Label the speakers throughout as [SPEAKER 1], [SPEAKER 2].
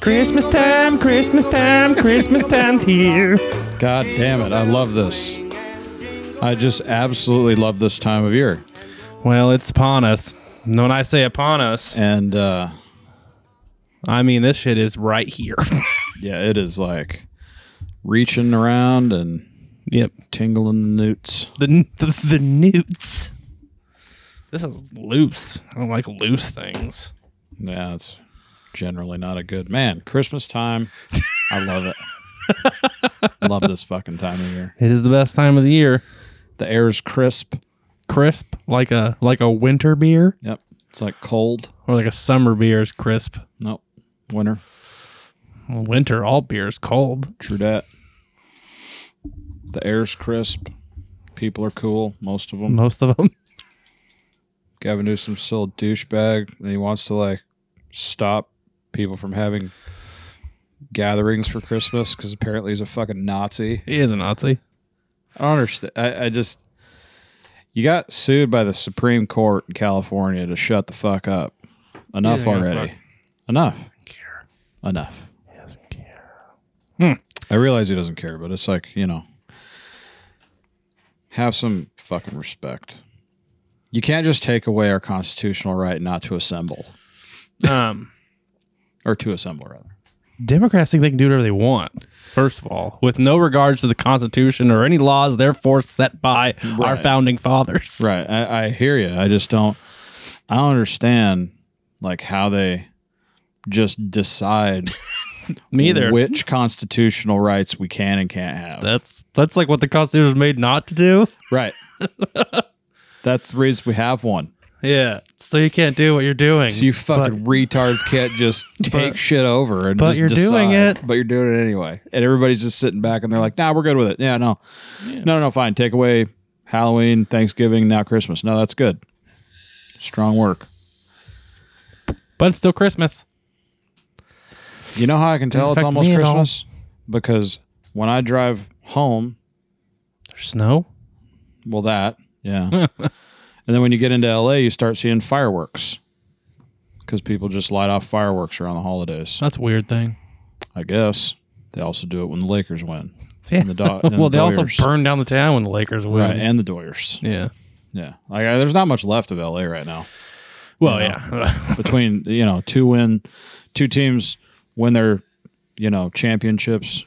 [SPEAKER 1] Christmas time, Christmas time, Christmas time's here.
[SPEAKER 2] God damn it. I love this. I just absolutely love this time of year.
[SPEAKER 1] Well, it's upon us. And when I say upon us,
[SPEAKER 2] And uh,
[SPEAKER 1] I mean this shit is right here.
[SPEAKER 2] yeah, it is like reaching around and
[SPEAKER 1] yep.
[SPEAKER 2] tingling the newts.
[SPEAKER 1] The, the the newts. This is loose. I don't like loose things.
[SPEAKER 2] Yeah, it's generally not a good man. Christmas time. I love it. love this fucking time of year.
[SPEAKER 1] It is the best time of the year.
[SPEAKER 2] The air is crisp.
[SPEAKER 1] Crisp, like a like a winter beer
[SPEAKER 2] Yep. It's like cold.
[SPEAKER 1] or like a summer beer is crisp.
[SPEAKER 2] Nope. Winter.
[SPEAKER 1] Well, Winter, all beer is cold.
[SPEAKER 2] True dat. The air's crisp. People are cool. Most of them.
[SPEAKER 1] Most of them.
[SPEAKER 2] Gavin Newsom's still a douchebag, and he wants to like stop people from having gatherings for Christmas because apparently he's a fucking Nazi.
[SPEAKER 1] He is a Nazi.
[SPEAKER 2] I don't understand. I, I just you got sued by the Supreme Court in California to shut the fuck up. Enough
[SPEAKER 1] Yeah, yeah,
[SPEAKER 2] already.
[SPEAKER 1] fuck.
[SPEAKER 2] Enough. Enough. Hmm. I realize he doesn't care, but it's like you know, have some fucking respect. You can't just take away our constitutional right not to assemble.
[SPEAKER 1] Um,
[SPEAKER 2] or to assemble rather.
[SPEAKER 1] Democrats think they can do whatever they want. First of all, with no regards to the Constitution or any laws therefore set by our
[SPEAKER 2] Right.
[SPEAKER 1] founding fathers.
[SPEAKER 2] Right. I, I hear you. I just don't. I don't understand like how they just decide
[SPEAKER 1] Me either.
[SPEAKER 2] which constitutional rights we can and can't have.
[SPEAKER 1] that's that's like what the Constitution was made not to do.
[SPEAKER 2] right. That's the reason we have one.
[SPEAKER 1] Yeah. So you can't do what you're doing.
[SPEAKER 2] So you fucking retards can't just take shit over and
[SPEAKER 1] but
[SPEAKER 2] just
[SPEAKER 1] you're doing
[SPEAKER 2] decide,
[SPEAKER 1] it.
[SPEAKER 2] But you're doing it anyway, and everybody's just sitting back and they're like, "Nah, we're good with it. Yeah, no, no, no, no, fine. Take away Halloween, Thanksgiving, now Christmas. No, that's good. Strong work.
[SPEAKER 1] but it's still Christmas.
[SPEAKER 2] You know how I can tell it's
[SPEAKER 1] affect
[SPEAKER 2] almost
[SPEAKER 1] me at all.
[SPEAKER 2] Christmas? Because when I drive home,
[SPEAKER 1] There's snow.
[SPEAKER 2] well, that, yeah. and then when you get into LA, you start seeing fireworks because people just light off fireworks around the holidays.
[SPEAKER 1] That's a weird thing.
[SPEAKER 2] I guess they also do it when the Lakers win.
[SPEAKER 1] Yeah.
[SPEAKER 2] And the do- and
[SPEAKER 1] well, they
[SPEAKER 2] the
[SPEAKER 1] also
[SPEAKER 2] Doyers.
[SPEAKER 1] burned down the town when the Lakers win.
[SPEAKER 2] Right. And the Doyers.
[SPEAKER 1] yeah.
[SPEAKER 2] Yeah. Like, I, there's not much left of LA right now.
[SPEAKER 1] Well,
[SPEAKER 2] You know.
[SPEAKER 1] yeah.
[SPEAKER 2] Between, you know, two win, two teams win their, you know, championships,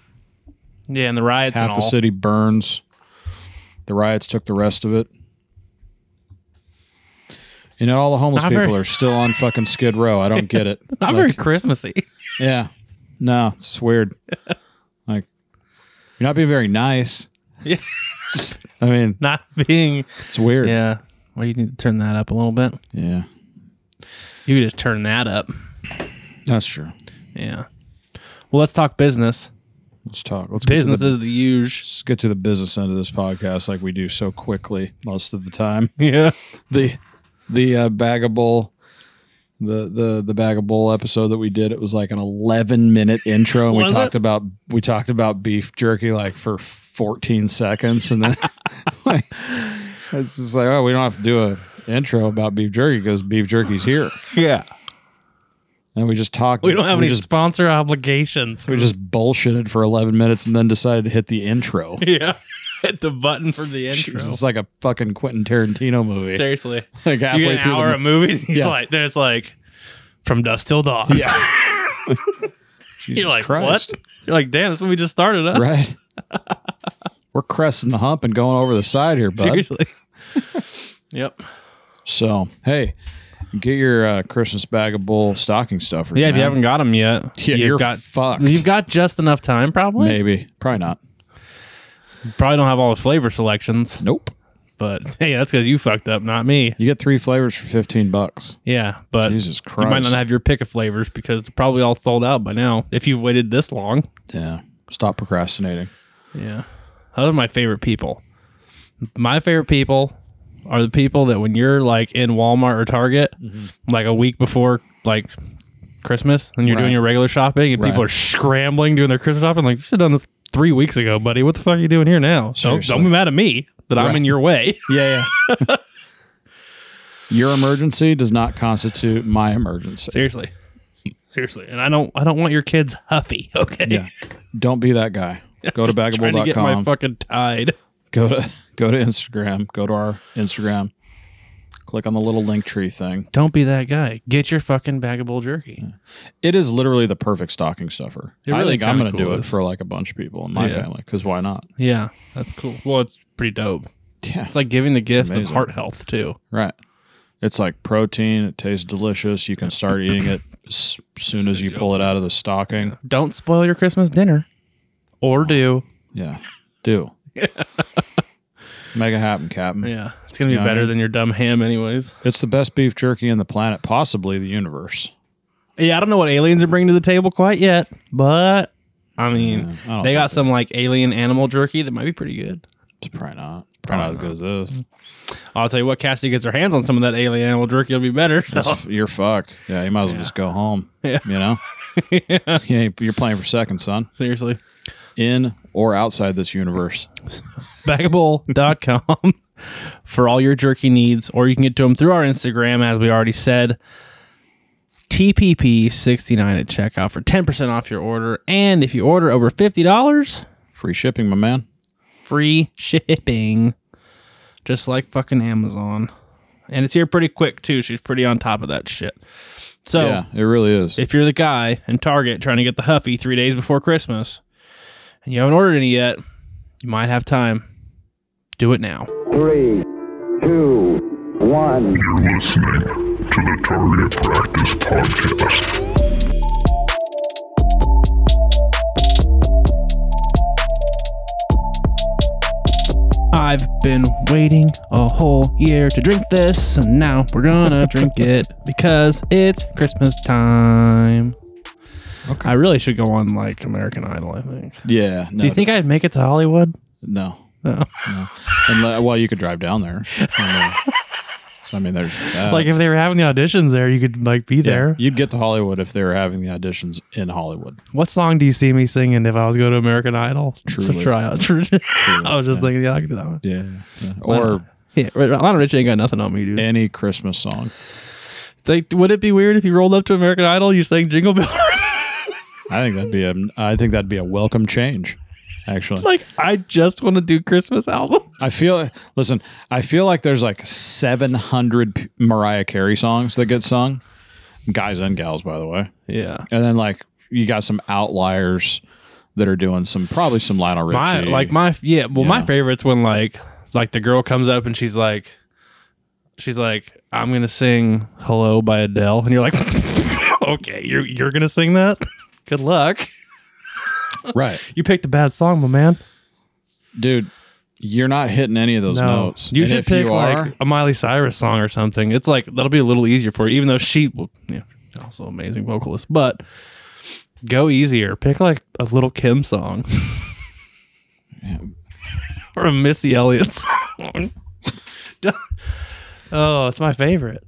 [SPEAKER 1] yeah, and the riots
[SPEAKER 2] half
[SPEAKER 1] and
[SPEAKER 2] the
[SPEAKER 1] all.
[SPEAKER 2] city burns. The riots took the rest of it. You know, all the homeless
[SPEAKER 1] Not
[SPEAKER 2] people
[SPEAKER 1] very-
[SPEAKER 2] are still on fucking Skid Row. I don't get it.
[SPEAKER 1] Not
[SPEAKER 2] Like,
[SPEAKER 1] very Christmassy.
[SPEAKER 2] Yeah. No, it's just weird. like, you're not being very nice.
[SPEAKER 1] Yeah.
[SPEAKER 2] Just, I mean,
[SPEAKER 1] Not being.
[SPEAKER 2] it's weird. Yeah.
[SPEAKER 1] Yeah. Well, you need to turn that up a little bit. You could just turn that up.
[SPEAKER 2] That's true.
[SPEAKER 1] Yeah. Well, let's talk business.
[SPEAKER 2] Let's talk. Let's get to
[SPEAKER 1] Business
[SPEAKER 2] the-
[SPEAKER 1] is the huge.
[SPEAKER 2] Let's get to the business end of this podcast, like we do so quickly most of the time.
[SPEAKER 1] Yeah.
[SPEAKER 2] the the uh, bagable the the the bagable episode that we did it was like an 11 minute intro and we
[SPEAKER 1] Was
[SPEAKER 2] talked
[SPEAKER 1] it?
[SPEAKER 2] about we talked about beef jerky like for 14 seconds and then like it's just like oh we don't have to do a intro about beef jerky because beef jerky's here
[SPEAKER 1] Yeah.
[SPEAKER 2] and we just talked
[SPEAKER 1] We don't have any
[SPEAKER 2] just
[SPEAKER 1] sponsor obligations.
[SPEAKER 2] we just bullshitted for 11 minutes and then decided to hit the intro
[SPEAKER 1] yeah. Hit the button for the intro.
[SPEAKER 2] it's like a fucking quentin tarantino movie
[SPEAKER 1] Seriously.
[SPEAKER 2] like
[SPEAKER 1] you
[SPEAKER 2] halfway
[SPEAKER 1] get an
[SPEAKER 2] through
[SPEAKER 1] hour
[SPEAKER 2] the
[SPEAKER 1] of movie. And he's
[SPEAKER 2] Yeah.
[SPEAKER 1] like, then it's like, from dusk till dawn. Yeah.
[SPEAKER 2] Jesus
[SPEAKER 1] You're like,
[SPEAKER 2] Christ.
[SPEAKER 1] what? You're like, damn, that's when we just started, huh?
[SPEAKER 2] Right. We're cresting the hump and going over the side here, bud.
[SPEAKER 1] Seriously. yep.
[SPEAKER 2] So, hey, get your uh, Christmas bag of bull stocking stuffers.
[SPEAKER 1] Yeah, if you
[SPEAKER 2] man.
[SPEAKER 1] haven't got them yet,
[SPEAKER 2] yeah,
[SPEAKER 1] you've
[SPEAKER 2] you're
[SPEAKER 1] got
[SPEAKER 2] fucked.
[SPEAKER 1] you've got just enough time. Probably,
[SPEAKER 2] Maybe, probably not.
[SPEAKER 1] probably don't have all the flavor selections.
[SPEAKER 2] Nope.
[SPEAKER 1] But hey, that's because you fucked up, not me.
[SPEAKER 2] You get three flavors for fifteen bucks.
[SPEAKER 1] Yeah, but Uh,
[SPEAKER 2] Jesus
[SPEAKER 1] you
[SPEAKER 2] Christ.
[SPEAKER 1] might not have your pick of flavors because they're probably all sold out by now. If you've waited this long,
[SPEAKER 2] yeah. Stop procrastinating.
[SPEAKER 1] yeah. Those are my favorite people. My favorite people are the people that when you're like in Walmart or Target,
[SPEAKER 2] Mm-hmm.
[SPEAKER 1] like a week before like Christmas, and you're
[SPEAKER 2] Right.
[SPEAKER 1] doing your regular shopping, and people
[SPEAKER 2] Right.
[SPEAKER 1] are scrambling doing their Christmas shopping. Like you should have done this three weeks ago, buddy. What the fuck are you doing here now? Don't,
[SPEAKER 2] Seriously.
[SPEAKER 1] don't be mad at me that I'm
[SPEAKER 2] Right.
[SPEAKER 1] in your way.
[SPEAKER 2] Yeah, yeah. your emergency does not constitute my emergency.
[SPEAKER 1] Seriously, Seriously, and I don't I don't want your kids huffy. Okay,
[SPEAKER 2] Yeah. Don't be that guy. Go to
[SPEAKER 1] trying to get my
[SPEAKER 2] bagable.com.
[SPEAKER 1] fucking tide.
[SPEAKER 2] go to go to Instagram. Go to our Instagram. Click on the little link tree thing.
[SPEAKER 1] Don't be that guy. Get your fucking bagable jerky.
[SPEAKER 2] It is literally the perfect stocking stuffer.
[SPEAKER 1] It
[SPEAKER 2] I
[SPEAKER 1] really
[SPEAKER 2] think I'm
[SPEAKER 1] kinda
[SPEAKER 2] going to do
[SPEAKER 1] cool
[SPEAKER 2] it
[SPEAKER 1] is.
[SPEAKER 2] for like a bunch of people in my
[SPEAKER 1] Yeah.
[SPEAKER 2] family because why not?
[SPEAKER 1] Yeah, that's cool. Well, it's pretty dope.
[SPEAKER 2] Yeah,
[SPEAKER 1] It's like giving the gift of
[SPEAKER 2] amazing.
[SPEAKER 1] heart health too.
[SPEAKER 2] right. It's like protein. It tastes delicious. You can start eating it as soon as you pull it out of the stocking.
[SPEAKER 1] Don't spoil your Christmas dinner, or do.
[SPEAKER 2] Yeah, do. Make it happen, Captain.
[SPEAKER 1] Yeah, it's gonna be
[SPEAKER 2] Yeah, I
[SPEAKER 1] better
[SPEAKER 2] mean-
[SPEAKER 1] than your dumb ham, anyways.
[SPEAKER 2] It's the best beef jerky in the planet, possibly the universe.
[SPEAKER 1] Yeah, I don't know what aliens are bringing to the table quite yet, but I mean,
[SPEAKER 2] Yeah, I don't
[SPEAKER 1] they
[SPEAKER 2] think
[SPEAKER 1] got some like alien animal jerky that might be pretty good.
[SPEAKER 2] It's probably not. Probably, not as good as this.
[SPEAKER 1] I'll tell you what, Cassie gets her hands on some of that alien animal jerky, it'll be better. So.
[SPEAKER 2] It's- You're fucked. Yeah, you might as well just go home.
[SPEAKER 1] Yeah.
[SPEAKER 2] You know? You ain't- You're playing for second, son.
[SPEAKER 1] Seriously.
[SPEAKER 2] In or outside this universe.
[SPEAKER 1] Bagable.com for all your jerky needs, or you can get to them through our Instagram, as we already said. TPP69 at checkout for 10% off your order. And if you order over $50,
[SPEAKER 2] Free shipping, my man.
[SPEAKER 1] free shipping, just like fucking Amazon. And it's here pretty quick, too. She's pretty on top of that shit. So
[SPEAKER 2] Yeah, it really is.
[SPEAKER 1] if you're the guy in Target trying to get the Huffy three days before Christmas and you haven't ordered any yet, you might have time. Do it now.
[SPEAKER 3] three, two, one.
[SPEAKER 4] You're listening to the Target Practice Podcast.
[SPEAKER 1] I've been waiting a whole year to drink this, and now we're gonna drink it because it's Christmas time.
[SPEAKER 2] Okay.
[SPEAKER 1] I really should go on like American Idol, I think.
[SPEAKER 2] yeah. No,
[SPEAKER 1] Do you think I'd make it to Hollywood?
[SPEAKER 2] No.
[SPEAKER 1] No.
[SPEAKER 2] Unle- well, you could drive down there. I mean, so, I mean, there's that.
[SPEAKER 1] Like if they were having the auditions there, you could like be
[SPEAKER 2] Yeah,
[SPEAKER 1] there.
[SPEAKER 2] You'd get to Hollywood if they were having the auditions in Hollywood.
[SPEAKER 1] What song do you see me singing if I was going to American Idol?
[SPEAKER 2] Truly.
[SPEAKER 1] To try out. I was just thinking, yeah, I could do that one.
[SPEAKER 2] Yeah. yeah. Or
[SPEAKER 1] Yeah, Lionel Richie ain't got nothing on me, dude.
[SPEAKER 2] any Christmas song.
[SPEAKER 1] Like, would it be weird if you rolled up to American Idol, you sang Jingle Bell?
[SPEAKER 2] I think that'd be a. I think that'd be a welcome change. Actually,
[SPEAKER 1] like, I just want to do Christmas albums.
[SPEAKER 2] I feel. Listen, I feel like there's like 700 p- Mariah Carey songs that get sung, guys and gals, by the way.
[SPEAKER 1] Yeah,
[SPEAKER 2] And then like you got some outliers that are doing some probably some Lionel Richie.
[SPEAKER 1] my like my yeah. Well, my
[SPEAKER 2] Yeah.
[SPEAKER 1] favorite's when like like the girl comes up and she's like, she's like, I'm gonna sing "Hello" by Adele, and you're like, okay, you're you're gonna sing that. Good luck.
[SPEAKER 2] right,
[SPEAKER 1] You picked a bad song, my man.
[SPEAKER 2] dude. You're not hitting any of those notes.
[SPEAKER 1] You
[SPEAKER 2] And
[SPEAKER 1] should
[SPEAKER 2] if
[SPEAKER 1] pick
[SPEAKER 2] you are-
[SPEAKER 1] like a Miley Cyrus song or something. It's like that'll be a little easier for you, even though she well, yeah, also amazing vocalist. But go easier. Pick like a little Kim song. or a Missy Elliott song. oh, it's my favorite.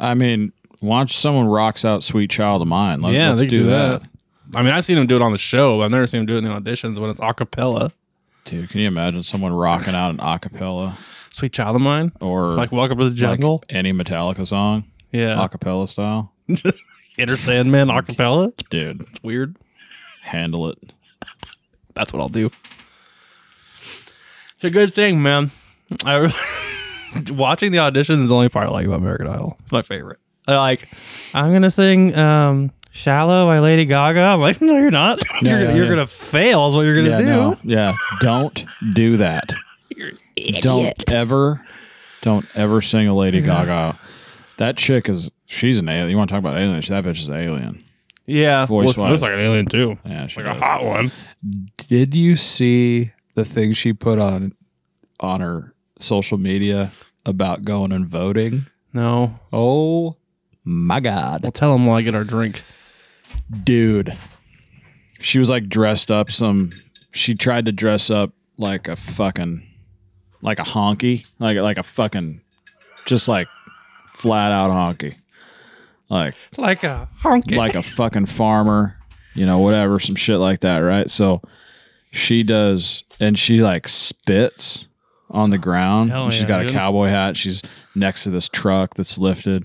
[SPEAKER 2] I mean, watch someone rocks out "Sweet Child of Mine." Let,
[SPEAKER 1] Yeah,
[SPEAKER 2] let's
[SPEAKER 1] they
[SPEAKER 2] do,
[SPEAKER 1] could Uh, do
[SPEAKER 2] that.
[SPEAKER 1] that. I mean, I've seen him do it on the show, but I've never seen him do it in the auditions when it's a cappella.
[SPEAKER 2] dude. Can you imagine someone rocking out an acapella
[SPEAKER 1] Sweet child of mine.
[SPEAKER 2] or
[SPEAKER 1] Like Welcome to the Jungle.
[SPEAKER 2] like any Metallica song,
[SPEAKER 1] yeah.
[SPEAKER 2] acapella style?
[SPEAKER 1] Inner Sandman a cappella.
[SPEAKER 2] Dude,
[SPEAKER 1] It's weird.
[SPEAKER 2] handle it.
[SPEAKER 1] that's what I'll do. It's a good thing, man. I really- watching the auditions is the only part I like about American Idol. It's my favorite. I like, I'm gonna sing um, "Shallow" by Lady Gaga. I'm like, no, you're not.
[SPEAKER 2] Yeah,
[SPEAKER 1] you're
[SPEAKER 2] yeah,
[SPEAKER 1] you're
[SPEAKER 2] yeah.
[SPEAKER 1] gonna fail. Is what you're gonna
[SPEAKER 2] yeah,
[SPEAKER 1] do.
[SPEAKER 2] no, yeah. Don't do that. Don't ever, don't ever sing a Lady Gaga. That chick is she's an alien. You want to talk about alien? That bitch is an alien.
[SPEAKER 1] Yeah, well,
[SPEAKER 2] Voice-wise.
[SPEAKER 1] looks like an alien too.
[SPEAKER 2] Yeah, she
[SPEAKER 1] Like a
[SPEAKER 2] does.
[SPEAKER 1] hot one.
[SPEAKER 2] Did you see the thing she put on on her social media about going and voting?
[SPEAKER 1] No,
[SPEAKER 2] Oh my
[SPEAKER 1] we'll
[SPEAKER 2] god,
[SPEAKER 1] tell them while I get our drink.
[SPEAKER 2] dude! She was like dressed up. Some she tried to dress up like a fucking like a honky, like like a fucking just like flat out honky, like
[SPEAKER 1] Like a honky.
[SPEAKER 2] like a fucking farmer, you know, whatever, some shit like that, right? So she does, and she like spits on the ground.
[SPEAKER 1] Hell
[SPEAKER 2] and she's
[SPEAKER 1] yeah,
[SPEAKER 2] got a
[SPEAKER 1] dude.
[SPEAKER 2] cowboy hat. She's next to this truck that's lifted,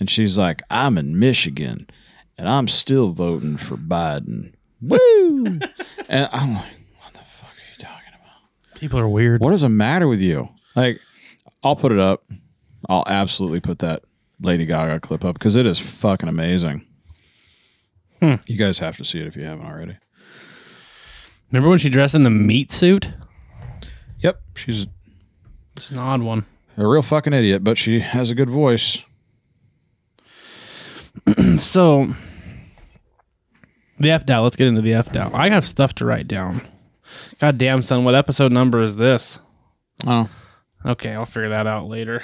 [SPEAKER 2] and she's like, "I'm in Michigan, and I'm still voting for Biden. Woo! and I'm like, what the fuck are you talking about?
[SPEAKER 1] People are weird.
[SPEAKER 2] What does it matter with you? Like, I'll put it up. I'll absolutely put that Lady Gaga clip up because it is fucking amazing. You guys have to see it if you haven't already.
[SPEAKER 1] Remember when she dressed in the meat suit?
[SPEAKER 2] Yep, she's
[SPEAKER 1] It's an odd one.
[SPEAKER 2] a real fucking idiot, but she has a good voice.
[SPEAKER 1] So, the F Dow. Let's get into the F Dow. I have stuff to write down. God damn, son, what episode number is this?
[SPEAKER 2] Oh,
[SPEAKER 1] Okay, I'll figure that out later.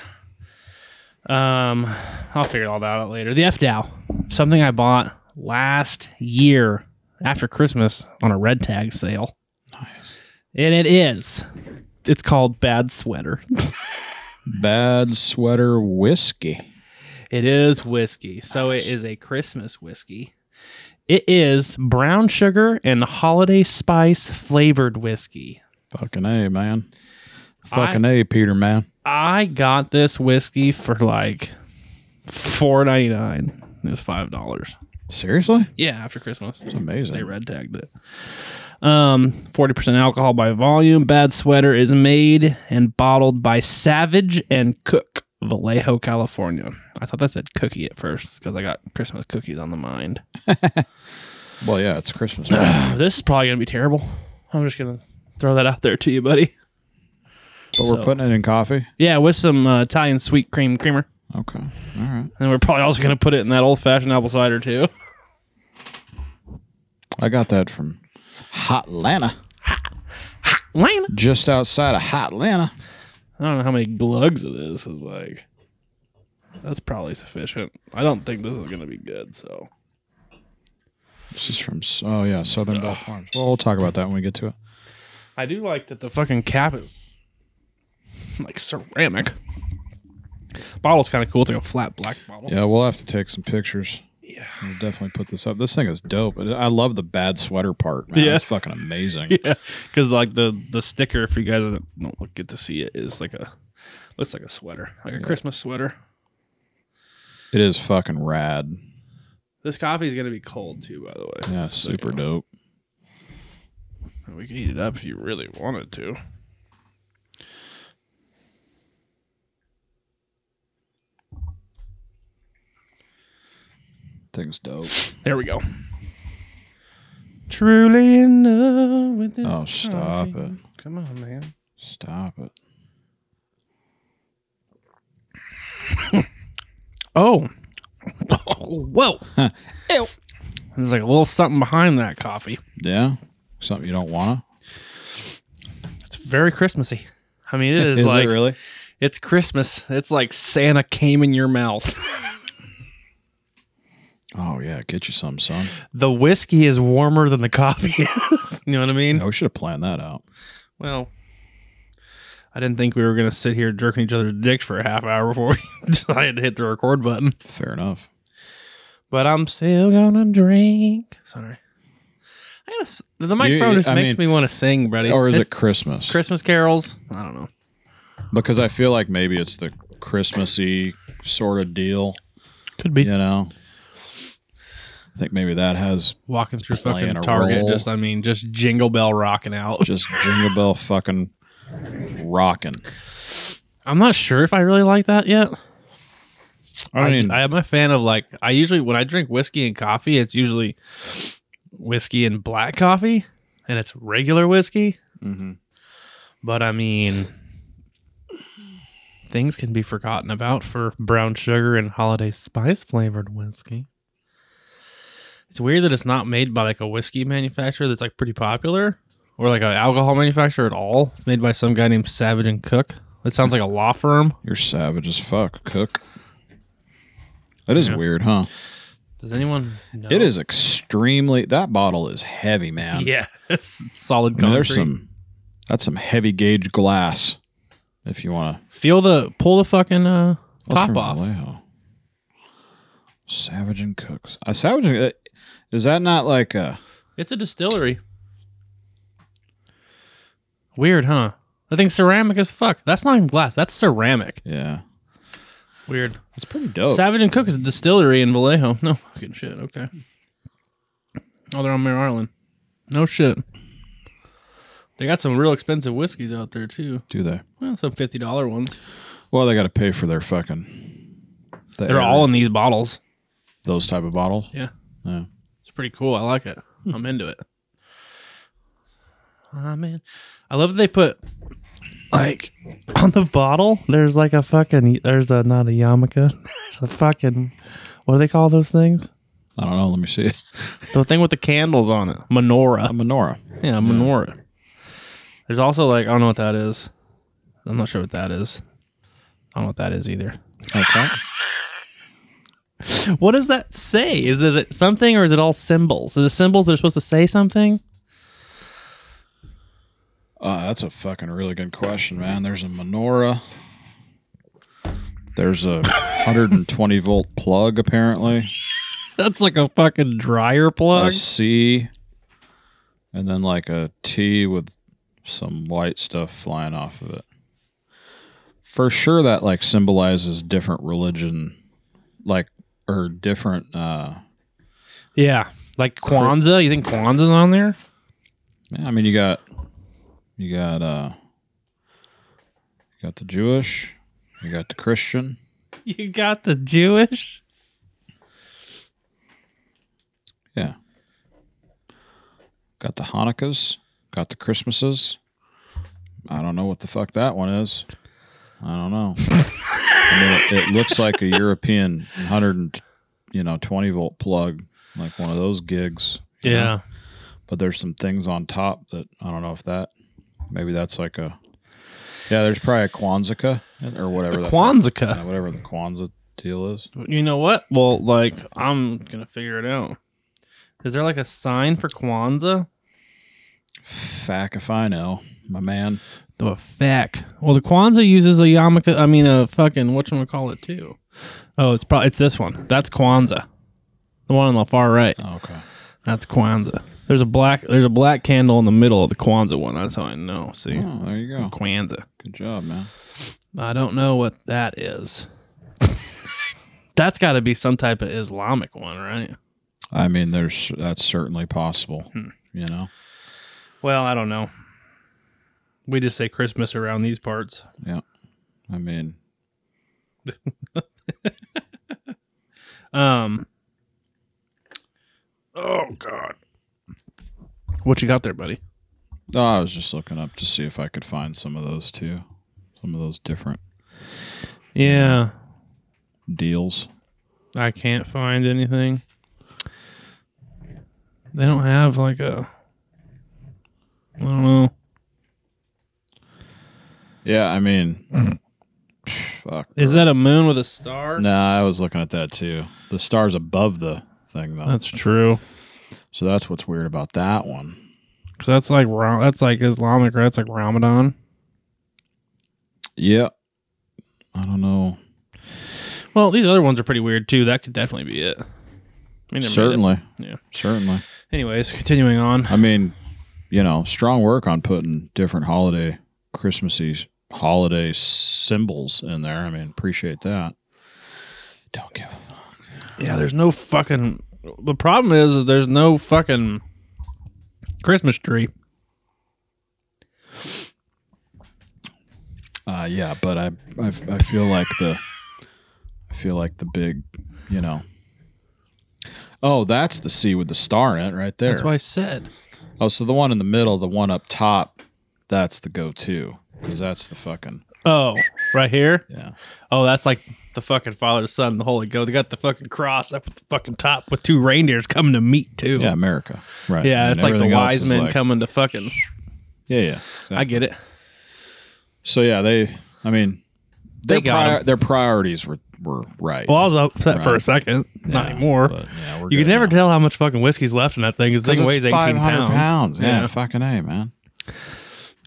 [SPEAKER 1] Um, I'll figure all that out later. The F Dow, something I bought last year after Christmas on a red tag sale. Nice. And it is. It's called Bad Sweater.
[SPEAKER 2] bad sweater whiskey.
[SPEAKER 1] It is whiskey. So it is a Christmas whiskey. It is brown sugar and holiday spice flavored whiskey.
[SPEAKER 2] Fucking A, man. Fucking A, Peter, man.
[SPEAKER 1] I got this whiskey for like four ninety nine. It was five dollars.
[SPEAKER 2] Seriously?
[SPEAKER 1] Yeah, after Christmas.
[SPEAKER 2] It's amazing.
[SPEAKER 1] They red tagged it. Um, 40% alcohol by volume. Bad Sweater is made and bottled by Savage and Cook, Vallejo, California. I thought that said cookie at first because I got Christmas cookies on the mind.
[SPEAKER 2] Well, yeah, it's Christmas. but
[SPEAKER 1] This is probably going to be terrible. I'm just going to throw that out there to you, buddy.
[SPEAKER 2] we're putting it in coffee.
[SPEAKER 1] Yeah, with some uh, Italian sweet cream creamer.
[SPEAKER 2] Okay. All right.
[SPEAKER 1] And we're probably also going to put it in that old fashioned apple cider, too.
[SPEAKER 2] I got that from Hotlanta,
[SPEAKER 1] Lana.
[SPEAKER 2] just outside of Hotlanta.
[SPEAKER 1] I don't know how many glugs of this is like. That's probably sufficient. I don't think this is going to be good, so.
[SPEAKER 2] This is from, S- oh, yeah, Southern Bell Farms. Well, we'll talk about that when we get to it.
[SPEAKER 1] I do like that the fucking cap is like ceramic. Bottle's kind of cool. It's like a flat black bottle.
[SPEAKER 2] Yeah, we'll have to take some pictures. Yeah. We'll definitely put this up. This thing is dope. I I love the bad sweater part, man.
[SPEAKER 1] Yeah.
[SPEAKER 2] It's fucking amazing.
[SPEAKER 1] Yeah, because like the the sticker for you guys that don't get to see it is like a looks like a sweater, like a Christmas sweater.
[SPEAKER 2] It is fucking rad.
[SPEAKER 1] This coffee is gonna be cold too, by the way.
[SPEAKER 2] Yeah, super dope.
[SPEAKER 1] We could heat it up if you really wanted to.
[SPEAKER 2] Thing's dope.
[SPEAKER 1] There we go. Truly in love with this.
[SPEAKER 2] Oh, stop
[SPEAKER 1] coffee.
[SPEAKER 2] it.
[SPEAKER 1] Come on, man.
[SPEAKER 2] Stop it.
[SPEAKER 1] Oh. Whoa. Ew. There's like a little something behind that coffee.
[SPEAKER 2] Yeah? Something you don't want to?
[SPEAKER 1] It's very Christmassy. I mean, it is, like,
[SPEAKER 2] it really?
[SPEAKER 1] it's Christmas. It's like Santa came in your mouth.
[SPEAKER 2] Oh, yeah. Get you some, son.
[SPEAKER 1] the whiskey is warmer than the coffee is. you know what I mean?
[SPEAKER 2] Yeah, we should have planned that out.
[SPEAKER 1] Well, I didn't think we were going to sit here jerking each other's dicks for a half hour before we decided to hit the record button.
[SPEAKER 2] Fair enough.
[SPEAKER 1] But I'm still going to drink. Sorry. I gotta, s- the microphone
[SPEAKER 2] you-
[SPEAKER 1] just
[SPEAKER 2] I
[SPEAKER 1] makes
[SPEAKER 2] mean-
[SPEAKER 1] me want to sing, buddy.
[SPEAKER 2] Or is
[SPEAKER 1] It's
[SPEAKER 2] it Christmas?
[SPEAKER 1] Christmas carols? I don't know.
[SPEAKER 2] because I feel like maybe it's the Christmassy sort of deal,
[SPEAKER 1] Could be.
[SPEAKER 2] you know. I think maybe that has
[SPEAKER 1] Walking through
[SPEAKER 2] Playing
[SPEAKER 1] fucking
[SPEAKER 2] a
[SPEAKER 1] Target,
[SPEAKER 2] role.
[SPEAKER 1] just I mean, just jingle bell rocking out.
[SPEAKER 2] just jingle bell fucking rocking.
[SPEAKER 1] I'm not sure if I really like that yet.
[SPEAKER 2] I mean,
[SPEAKER 1] I am a fan of like I usually when I drink whiskey and coffee, it's usually whiskey and black coffee, and it's regular whiskey.
[SPEAKER 2] Mhm.
[SPEAKER 1] But I mean, things can be forgotten about for brown sugar and holiday spice flavored whiskey. It's weird that it's not made by like a whiskey manufacturer that's like pretty popular or like an alcohol manufacturer at all. It's made by some guy named Savage and Cook. It sounds like a law firm.
[SPEAKER 2] you're savage as fuck, cook. That is weird, huh?
[SPEAKER 1] Does anyone know?
[SPEAKER 2] It is extremely. That bottle is heavy, man.
[SPEAKER 1] Yeah, it's it's solid
[SPEAKER 2] I mean,
[SPEAKER 1] concrete.
[SPEAKER 2] there's some. That's some heavy gauge glass. If you want to
[SPEAKER 1] Feel the pull the fucking uh,
[SPEAKER 2] That's
[SPEAKER 1] top
[SPEAKER 2] from
[SPEAKER 1] off.
[SPEAKER 2] Vallejo. Savage and Cooks. Uh, Savage and uh, is that not like a?
[SPEAKER 1] It's a distillery. Weird, huh? That thing's ceramic as fuck. That's not even glass. That's ceramic.
[SPEAKER 2] Yeah,
[SPEAKER 1] Weird.
[SPEAKER 2] It's pretty dope.
[SPEAKER 1] Savage and Cook is a distillery in Vallejo. No fucking shit. Okay. Oh, they're on Mare Island. No shit. They got some real expensive whiskeys out there too.
[SPEAKER 2] Do they?
[SPEAKER 1] Well, some fifty dollar ones.
[SPEAKER 2] Well, they got to pay for their fucking. the
[SPEAKER 1] They're
[SPEAKER 2] air-
[SPEAKER 1] all in these bottles.
[SPEAKER 2] those type of bottles.
[SPEAKER 1] Yeah.
[SPEAKER 2] Yeah.
[SPEAKER 1] It's pretty cool. I like it.
[SPEAKER 5] Hmm.
[SPEAKER 1] I'm into it. Ah man, I love that they put like
[SPEAKER 5] on the bottle there's like a fucking there's a not a yarmulke there's a fucking what do they call those things
[SPEAKER 2] I don't know. Let me see.
[SPEAKER 1] the thing with the candles on it,
[SPEAKER 2] A
[SPEAKER 1] menorah.
[SPEAKER 2] menorah.
[SPEAKER 1] Yeah, a menorah. There's also like I don't know what that is. I'm not sure what that is. I don't know what that is either.
[SPEAKER 2] Okay.
[SPEAKER 5] what does that say is, is it something or is it all symbols are the symbols that are supposed to say something
[SPEAKER 2] Uh, that's a fucking really good question, man. There's a menorah. There's a 120 volt plug apparently.
[SPEAKER 1] That's like a fucking dryer
[SPEAKER 2] A
[SPEAKER 1] plug.
[SPEAKER 2] C, and then like a T with some white stuff flying off of it. For sure, that like symbolizes different religion, like or different. uh
[SPEAKER 1] Yeah, like Kwanzaa. You think Kwanzaa's on there?
[SPEAKER 2] Yeah, I mean, you got, you got, uh, you got the Jewish, you got the Christian.
[SPEAKER 5] you got the jewish
[SPEAKER 2] Yeah. Got the Hanukkahs, got the Christmases. I don't know what the fuck that one is. I don't know. I mean, it, it looks like a European hundred and you know twenty volt plug, like one of those gigs. you know? But there's some things on top that I don't know if that maybe that's like a yeah. There's probably a Kwanzaa or whatever the
[SPEAKER 1] Kwanzaa.
[SPEAKER 2] whatever the Kwanzaa deal is.
[SPEAKER 1] You know what? Well, like I'm gonna figure it out. Is there like a sign for Kwanzaa?
[SPEAKER 2] Fack if I know, my man.
[SPEAKER 1] The feck. Well, the Kwanzaa uses a yarmulke. I mean, a fucking what we call it too? Oh, it's probably it's this one. That's Kwanzaa. The one on the far right.
[SPEAKER 2] Oh, Okay.
[SPEAKER 1] That's Kwanzaa. There's a black there's a black candle in the middle of the Kwanzaa one. That's how I know. See,
[SPEAKER 2] Oh, there you go.
[SPEAKER 1] Kwanzaa.
[SPEAKER 2] Good job, man.
[SPEAKER 1] I don't know what that is. That's got to be some type of Islamic one, right?
[SPEAKER 2] I mean, there's that's certainly possible. You know,
[SPEAKER 1] Well, I don't know. We just say Christmas around these parts.
[SPEAKER 2] yeah. I mean,
[SPEAKER 1] Um. Oh God. What you got there, buddy?
[SPEAKER 2] oh, I was just looking up to see if I could find some of those too, some of those different
[SPEAKER 1] Yeah,
[SPEAKER 2] deals.
[SPEAKER 1] I can't find anything. They don't have like a. I don't know.
[SPEAKER 2] Yeah, I mean, fuck.
[SPEAKER 1] Is that a moon with a star?
[SPEAKER 2] Nah, I was looking at that too. The stars above the thing though,
[SPEAKER 1] That's true.
[SPEAKER 2] so that's what's weird about that one.
[SPEAKER 1] Cause that's like Ra- that's like Islamic, right? That's like Ramadan.
[SPEAKER 2] Yeah, I don't know.
[SPEAKER 1] Well, these other ones are pretty weird too. That could definitely be it. I mean, they're made up.
[SPEAKER 2] Certainly,
[SPEAKER 1] Yeah.
[SPEAKER 2] certainly.
[SPEAKER 1] Anyways, continuing on.
[SPEAKER 2] I mean, you know, strong work on putting different holiday, Christmassy holiday symbols in there. I mean, appreciate that. Don't give. a-
[SPEAKER 1] Yeah, there's no fucking. The problem is, is there's no fucking Christmas tree.
[SPEAKER 2] Uh, yeah, but I, I, I feel like the, I feel like the big, you know. Oh, that's the C with the star in it right there.
[SPEAKER 1] That's what I said.
[SPEAKER 2] oh, so the one in the middle, the one up top, that's the go-to because that's the fucking
[SPEAKER 1] Oh, right here.
[SPEAKER 2] yeah.
[SPEAKER 1] Oh, that's like the fucking Father, Son, the Holy Ghost. They got the fucking cross up at the fucking top with two reindeers coming to meet too.
[SPEAKER 2] Yeah, America, right?
[SPEAKER 1] Yeah,
[SPEAKER 2] And
[SPEAKER 1] it's like the
[SPEAKER 2] everything else
[SPEAKER 1] wise
[SPEAKER 2] is
[SPEAKER 1] men
[SPEAKER 2] like-
[SPEAKER 1] coming to fucking.
[SPEAKER 2] Yeah, yeah.
[SPEAKER 1] I get it.
[SPEAKER 2] So yeah, they. I mean,
[SPEAKER 1] They
[SPEAKER 2] their,
[SPEAKER 1] got
[SPEAKER 2] prior-
[SPEAKER 1] 'em.
[SPEAKER 2] their priorities were were right.
[SPEAKER 5] well i was upset for a second not
[SPEAKER 2] Yeah,
[SPEAKER 5] anymore
[SPEAKER 2] but, yeah, we're
[SPEAKER 5] you
[SPEAKER 2] good
[SPEAKER 5] can never
[SPEAKER 2] now.
[SPEAKER 5] tell how much fucking whiskey's left in that thing because
[SPEAKER 2] 'Cause
[SPEAKER 5] thing
[SPEAKER 2] it's
[SPEAKER 5] weighs 18
[SPEAKER 2] 500
[SPEAKER 5] pounds.
[SPEAKER 2] Yeah,
[SPEAKER 1] Yeah.
[SPEAKER 2] fucking a man.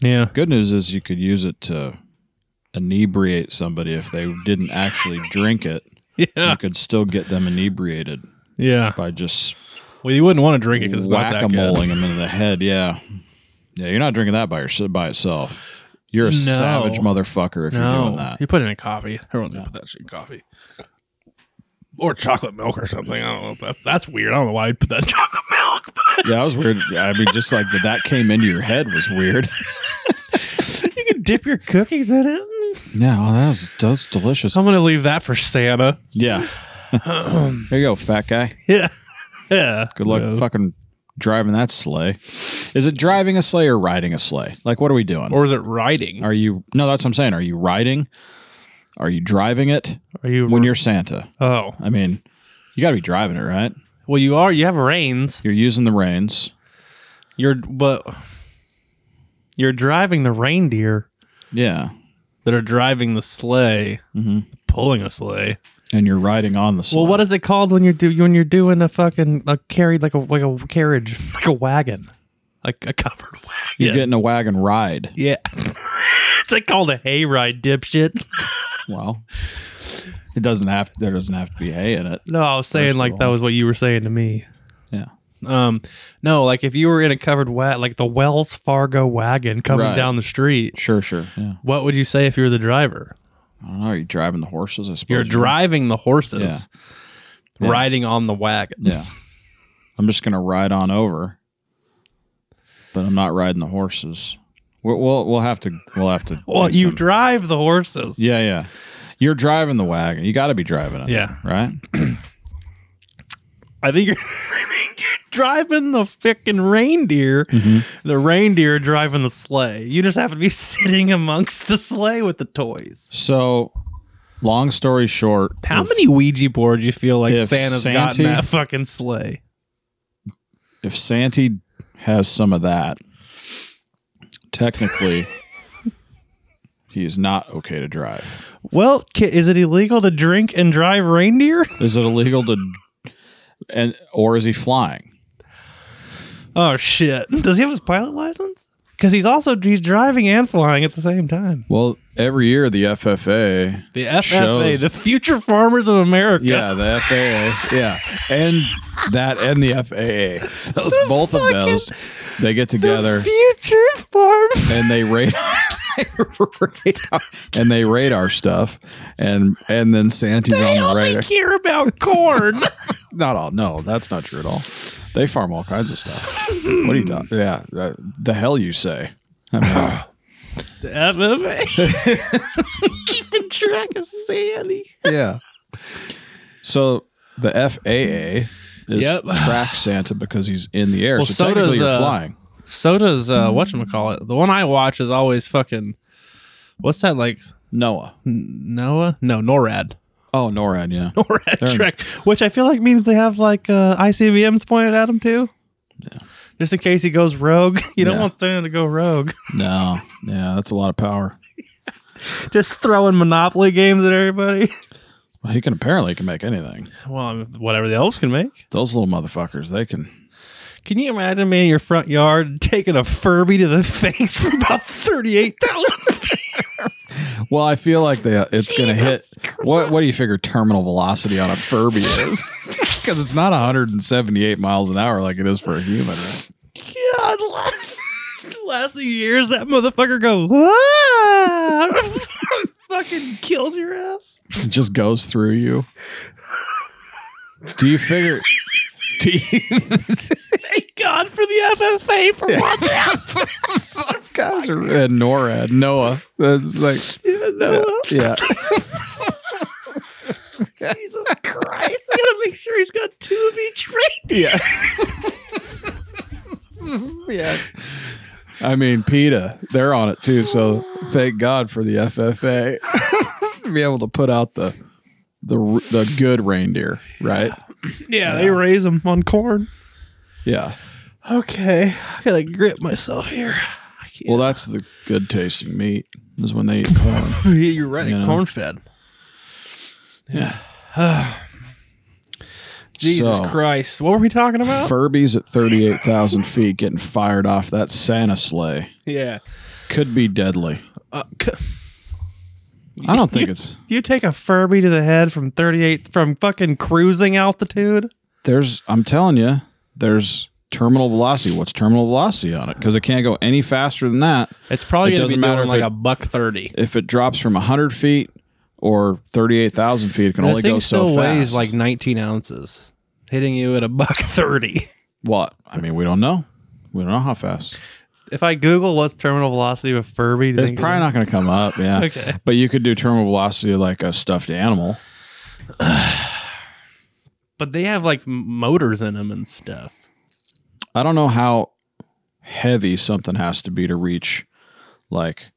[SPEAKER 1] Yeah.
[SPEAKER 2] Good news is you could use it to inebriate somebody if they didn't actually drink it.
[SPEAKER 1] Yeah.
[SPEAKER 2] You could still get them inebriated
[SPEAKER 1] Yeah.
[SPEAKER 2] by just
[SPEAKER 1] Well, you wouldn't want to drink it because it's not
[SPEAKER 2] whack a
[SPEAKER 1] that good.
[SPEAKER 2] moling them into the head. Yeah, yeah. You're not drinking that by yourself by itself. You're a
[SPEAKER 6] No.
[SPEAKER 2] savage motherfucker if you're doing that.
[SPEAKER 6] you put it in a coffee. Everyone's gonna put that shit in coffee. Or chocolate milk or something. I don't know if that's that's weird. I don't know why you'd put that in chocolate milk. But
[SPEAKER 2] Yeah, that was weird. I mean, just like that, that came into your head was weird.
[SPEAKER 1] You can dip your cookies in it.
[SPEAKER 2] Yeah, well, that was that was delicious.
[SPEAKER 6] I'm gonna leave that for Santa.
[SPEAKER 2] Yeah. there you go, fat guy.
[SPEAKER 6] Yeah. Yeah.
[SPEAKER 2] Good luck
[SPEAKER 6] Yeah.
[SPEAKER 2] fucking driving that sleigh. Is it driving a sleigh or riding a sleigh? Like, what are we doing?
[SPEAKER 6] Or is it riding?
[SPEAKER 2] are you? No, that's what I'm saying. Are you riding? Are you driving it
[SPEAKER 1] Are you?
[SPEAKER 2] when you're Santa?
[SPEAKER 6] Oh.
[SPEAKER 2] I mean, you got to be driving it, right?
[SPEAKER 6] Well you are you have reins.
[SPEAKER 2] You're using the reins.
[SPEAKER 6] You're but
[SPEAKER 1] you're driving the reindeer.
[SPEAKER 2] Yeah.
[SPEAKER 6] that are driving the sleigh,
[SPEAKER 2] hmm
[SPEAKER 6] pulling a sleigh.
[SPEAKER 2] And you're riding on the sleigh.
[SPEAKER 1] Well, what is it called when you're do when you're doing a fucking a carried like a like a carriage like a wagon,
[SPEAKER 6] Like a covered wagon.
[SPEAKER 2] You're getting a wagon ride.
[SPEAKER 1] Yeah. it's like called a hayride, dipshit.
[SPEAKER 2] Well, it doesn't have. There doesn't have to be hay in it.
[SPEAKER 1] No, I was saying
[SPEAKER 2] First of
[SPEAKER 1] like that
[SPEAKER 2] all.
[SPEAKER 1] was what you were saying to me.
[SPEAKER 2] Yeah.
[SPEAKER 1] Um, no, like if you were in a covered wet, like the Wells Fargo wagon coming
[SPEAKER 2] Right.
[SPEAKER 1] down the street,
[SPEAKER 2] Sure. Sure. Yeah.
[SPEAKER 1] what would you say if you were the driver?
[SPEAKER 2] I don't know. Are you driving the horses? I suppose.
[SPEAKER 6] You're driving the horses,
[SPEAKER 2] Yeah.
[SPEAKER 6] riding on the wagon.
[SPEAKER 2] Yeah. I'm just gonna ride on over, but I'm not riding the horses. We'll we'll, we'll have to we'll have to.
[SPEAKER 1] Well,
[SPEAKER 2] do
[SPEAKER 1] you
[SPEAKER 2] some-
[SPEAKER 1] drive the horses.
[SPEAKER 2] yeah yeah. You're driving the wagon. You got to be driving it.
[SPEAKER 6] Yeah.
[SPEAKER 2] Right.
[SPEAKER 6] I think you're, I think you're driving the freaking reindeer.
[SPEAKER 2] Mm-hmm.
[SPEAKER 1] The reindeer driving the sleigh. You just have to be sitting amongst the sleigh with the toys.
[SPEAKER 2] So, long story short,
[SPEAKER 6] How
[SPEAKER 2] if-
[SPEAKER 6] many Ouija boards you feel like
[SPEAKER 2] If
[SPEAKER 6] Santa's got
[SPEAKER 2] Santa-
[SPEAKER 6] in
[SPEAKER 1] That
[SPEAKER 6] that?
[SPEAKER 1] fucking sleigh.
[SPEAKER 2] if Santy has some of that, technically, he is not okay to drive.
[SPEAKER 1] Well, ki- is it illegal to drink and drive reindeer?
[SPEAKER 2] Is it illegal to, and or is he flying?
[SPEAKER 1] Oh shit! Does he have his pilot license? Because he's also he's driving and flying at the same time.
[SPEAKER 2] Well, every year the FFA
[SPEAKER 6] The FFA,
[SPEAKER 2] Shows.
[SPEAKER 6] the Future Farmers of America.
[SPEAKER 2] Yeah, the FAA. Yeah, and that and the FAA. Those both of those, they get together
[SPEAKER 1] Future farm.
[SPEAKER 2] and they radar, they radar- and they radar stuff, and and then Santy's on the radar.
[SPEAKER 6] Care about corn.
[SPEAKER 2] Not all. No, that's not true at all. They farm all kinds of stuff. What are you talking? Yeah, that- the hell you say. I mean,
[SPEAKER 1] The FFA. Keeping track of Sandy.
[SPEAKER 2] yeah. So the FAA is
[SPEAKER 6] Yep.
[SPEAKER 2] track Santa because he's in the air.
[SPEAKER 6] Well,
[SPEAKER 2] so,
[SPEAKER 6] so
[SPEAKER 2] technically,
[SPEAKER 6] does,
[SPEAKER 2] you're
[SPEAKER 6] uh,
[SPEAKER 2] flying.
[SPEAKER 6] so does uh, whatchamacallit. The one I watch is always fucking. What's that like?
[SPEAKER 2] Noah.
[SPEAKER 6] Noah? No, NORAD.
[SPEAKER 2] Oh, NORAD. Yeah.
[SPEAKER 6] NORAD
[SPEAKER 2] They're-
[SPEAKER 6] track.
[SPEAKER 1] Which I feel like means they have like uh, ICBMs pointed at him too. Just in case he goes rogue. You don't
[SPEAKER 2] Yeah.
[SPEAKER 1] want Santa to go rogue.
[SPEAKER 2] No, yeah, that's a lot of power.
[SPEAKER 1] Just throwing Monopoly games at everybody.
[SPEAKER 2] Well, he can apparently he can make anything.
[SPEAKER 1] Well, I mean, whatever the elves can make.
[SPEAKER 2] Those little motherfuckers, they can.
[SPEAKER 1] Can you imagine me in your front yard taking a Furby to the face for about 38,000
[SPEAKER 2] Well, I feel like they uh, it's going to hit. What what do you figure terminal velocity on a Furby is? Because it's not 178 miles an hour like it is for a human. Right?
[SPEAKER 1] God, last, last few years that motherfucker go "Ah!" fucking kills your ass.
[SPEAKER 2] It just goes through you. Do you figure? Do you,
[SPEAKER 1] Thank God for the FFA for watching.
[SPEAKER 2] those guys are and NORAD, Noah. That's like yeah.
[SPEAKER 1] Jesus Christ! I gotta make sure he's got two of each reindeer.
[SPEAKER 2] Yeah. yeah. I mean, PETA, they're on it too. So thank God for the FFA to be able to put out the the the good reindeer, right?
[SPEAKER 1] Yeah, they raise them on corn.
[SPEAKER 2] Yeah.
[SPEAKER 1] Okay, I gotta grip myself here.
[SPEAKER 2] Well, that's the good tasting meat is when they eat corn.
[SPEAKER 1] Yeah, you're right.
[SPEAKER 2] You know.
[SPEAKER 1] Corn fed.
[SPEAKER 2] Yeah.
[SPEAKER 6] Jesus
[SPEAKER 2] So,
[SPEAKER 6] Christ.
[SPEAKER 1] What were we talking about?
[SPEAKER 2] Furby's at thirty eight thousand feet getting fired off that Santa sleigh
[SPEAKER 6] Yeah.
[SPEAKER 2] could be deadly.
[SPEAKER 6] Uh, c-
[SPEAKER 2] I don't think it's
[SPEAKER 1] you take a Furby to the head from 38 from fucking cruising altitude.
[SPEAKER 2] there's I'm telling you, there's terminal velocity. What's terminal velocity on it? Because it can't go any faster than that.
[SPEAKER 1] It's probably going
[SPEAKER 2] It
[SPEAKER 1] to
[SPEAKER 2] doesn't
[SPEAKER 1] be
[SPEAKER 2] matter
[SPEAKER 1] doing like
[SPEAKER 2] if it-
[SPEAKER 1] a buck thirty.
[SPEAKER 2] If it drops from 100 feet or 38,000 feet, it can
[SPEAKER 1] The
[SPEAKER 2] only go
[SPEAKER 1] thing
[SPEAKER 2] so
[SPEAKER 1] still weighs
[SPEAKER 2] fast.
[SPEAKER 1] like nineteen ounces, hitting you at a buck thirty.
[SPEAKER 2] what? I mean, we don't know. We don't know how fast.
[SPEAKER 5] If I Google what's terminal velocity with Furby, do you
[SPEAKER 2] It's
[SPEAKER 5] think
[SPEAKER 2] probably
[SPEAKER 5] it'll-
[SPEAKER 2] not going to come up. Yeah.
[SPEAKER 1] Okay.
[SPEAKER 2] But you could do terminal velocity like a stuffed animal.
[SPEAKER 1] But they have like m- motors in them and stuff.
[SPEAKER 2] I don't know how heavy something has to be to reach like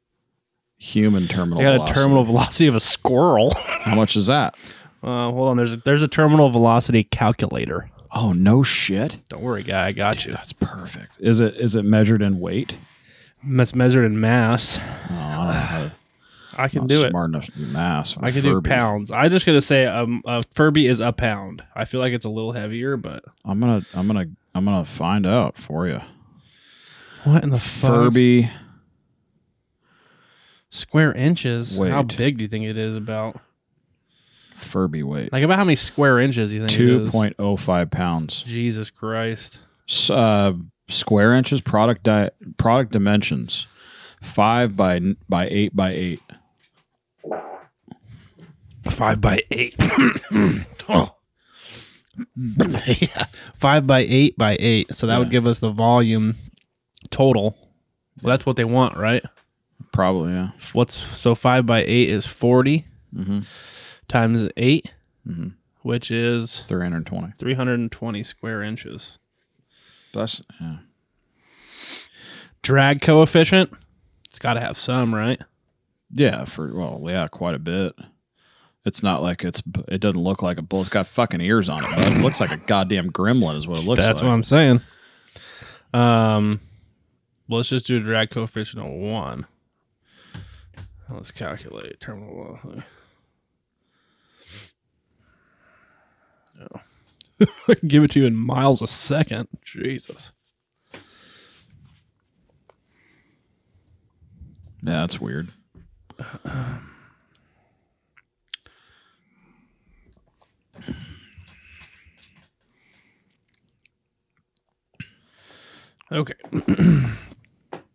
[SPEAKER 2] human terminal
[SPEAKER 1] I got
[SPEAKER 2] velocity.
[SPEAKER 1] a terminal velocity of a squirrel.
[SPEAKER 2] How much is that?
[SPEAKER 1] Uh, hold on, there's a, there's a terminal velocity calculator.
[SPEAKER 2] Oh, no shit.
[SPEAKER 1] Don't worry, guy, I got you.
[SPEAKER 2] That's perfect. Is it is it measured in weight?
[SPEAKER 1] That's measured in mass.
[SPEAKER 2] Oh, I don't know how to
[SPEAKER 1] I can
[SPEAKER 2] I'm
[SPEAKER 1] do it.
[SPEAKER 2] smart enough to do mass.
[SPEAKER 1] I can do pounds. I just gonna say um, a Furby is a pound. I feel like it's a little heavier, but
[SPEAKER 2] I'm gonna I'm gonna I'm gonna find out for you.
[SPEAKER 1] what in the
[SPEAKER 2] Furby
[SPEAKER 1] square inches? How
[SPEAKER 2] Wait.
[SPEAKER 1] big do you think it is? About
[SPEAKER 2] Furby weight.
[SPEAKER 1] like about how many square inches do you think? it
[SPEAKER 2] Two
[SPEAKER 1] is?
[SPEAKER 2] point oh five pounds.
[SPEAKER 1] Jesus Christ!
[SPEAKER 2] S- uh, square inches product di- product dimensions five by n- by eight by eight
[SPEAKER 1] Five by eight.
[SPEAKER 2] Oh.
[SPEAKER 1] yeah, five by eight by eight. So that would
[SPEAKER 2] Yeah.
[SPEAKER 1] give us the volume total. Well, that's what they want, right?
[SPEAKER 2] probably yeah
[SPEAKER 1] What's so five by eight is 40
[SPEAKER 2] mm-hmm.
[SPEAKER 1] times 8
[SPEAKER 2] Mhm.
[SPEAKER 1] which is
[SPEAKER 2] 320
[SPEAKER 1] three hundred and twenty square inches.
[SPEAKER 2] that's yeah.
[SPEAKER 1] Drag coefficient. It's got to have some, right?
[SPEAKER 2] yeah for well yeah quite a bit it's not like it's b- it doesn't look like a bull it's got fucking ears on it but it looks like a goddamn gremlin is what it looks
[SPEAKER 1] That's what
[SPEAKER 2] like
[SPEAKER 1] I'm saying. Um, well, let's just do a drag coefficient of one. Let's calculate terminal velocity. Oh. I can give it to you in miles a second. Jesus.
[SPEAKER 2] yeah that's weird
[SPEAKER 1] Okay.
[SPEAKER 2] i don't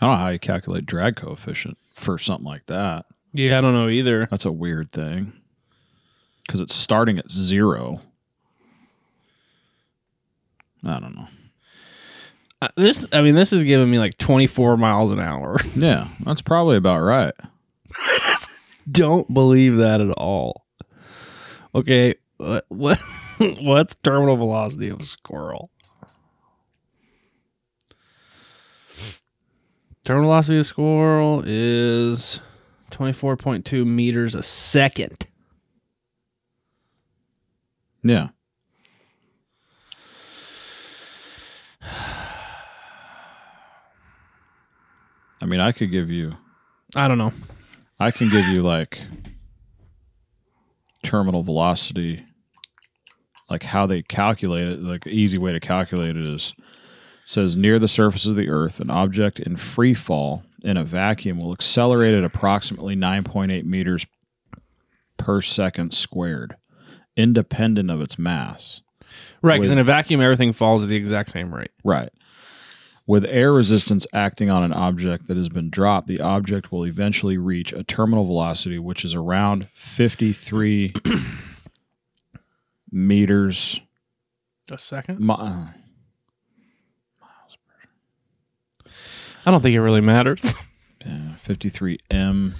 [SPEAKER 2] know how you calculate drag coefficient for something like that
[SPEAKER 1] Yeah, I don't know either.
[SPEAKER 2] that's a weird thing because it's starting at zero i don't know
[SPEAKER 1] Uh, this, I mean, this is giving me like 24 miles an hour.
[SPEAKER 2] Yeah, that's probably about right.
[SPEAKER 1] don't believe that at all. Okay, what, what what's terminal velocity of a squirrel? Terminal velocity of squirrel is 24.2 meters a second.
[SPEAKER 2] Yeah. I mean, I could give you,
[SPEAKER 1] I don't know.
[SPEAKER 2] I can give you like terminal velocity, like how they calculate it. Like, an easy way to calculate it is says near the surface of the earth, an object in free fall in a vacuum will accelerate at approximately 9.8 meters per second squared, independent of its mass.
[SPEAKER 1] Right, because
[SPEAKER 2] Wait.
[SPEAKER 1] in a vacuum, everything falls at the exact same rate.
[SPEAKER 2] Right. With air resistance acting on an object that has been dropped, the object will eventually reach a terminal velocity, which is around 53 meters.
[SPEAKER 1] A second?
[SPEAKER 2] mi- uh,
[SPEAKER 1] I don't think it really matters.
[SPEAKER 2] yeah, 53 m.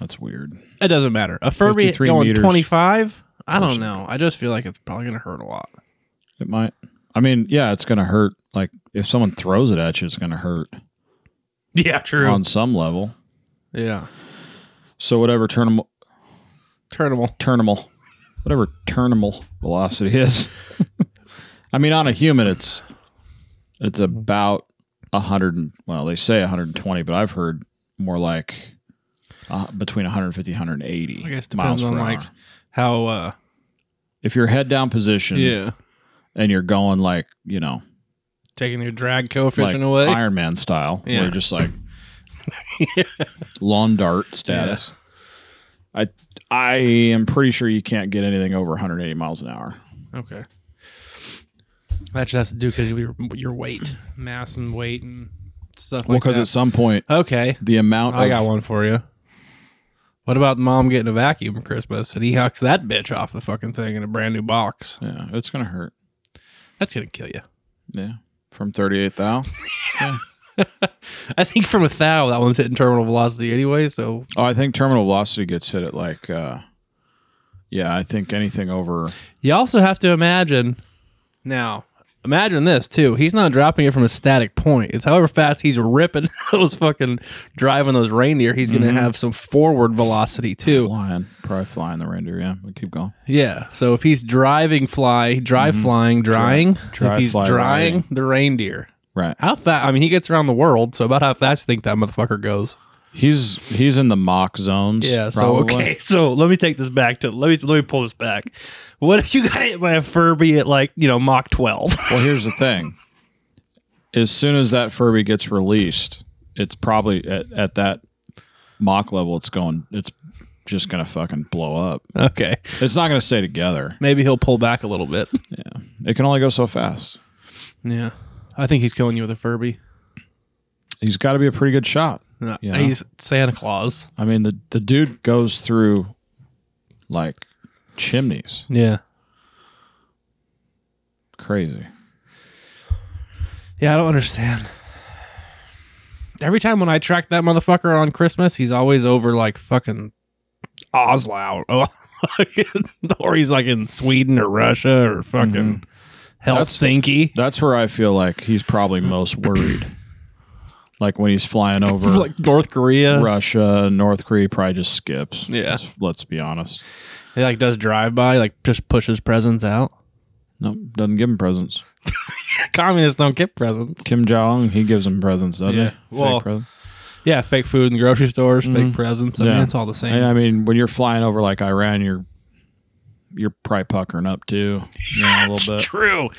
[SPEAKER 2] That's weird.
[SPEAKER 1] it doesn't matter. A Furby
[SPEAKER 2] 53
[SPEAKER 1] going
[SPEAKER 2] meters
[SPEAKER 1] 25? I don't
[SPEAKER 2] second.
[SPEAKER 1] know. I just feel like it's probably going to hurt a lot.
[SPEAKER 2] It might. I mean, yeah, it's going to hurt. Like if someone throws it at you, it's going to hurt
[SPEAKER 1] Yeah, true.
[SPEAKER 2] on some level.
[SPEAKER 1] yeah.
[SPEAKER 2] So whatever terminal,
[SPEAKER 1] Terminal.
[SPEAKER 2] terminal, whatever terminal velocity is. I mean, on a human, it's it's about a hundred. and- Well, they say 120, but I've heard more like uh, between 150, 180.
[SPEAKER 1] I guess it depends on like
[SPEAKER 2] hour.
[SPEAKER 1] how uh
[SPEAKER 2] if you're head down position and you're going like you know
[SPEAKER 1] taking your drag
[SPEAKER 2] like
[SPEAKER 1] coefficient away.
[SPEAKER 2] Iron Man style,
[SPEAKER 1] Yeah.
[SPEAKER 2] where you're just like lawn dart status. I I am pretty sure you can't get anything over 180 miles an hour.
[SPEAKER 1] Okay. That just has to do because your your weight, mass, and weight and stuff
[SPEAKER 2] Well,
[SPEAKER 1] like that.
[SPEAKER 2] because at some point,
[SPEAKER 1] okay.
[SPEAKER 2] the amount
[SPEAKER 1] I
[SPEAKER 2] of
[SPEAKER 1] got one for you. What about mom getting a vacuum for Christmas and he hucks that bitch off the fucking thing in a brand new box?
[SPEAKER 2] yeah, it's gonna hurt.
[SPEAKER 1] That's gonna kill you.
[SPEAKER 2] Yeah, from thirty eight thou.
[SPEAKER 1] I think from a thou, that one's hitting terminal velocity anyway. So
[SPEAKER 2] Oh, I think terminal velocity gets hit at like, uh yeah, I think anything over.
[SPEAKER 1] you also have to imagine. Now, imagine this too. He's not dropping it from a static point. It's however fast he's ripping those fucking driving those reindeer. He's gonna have some forward velocity too.
[SPEAKER 2] Flying, probably flying the reindeer. Yeah, we keep going.
[SPEAKER 1] Yeah. So if he's driving fly, drive flying, drying,
[SPEAKER 2] Dry
[SPEAKER 1] if he's
[SPEAKER 2] fly
[SPEAKER 1] drying
[SPEAKER 2] riding.
[SPEAKER 1] the reindeer,
[SPEAKER 2] Right.
[SPEAKER 1] how fast? I mean, he gets around the world. So about how fast do you think that motherfucker goes?
[SPEAKER 2] He's he's in the mock zones.
[SPEAKER 1] Yeah. So
[SPEAKER 2] probably.
[SPEAKER 1] okay. So let me take this back to let me let me pull this back. What if you got hit by a Furby at like you know Mach twelve?
[SPEAKER 2] Well, here's the thing. As soon as that Furby gets released, it's probably at, at that mock level. It's going. It's just gonna fucking blow up.
[SPEAKER 1] okay.
[SPEAKER 2] It's not gonna stay together.
[SPEAKER 1] Maybe he'll pull back a little bit.
[SPEAKER 2] It can only go so fast.
[SPEAKER 1] Yeah. I think he's killing you with a Furby.
[SPEAKER 2] He's got to be a pretty good shot.
[SPEAKER 1] No,
[SPEAKER 2] Yeah.
[SPEAKER 1] He's Santa Claus.
[SPEAKER 2] I mean, the the dude goes through like chimneys.
[SPEAKER 1] Yeah.
[SPEAKER 2] Crazy.
[SPEAKER 1] Yeah, I don't understand. Every time when I track that motherfucker on Christmas, he's always over like fucking Oslo, or, or he's like in Sweden or Russia or fucking
[SPEAKER 2] That's-
[SPEAKER 1] Helsinki.
[SPEAKER 2] That's where I feel like he's probably most worried. like when he's flying over
[SPEAKER 1] like North Korea.
[SPEAKER 2] Russia, North Korea, probably just skips.
[SPEAKER 1] Yeah.
[SPEAKER 2] Let's, let's be honest.
[SPEAKER 1] He like does drive by, like just pushes presents out.
[SPEAKER 2] Nope, doesn't give him presents.
[SPEAKER 1] Communists don't get presents.
[SPEAKER 2] Kim Jong, he gives him presents, doesn't
[SPEAKER 1] Yeah.
[SPEAKER 2] he?
[SPEAKER 1] Well,
[SPEAKER 2] presents.
[SPEAKER 1] Yeah, fake food in grocery stores, fake presents. I mean,
[SPEAKER 2] Yeah.
[SPEAKER 1] it's all the same.
[SPEAKER 2] And I mean, when you're flying over like Iran, you're you're probably puckering up too, you know, a little bit.
[SPEAKER 1] True.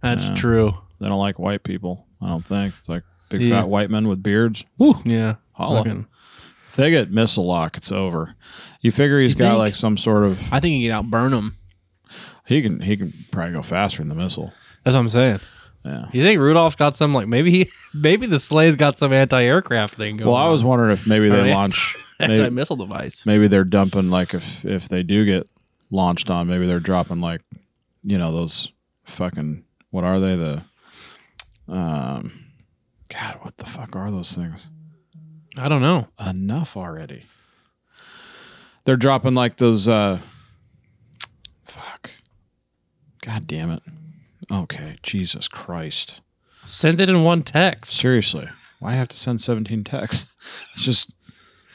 [SPEAKER 1] That's true.
[SPEAKER 2] They don't like white people. I don't think it's like big
[SPEAKER 1] Yeah.
[SPEAKER 2] fat white men with beards.
[SPEAKER 1] Yeah.
[SPEAKER 2] Holla.
[SPEAKER 1] Fucking-
[SPEAKER 2] If they get missile lock, it's over. You figure he's
[SPEAKER 1] You
[SPEAKER 2] got
[SPEAKER 1] think?
[SPEAKER 2] like some sort of
[SPEAKER 1] I think he can outburn him.
[SPEAKER 2] he can he can probably go faster than the missile.
[SPEAKER 1] That's what I'm saying.
[SPEAKER 2] Yeah.
[SPEAKER 1] You think Rudolph's got some like maybe he maybe the sleigh's got some anti-aircraft thing going?
[SPEAKER 2] Well, I was wondering if maybe
[SPEAKER 1] Oh,
[SPEAKER 2] they
[SPEAKER 1] yeah.
[SPEAKER 2] launch maybe,
[SPEAKER 1] anti-missile device.
[SPEAKER 2] maybe they're dumping like if if they do get launched on maybe they're dropping like you know those fucking what are they the um god what the fuck are those things
[SPEAKER 1] I don't know.
[SPEAKER 2] enough already they're dropping like those uh fuck god damn it okay jesus christ
[SPEAKER 1] Send it in one text.
[SPEAKER 2] seriously why do I have to send 17 texts it's just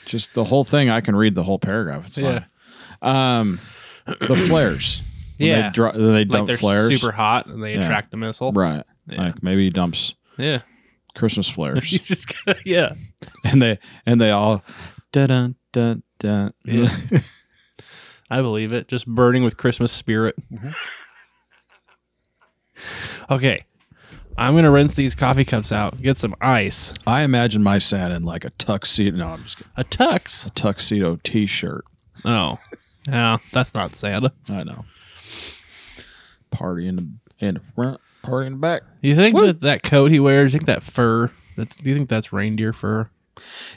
[SPEAKER 2] just the whole thing i can read the whole paragraph it's fine um the flares When
[SPEAKER 1] Yeah.
[SPEAKER 2] they, dro- they dump
[SPEAKER 1] like they're
[SPEAKER 2] flares
[SPEAKER 1] super hot and they
[SPEAKER 2] Yeah.
[SPEAKER 1] attract the missile.
[SPEAKER 2] right
[SPEAKER 1] Yeah.
[SPEAKER 2] like maybe he dumps
[SPEAKER 1] Yeah.
[SPEAKER 2] christmas flares
[SPEAKER 1] He's just gonna, yeah.
[SPEAKER 2] and they and they all dun dun dun
[SPEAKER 1] Yeah. I believe it. Just burning with Christmas spirit.
[SPEAKER 2] Mm-hmm.
[SPEAKER 1] okay. I'm gonna rinse these coffee cups out. Get some ice.
[SPEAKER 2] i imagine my sad in like a tuxedo no i'm just kidding.
[SPEAKER 1] A tux.
[SPEAKER 2] tuxedo t-shirt
[SPEAKER 1] Oh. No, that's not Santa.
[SPEAKER 2] i know party in the in the front party in the back
[SPEAKER 1] You think that that coat he wears, you think that fur, that's, do you think that's reindeer fur?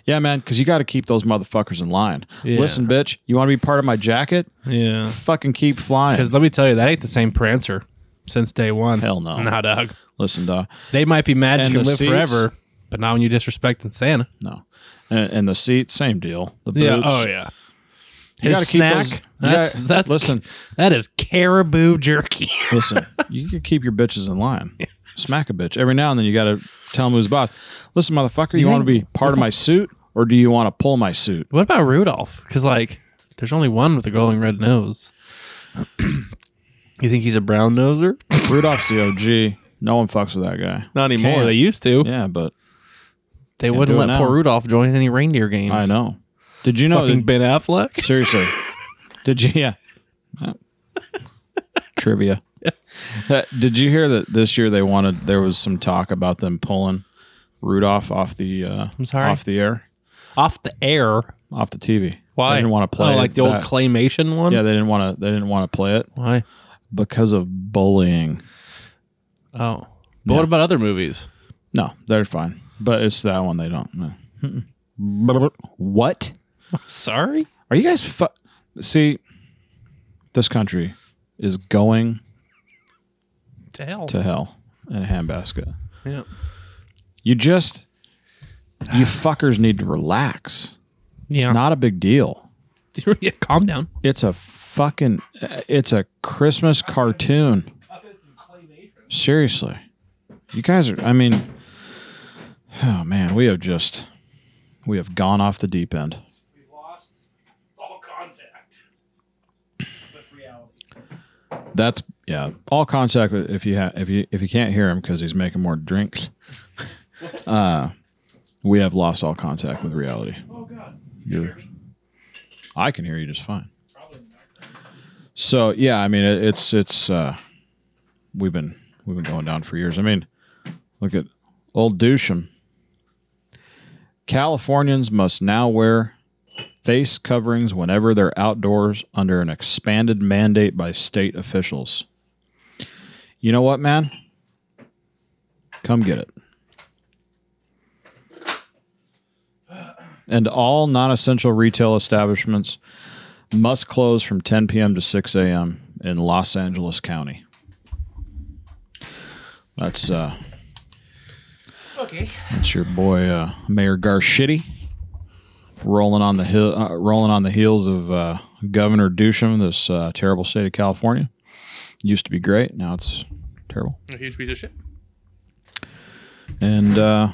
[SPEAKER 2] Yeah, man, because you got to keep those motherfuckers in line.
[SPEAKER 1] Yeah.
[SPEAKER 2] Listen, bitch, you want to be part of my jacket?
[SPEAKER 1] Yeah.
[SPEAKER 2] Fucking keep flying.
[SPEAKER 1] Because let me tell you, that ain't the same Prancer since day one.
[SPEAKER 2] Hell no.
[SPEAKER 1] Nah, dog.
[SPEAKER 2] Listen, dog.
[SPEAKER 1] They might be mad
[SPEAKER 2] And
[SPEAKER 1] you can
[SPEAKER 2] the
[SPEAKER 1] live
[SPEAKER 2] seats?
[SPEAKER 1] forever, but not when you disrespecting Santa.
[SPEAKER 2] No. And, and the seat, same deal. The boots.
[SPEAKER 1] yeah.
[SPEAKER 2] You
[SPEAKER 1] His
[SPEAKER 2] gotta keep
[SPEAKER 1] snack,
[SPEAKER 2] those- you
[SPEAKER 1] that's,
[SPEAKER 2] gotta-
[SPEAKER 1] that's,
[SPEAKER 2] listen.
[SPEAKER 1] that is caribou jerky.
[SPEAKER 2] Listen, you can keep your bitches in line. Smack a bitch. Every now and then you got to tell him who's boss. Listen, motherfucker, you, want to be part of my suit or do you want to pull my suit?
[SPEAKER 1] what about Rudolph? Because, like, there's only one with a glowing red nose. you think he's a brown noser?
[SPEAKER 2] Rudolph's the OG. No one fucks with that guy.
[SPEAKER 1] Not anymore.
[SPEAKER 2] Can't.
[SPEAKER 1] They used to.
[SPEAKER 2] Yeah, but
[SPEAKER 1] They
[SPEAKER 2] Can't
[SPEAKER 1] wouldn't
[SPEAKER 2] do
[SPEAKER 1] let
[SPEAKER 2] it now.
[SPEAKER 1] poor Rudolph join any reindeer games.
[SPEAKER 2] I know. Did you know?
[SPEAKER 1] Fucking Ben Affleck.
[SPEAKER 2] Seriously. Did you? Yeah. Trivia. Uh, Did you hear that this year they wanted? There was some talk about them pulling Rudolph off the uh,
[SPEAKER 1] I'm sorry?
[SPEAKER 2] off the air,
[SPEAKER 1] Off the air.
[SPEAKER 2] off the TV.
[SPEAKER 1] Why?
[SPEAKER 2] they didn't want to play?
[SPEAKER 1] Oh, like the old
[SPEAKER 2] that.
[SPEAKER 1] claymation
[SPEAKER 2] Um,
[SPEAKER 1] one?
[SPEAKER 2] yeah, they didn't want to. They didn't want to play it
[SPEAKER 1] Why?
[SPEAKER 2] because of bullying.
[SPEAKER 5] Oh. But what
[SPEAKER 2] Yeah.
[SPEAKER 5] about other movies?
[SPEAKER 2] No, they're fine. But it's that one they don't. No. Mm-mm. What?
[SPEAKER 5] Sorry?
[SPEAKER 2] Are you guys fu- see? This country is going
[SPEAKER 5] To hell.
[SPEAKER 2] to hell in a handbasket.
[SPEAKER 5] Yeah.
[SPEAKER 2] You just you fuckers need to relax.
[SPEAKER 1] Yeah.
[SPEAKER 2] It's not a big deal.
[SPEAKER 5] yeah, calm down.
[SPEAKER 2] It's a fucking it's a Christmas cartoon. Seriously. You guys are I mean Oh man, we have just we have gone off the deep end. That's yeah. All contact with if you ha- if you if you can't hear him because he's making more drinks. Uh, we have lost all contact with reality. Oh God, you I can hear you just fine. So yeah, I mean it, it's it's uh, we've been we've been going down for years. I mean, look at old Doucham. Californians must now wear face coverings whenever they're outdoors under an expanded mandate by state officials. You know what, man? Come get it. And all non essential retail establishments must close from 10 p.m. to 6 a.m. in Los Angeles County. That's uh
[SPEAKER 1] Okay.
[SPEAKER 2] that's your boy uh, Mayor Garshitty rolling on the hill, uh, rolling on the heels of uh, Governor Dusham, this uh, terrible state of California. Used to be great, now it's terrible.
[SPEAKER 1] A huge piece of shit.
[SPEAKER 2] And uh,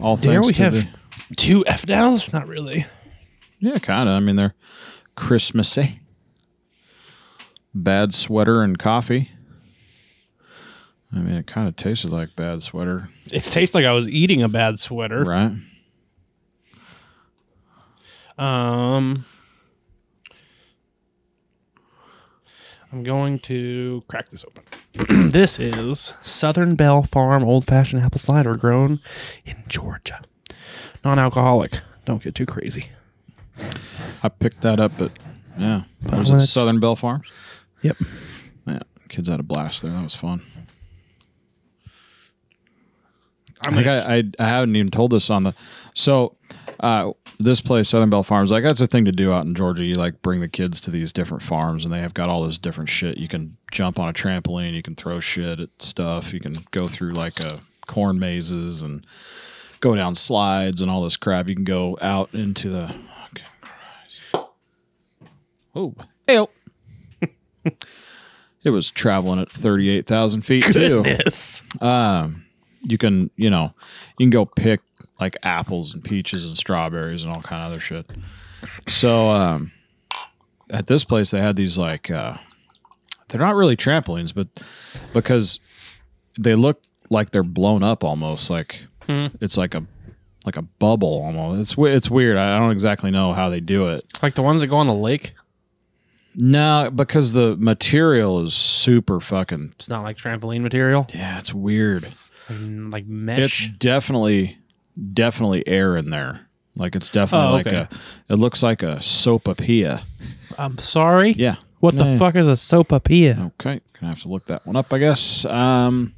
[SPEAKER 2] all
[SPEAKER 1] There
[SPEAKER 2] thanks
[SPEAKER 1] we
[SPEAKER 2] to
[SPEAKER 1] have
[SPEAKER 2] the-
[SPEAKER 1] two F downs. Not really.
[SPEAKER 2] yeah, kind of. I mean, they're Christmassy. Bad sweater and coffee. I mean, it kind of tasted like bad sweater,
[SPEAKER 1] It tastes like I was eating a bad sweater.
[SPEAKER 2] right?
[SPEAKER 1] Um, I'm going to crack this open. this is Southern Bell Farm Old Fashioned Apple Cider grown in Georgia. Non alcoholic. Don't get too crazy.
[SPEAKER 2] I picked that up at yeah. Was
[SPEAKER 1] when
[SPEAKER 2] it
[SPEAKER 1] it's-
[SPEAKER 2] Southern Bell Farms?
[SPEAKER 1] Yep.
[SPEAKER 2] Yeah, kids had a blast there. That was fun.
[SPEAKER 1] I'm
[SPEAKER 2] like I, I, I haven't even told this on the so uh, this place Southern Bell Farms like that's a thing to do out in Georgia. You like bring the kids to these different farms and they have got all this different shit. You can jump on a trampoline, you can throw shit at stuff, you can go through like uh corn mazes and go down slides and all this crap. You can go out into the okay, Christ. oh ew. it was traveling at thirty eight thousand feet too
[SPEAKER 1] Goodness.
[SPEAKER 2] um, you can you know you can go pick like apples and peaches and strawberries and all kind of other shit so um, at this place they had these like uh, they're not really trampolines but because they look like they're blown up almost like it's like a like a bubble almost it's we- it's weird i I don't exactly know how they do it
[SPEAKER 1] It's like the ones that go on the lake.
[SPEAKER 2] no because the material is super fucking
[SPEAKER 1] It's not like trampoline material.
[SPEAKER 2] yeah it's weird
[SPEAKER 1] Mm, Like
[SPEAKER 2] It's
[SPEAKER 1] mesh.
[SPEAKER 2] definitely, definitely air in there. Like it's definitely
[SPEAKER 1] Oh,
[SPEAKER 2] like
[SPEAKER 1] okay.
[SPEAKER 2] a. It looks like a sopapilla.
[SPEAKER 1] I'm sorry.
[SPEAKER 2] Yeah.
[SPEAKER 1] What the
[SPEAKER 2] Yeah.
[SPEAKER 1] fuck is a sopapilla?
[SPEAKER 2] Okay. Gonna have to look that one up, I guess. Um.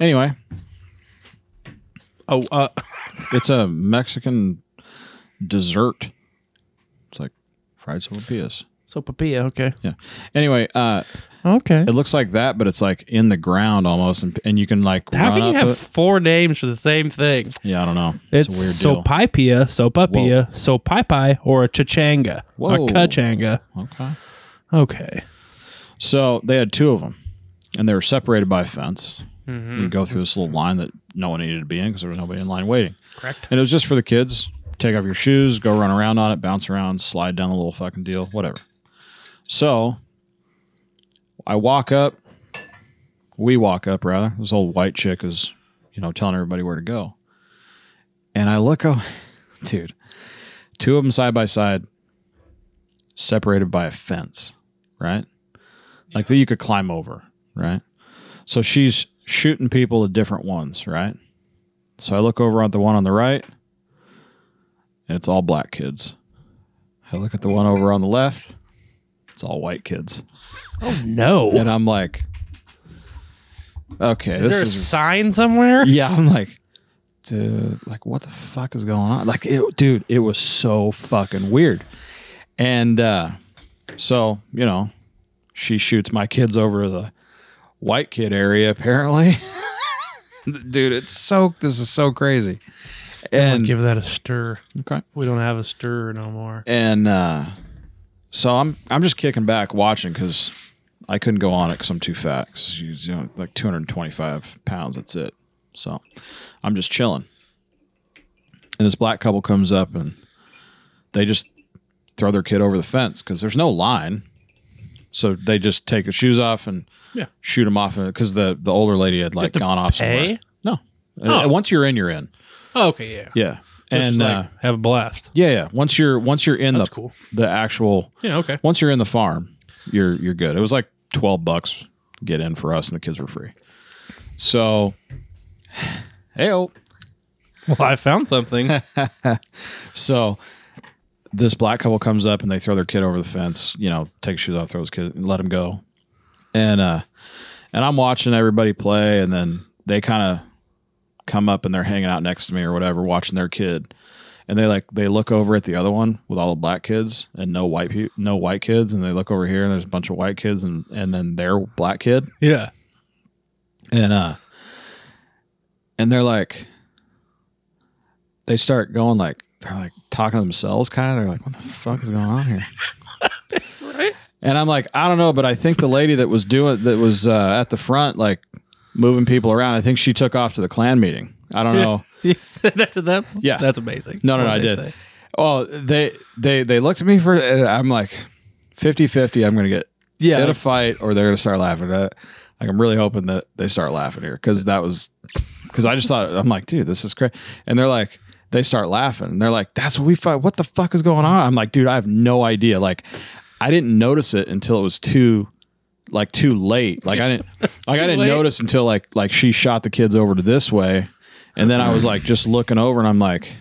[SPEAKER 2] Anyway,
[SPEAKER 1] Oh, uh,
[SPEAKER 2] it's a Mexican dessert. It's like fried sopapillas.
[SPEAKER 1] sopapilla. Okay.
[SPEAKER 2] Yeah. Anyway, uh,
[SPEAKER 1] Okay.
[SPEAKER 2] it looks like that, but it's like in the ground almost, and, and you can like
[SPEAKER 1] How
[SPEAKER 2] run
[SPEAKER 1] can you have
[SPEAKER 2] up it.
[SPEAKER 1] four names for the same thing?
[SPEAKER 2] Yeah, I don't know.
[SPEAKER 1] It's,
[SPEAKER 2] a weird deal.
[SPEAKER 1] sopipia, sopapia, sopipi, or a chichanga,
[SPEAKER 2] Whoa.
[SPEAKER 1] a kachanga.
[SPEAKER 2] okay.
[SPEAKER 1] Okay.
[SPEAKER 2] So they had two of them, and they were separated by a fence. You go through this little line that no one needed to be in because there was nobody in line waiting.
[SPEAKER 1] Correct.
[SPEAKER 2] And it was just for the kids. Take off your shoes, go run around on it, bounce around, slide down the little fucking deal, whatever. So I walk up. We walk up, rather. This old white chick is, you know, telling everybody where to go. And I look, oh, dude, two of them side by side, separated by a fence, right? Like that you could climb over, right? So she's shooting people at different ones, right? So I look over at the one on the right, and it's all black kids. I look at the one over on the left,
[SPEAKER 5] Oh,
[SPEAKER 2] it's all white kids.
[SPEAKER 1] No.
[SPEAKER 2] And I'm like, Okay,
[SPEAKER 1] Is
[SPEAKER 2] this
[SPEAKER 1] there a
[SPEAKER 2] is
[SPEAKER 1] sign somewhere?
[SPEAKER 2] yeah, I'm like, dude, like what the fuck is going on? Like, it, dude, it was so fucking weird. And uh, so, you know, she shoots my kids over to the white kid area, apparently. dude, it's so, this is so crazy. And,
[SPEAKER 5] Give that a stir.
[SPEAKER 2] okay.
[SPEAKER 5] We don't have a stir no more.
[SPEAKER 2] And uh, so I'm, I'm just kicking back watching because I couldn't go on it because I'm too fat. 'cause you you know, like 225 pounds, that's it. So I'm just chilling. And this black couple comes up and they just throw their kid over the fence because there's no line. So they just take their shoes off and
[SPEAKER 5] Yeah.
[SPEAKER 2] shoot them off because the, the older lady had like
[SPEAKER 5] to
[SPEAKER 2] gone off
[SPEAKER 5] pay?
[SPEAKER 2] somewhere. No. Uh, Once you're in, you're in.
[SPEAKER 5] Oh, okay, yeah.
[SPEAKER 2] Yeah.
[SPEAKER 5] So it's
[SPEAKER 2] and
[SPEAKER 5] just
[SPEAKER 2] uh,
[SPEAKER 5] like, have a blast.
[SPEAKER 2] yeah, yeah. Once you're once you're in
[SPEAKER 5] That's
[SPEAKER 2] the
[SPEAKER 5] cool.
[SPEAKER 2] the actual
[SPEAKER 5] Yeah, okay.
[SPEAKER 2] once you're in the farm, you're you're good. It was like twelve bucks to get in for us, and the kids were free. So, hey,
[SPEAKER 5] Well, I found something.
[SPEAKER 2] so this black couple comes up and they throw their kid over the fence. You know, take his shoes off, throw his kid, and let him go. And uh, and I'm watching everybody play, and then they kind of come up and they're hanging out next to me or whatever, watching their kid. And they like they look over at the other one with all the black kids and no white pe- no white kids, and they look over here and there's a bunch of white kids and and then their black kid
[SPEAKER 5] yeah.
[SPEAKER 2] and uh and they're like they start going like they're like talking to themselves kind of they're like what the fuck is going on here
[SPEAKER 5] Right?
[SPEAKER 2] and i'm like i don't know but i think the lady that was doing that was uh, at the front like moving people around i think she took off to the clan meeting i don't know
[SPEAKER 5] You said that to them?
[SPEAKER 2] Yeah.
[SPEAKER 5] That's amazing.
[SPEAKER 2] No, no, no,
[SPEAKER 5] What'd
[SPEAKER 2] I
[SPEAKER 5] they
[SPEAKER 2] did.
[SPEAKER 5] say?
[SPEAKER 2] well they they they looked at me for uh, i'm like 50 50 i'm gonna get
[SPEAKER 5] Yeah.
[SPEAKER 2] in a fight or they're gonna start laughing at like i'm really hoping that they start laughing here because that was because i just thought i'm like dude this is crazy and they're like they start laughing and they're like that's what we fight what the fuck is going on i'm like dude i have no idea like i didn't notice it until it was too like too late like i didn't like i
[SPEAKER 5] Too
[SPEAKER 2] didn't
[SPEAKER 5] late.
[SPEAKER 2] notice until like like she shot the kids over to this way and then i was like just looking over and i'm like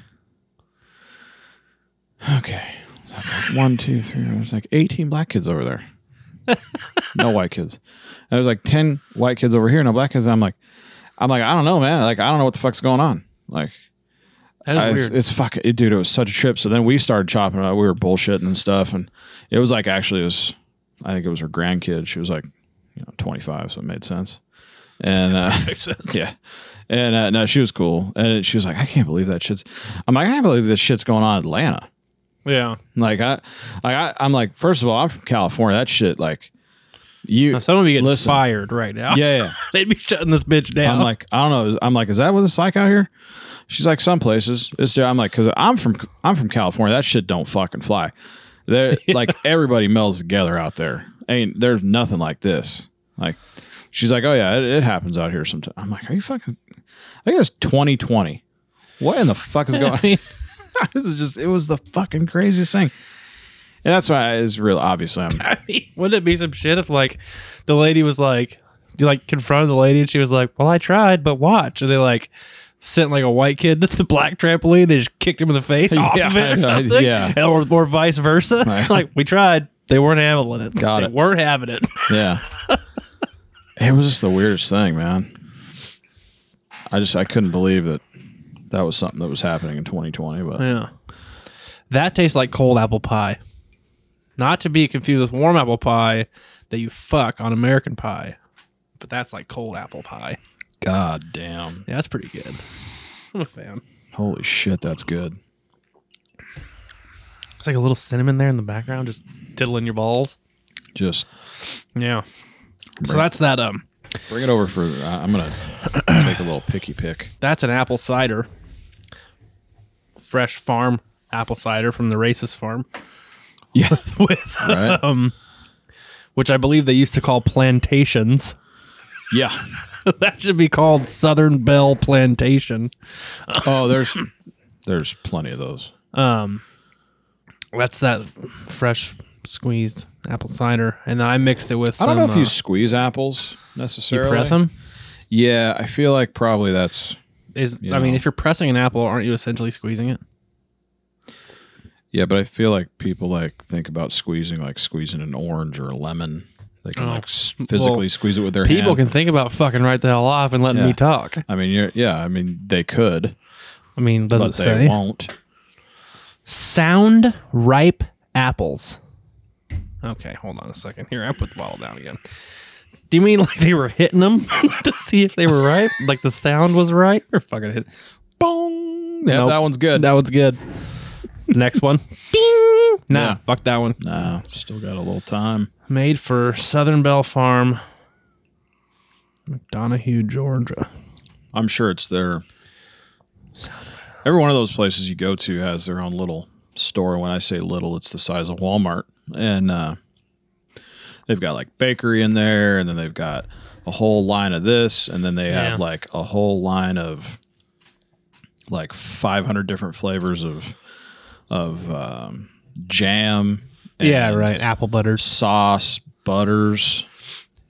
[SPEAKER 2] okay one two three there's like 18 black kids over there no white kids. And there's like ten white kids over here, no black kids. And I'm like, I'm like, I don't know, man. Like, I don't know what the fuck's going on. Like,
[SPEAKER 1] That is
[SPEAKER 2] I-
[SPEAKER 1] weird.
[SPEAKER 2] it's fucking, it, dude. It was such a trip. So then we started chopping it up. We were bullshitting and stuff, and it was like actually it was, I think it was her grandkid. She was like, you know, 25, so it made sense. And uh,
[SPEAKER 5] Makes sense.
[SPEAKER 2] yeah, and uh, no, she was cool, and she was like, I can't believe that shit's. I'm like, I can't believe this shit's going on in Atlanta.
[SPEAKER 5] Yeah.
[SPEAKER 2] Like I, like I, I'm like, first of all, I'm from California. That shit, like, you.
[SPEAKER 1] Now, someone would be getting
[SPEAKER 2] listen.
[SPEAKER 1] fired right now.
[SPEAKER 2] yeah, yeah.
[SPEAKER 5] They'd be shutting this bitch down.
[SPEAKER 2] I'm like, I don't know. I'm like, is that what it's like out here? She's like, some places. It's there. I'm like, because I'm from I'm from California. That shit don't fucking fly. There, like everybody melds together out there. Ain't there's nothing like this. Like, she's like, oh yeah, it, it happens out here sometimes. I'm like, are you fucking? I guess 2020. What in the fuck is going? on? this is just. It was the fucking craziest thing. And that's why it's real. Obviously, I'm
[SPEAKER 5] I mean, wouldn't it be some shit if like the lady was like, you like confronted the lady and she was like, "Well, I tried, but watch," and they like sent like a white kid to the black trampoline. They just kicked him in the face off
[SPEAKER 2] Yeah,
[SPEAKER 5] of it or
[SPEAKER 2] I- I-
[SPEAKER 5] something,
[SPEAKER 2] yeah.
[SPEAKER 5] And- or, or vice versa.
[SPEAKER 2] Right.
[SPEAKER 5] like we tried, they weren't having it.
[SPEAKER 2] Got
[SPEAKER 5] they
[SPEAKER 2] it.
[SPEAKER 5] Weren't having it.
[SPEAKER 2] Yeah. it was just the weirdest thing, man. I just I couldn't believe that that was something that was happening in 2020, but
[SPEAKER 5] yeah.
[SPEAKER 1] That tastes like cold apple pie. Not to be confused with warm apple pie that you fuck on American pie. But that's like cold apple pie.
[SPEAKER 2] god damn.
[SPEAKER 1] Yeah, that's pretty good. I'm a fan.
[SPEAKER 2] Holy shit, that's good.
[SPEAKER 5] It's like a little cinnamon there in the background, just diddling your balls.
[SPEAKER 2] Just
[SPEAKER 1] Yeah. So that's that um
[SPEAKER 2] bring it over for I- I'm going to take a little picky pick.
[SPEAKER 1] that's an apple cider. Fresh farm apple cider from the racist farm.
[SPEAKER 2] Yeah.
[SPEAKER 5] With
[SPEAKER 2] Right?
[SPEAKER 5] um,
[SPEAKER 1] Which I believe they used to call plantations.
[SPEAKER 2] yeah.
[SPEAKER 1] that should be called Southern Bell Plantation.
[SPEAKER 2] Oh, there's there's plenty of those.
[SPEAKER 1] Um, that's that fresh squeezed apple cider, and then I mixed it with.
[SPEAKER 2] I don't
[SPEAKER 1] some,
[SPEAKER 2] know if you
[SPEAKER 1] uh,
[SPEAKER 2] squeeze apples
[SPEAKER 1] you
[SPEAKER 2] necessarily.
[SPEAKER 1] press them.
[SPEAKER 2] Yeah, I feel like probably that's
[SPEAKER 1] Is
[SPEAKER 2] You
[SPEAKER 1] I mean,
[SPEAKER 2] know.
[SPEAKER 1] if you're pressing an apple, aren't you essentially squeezing it?
[SPEAKER 2] Yeah, but I feel like people like think about squeezing like squeezing an orange or a lemon. They can
[SPEAKER 1] Oh.
[SPEAKER 2] like s- physically
[SPEAKER 1] Well,
[SPEAKER 2] squeeze it with their
[SPEAKER 1] People can
[SPEAKER 2] hand.
[SPEAKER 1] think about fucking right the hell off and letting
[SPEAKER 2] Yeah.
[SPEAKER 1] me talk.
[SPEAKER 2] I mean, you're, yeah. I mean, they could,
[SPEAKER 5] I mean, does
[SPEAKER 2] but
[SPEAKER 5] it
[SPEAKER 2] they
[SPEAKER 5] say
[SPEAKER 2] won't.
[SPEAKER 5] sound ripe apples? Okay, hold on a second. Here, I put the bottle down again.
[SPEAKER 1] Do you mean like they were hitting them to see if they were right? like the sound was right? Or fucking hit.
[SPEAKER 2] Bong. Yeah,
[SPEAKER 1] Nope.
[SPEAKER 2] that one's good.
[SPEAKER 1] That one's good. Next one. Bing. Nah,
[SPEAKER 2] Yeah.
[SPEAKER 1] fuck that one.
[SPEAKER 2] No, still got a little time.
[SPEAKER 5] Made for Southern Bell Farm, McDonough, Georgia.
[SPEAKER 2] I'm sure it's their. Every one of those places you go to has their own little store. When I say little, it's the size of Walmart, and uh, they've got like bakery in there, and then they've got a whole line of this, and then they
[SPEAKER 5] Yeah.
[SPEAKER 2] have like a whole line of like 500 different flavors of of um, jam.
[SPEAKER 5] Yeah,
[SPEAKER 2] and
[SPEAKER 5] right. Apple butters.
[SPEAKER 2] Sauce, butters,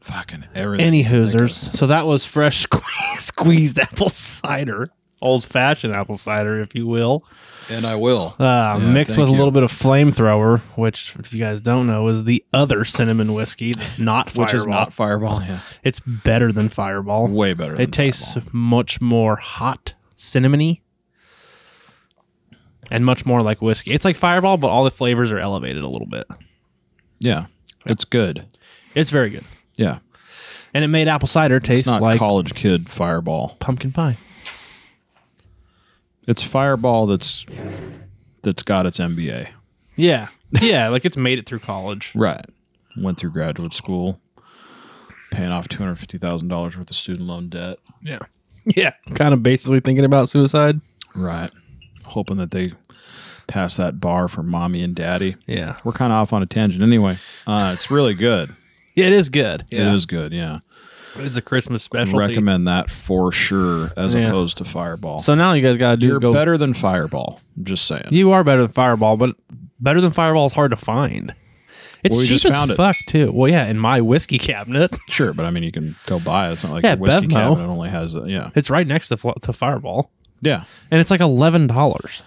[SPEAKER 2] fucking everything.
[SPEAKER 5] Any
[SPEAKER 2] you can think of.
[SPEAKER 5] hoosers. So that was fresh squeezed, squeezed apple cider, old fashioned apple cider, if you will.
[SPEAKER 2] and I will. Yeah,
[SPEAKER 5] Uh, mixed
[SPEAKER 2] thank
[SPEAKER 5] with a
[SPEAKER 2] you.
[SPEAKER 5] little bit of flamethrower, which, if you guys don't know, is the other cinnamon whiskey that's not fireball.
[SPEAKER 2] which is not fireball. Yeah,
[SPEAKER 5] It's better than fireball.
[SPEAKER 2] way better. than
[SPEAKER 5] it tastes much more hot, cinnamony, and much more like whiskey. It's like fireball, but all the flavors are elevated a little bit.
[SPEAKER 2] Yeah, it's good.
[SPEAKER 5] It's very good,
[SPEAKER 2] Yeah,
[SPEAKER 5] and it made apple cider
[SPEAKER 2] it's
[SPEAKER 5] taste
[SPEAKER 2] not
[SPEAKER 5] like
[SPEAKER 2] college kid fireball.
[SPEAKER 5] pumpkin pie.
[SPEAKER 2] It's fireball that's that's got its MBA.
[SPEAKER 5] Yeah, yeah, like it's made it through college.
[SPEAKER 2] Right, went through graduate school, paying off two hundred fifty thousand dollars worth of student loan debt.
[SPEAKER 5] Yeah,
[SPEAKER 1] Yeah. Kind of basically thinking about suicide.
[SPEAKER 2] Right, hoping that they pass that bar for mommy and daddy.
[SPEAKER 1] Yeah.
[SPEAKER 2] We're kind of off on a tangent anyway. Uh, it's really good.
[SPEAKER 1] Yeah, it is good.
[SPEAKER 2] It is good. Yeah,
[SPEAKER 1] It's a Christmas specialty.
[SPEAKER 2] recommend that for sure, as
[SPEAKER 1] Yeah.
[SPEAKER 2] opposed to fireball.
[SPEAKER 1] So now you guys gotta do
[SPEAKER 2] You're
[SPEAKER 1] is go.
[SPEAKER 2] better than fireball. I'm just saying.
[SPEAKER 1] You are better than Fireball, but better than Fireball is hard to find. It's
[SPEAKER 2] Well, we
[SPEAKER 1] cheap
[SPEAKER 2] just
[SPEAKER 1] as
[SPEAKER 2] found it.
[SPEAKER 1] fuck too. Well, yeah, in my whiskey cabinet,
[SPEAKER 2] Sure, but I mean, you can go buy. it. It's not like
[SPEAKER 1] Yeah,
[SPEAKER 2] the whiskey
[SPEAKER 1] Bevmo.
[SPEAKER 2] cabinet only has it. Yeah,
[SPEAKER 1] it's right next to, Fl- to Fireball,
[SPEAKER 2] yeah.
[SPEAKER 1] and it's like eleven dollars,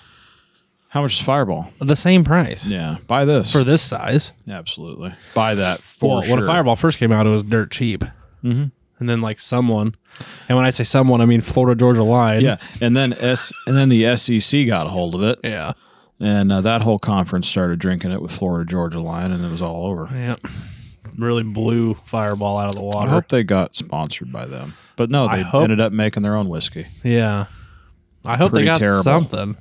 [SPEAKER 2] How much is Fireball?
[SPEAKER 1] the same price
[SPEAKER 2] Yeah, buy this.
[SPEAKER 1] for this size.
[SPEAKER 2] Absolutely, buy that for
[SPEAKER 1] well,
[SPEAKER 2] sure.
[SPEAKER 1] when Fireball first came out, it was dirt cheap, mm-hmm. and then like someone, and when I say someone, I mean Florida Georgia Line.
[SPEAKER 2] Yeah, and then S and then the SEC got a hold of it,
[SPEAKER 1] yeah,
[SPEAKER 2] and uh, that whole conference started drinking it with Florida Georgia Line, and it was all over.
[SPEAKER 1] yeah. Really blew Fireball out of the
[SPEAKER 2] I
[SPEAKER 1] water.
[SPEAKER 2] hope they got sponsored by them, but no,
[SPEAKER 1] I
[SPEAKER 2] they
[SPEAKER 1] hope-
[SPEAKER 2] ended up making their own whiskey.
[SPEAKER 1] Yeah. I hope they
[SPEAKER 2] Pretty
[SPEAKER 1] got
[SPEAKER 2] terrible.
[SPEAKER 1] something.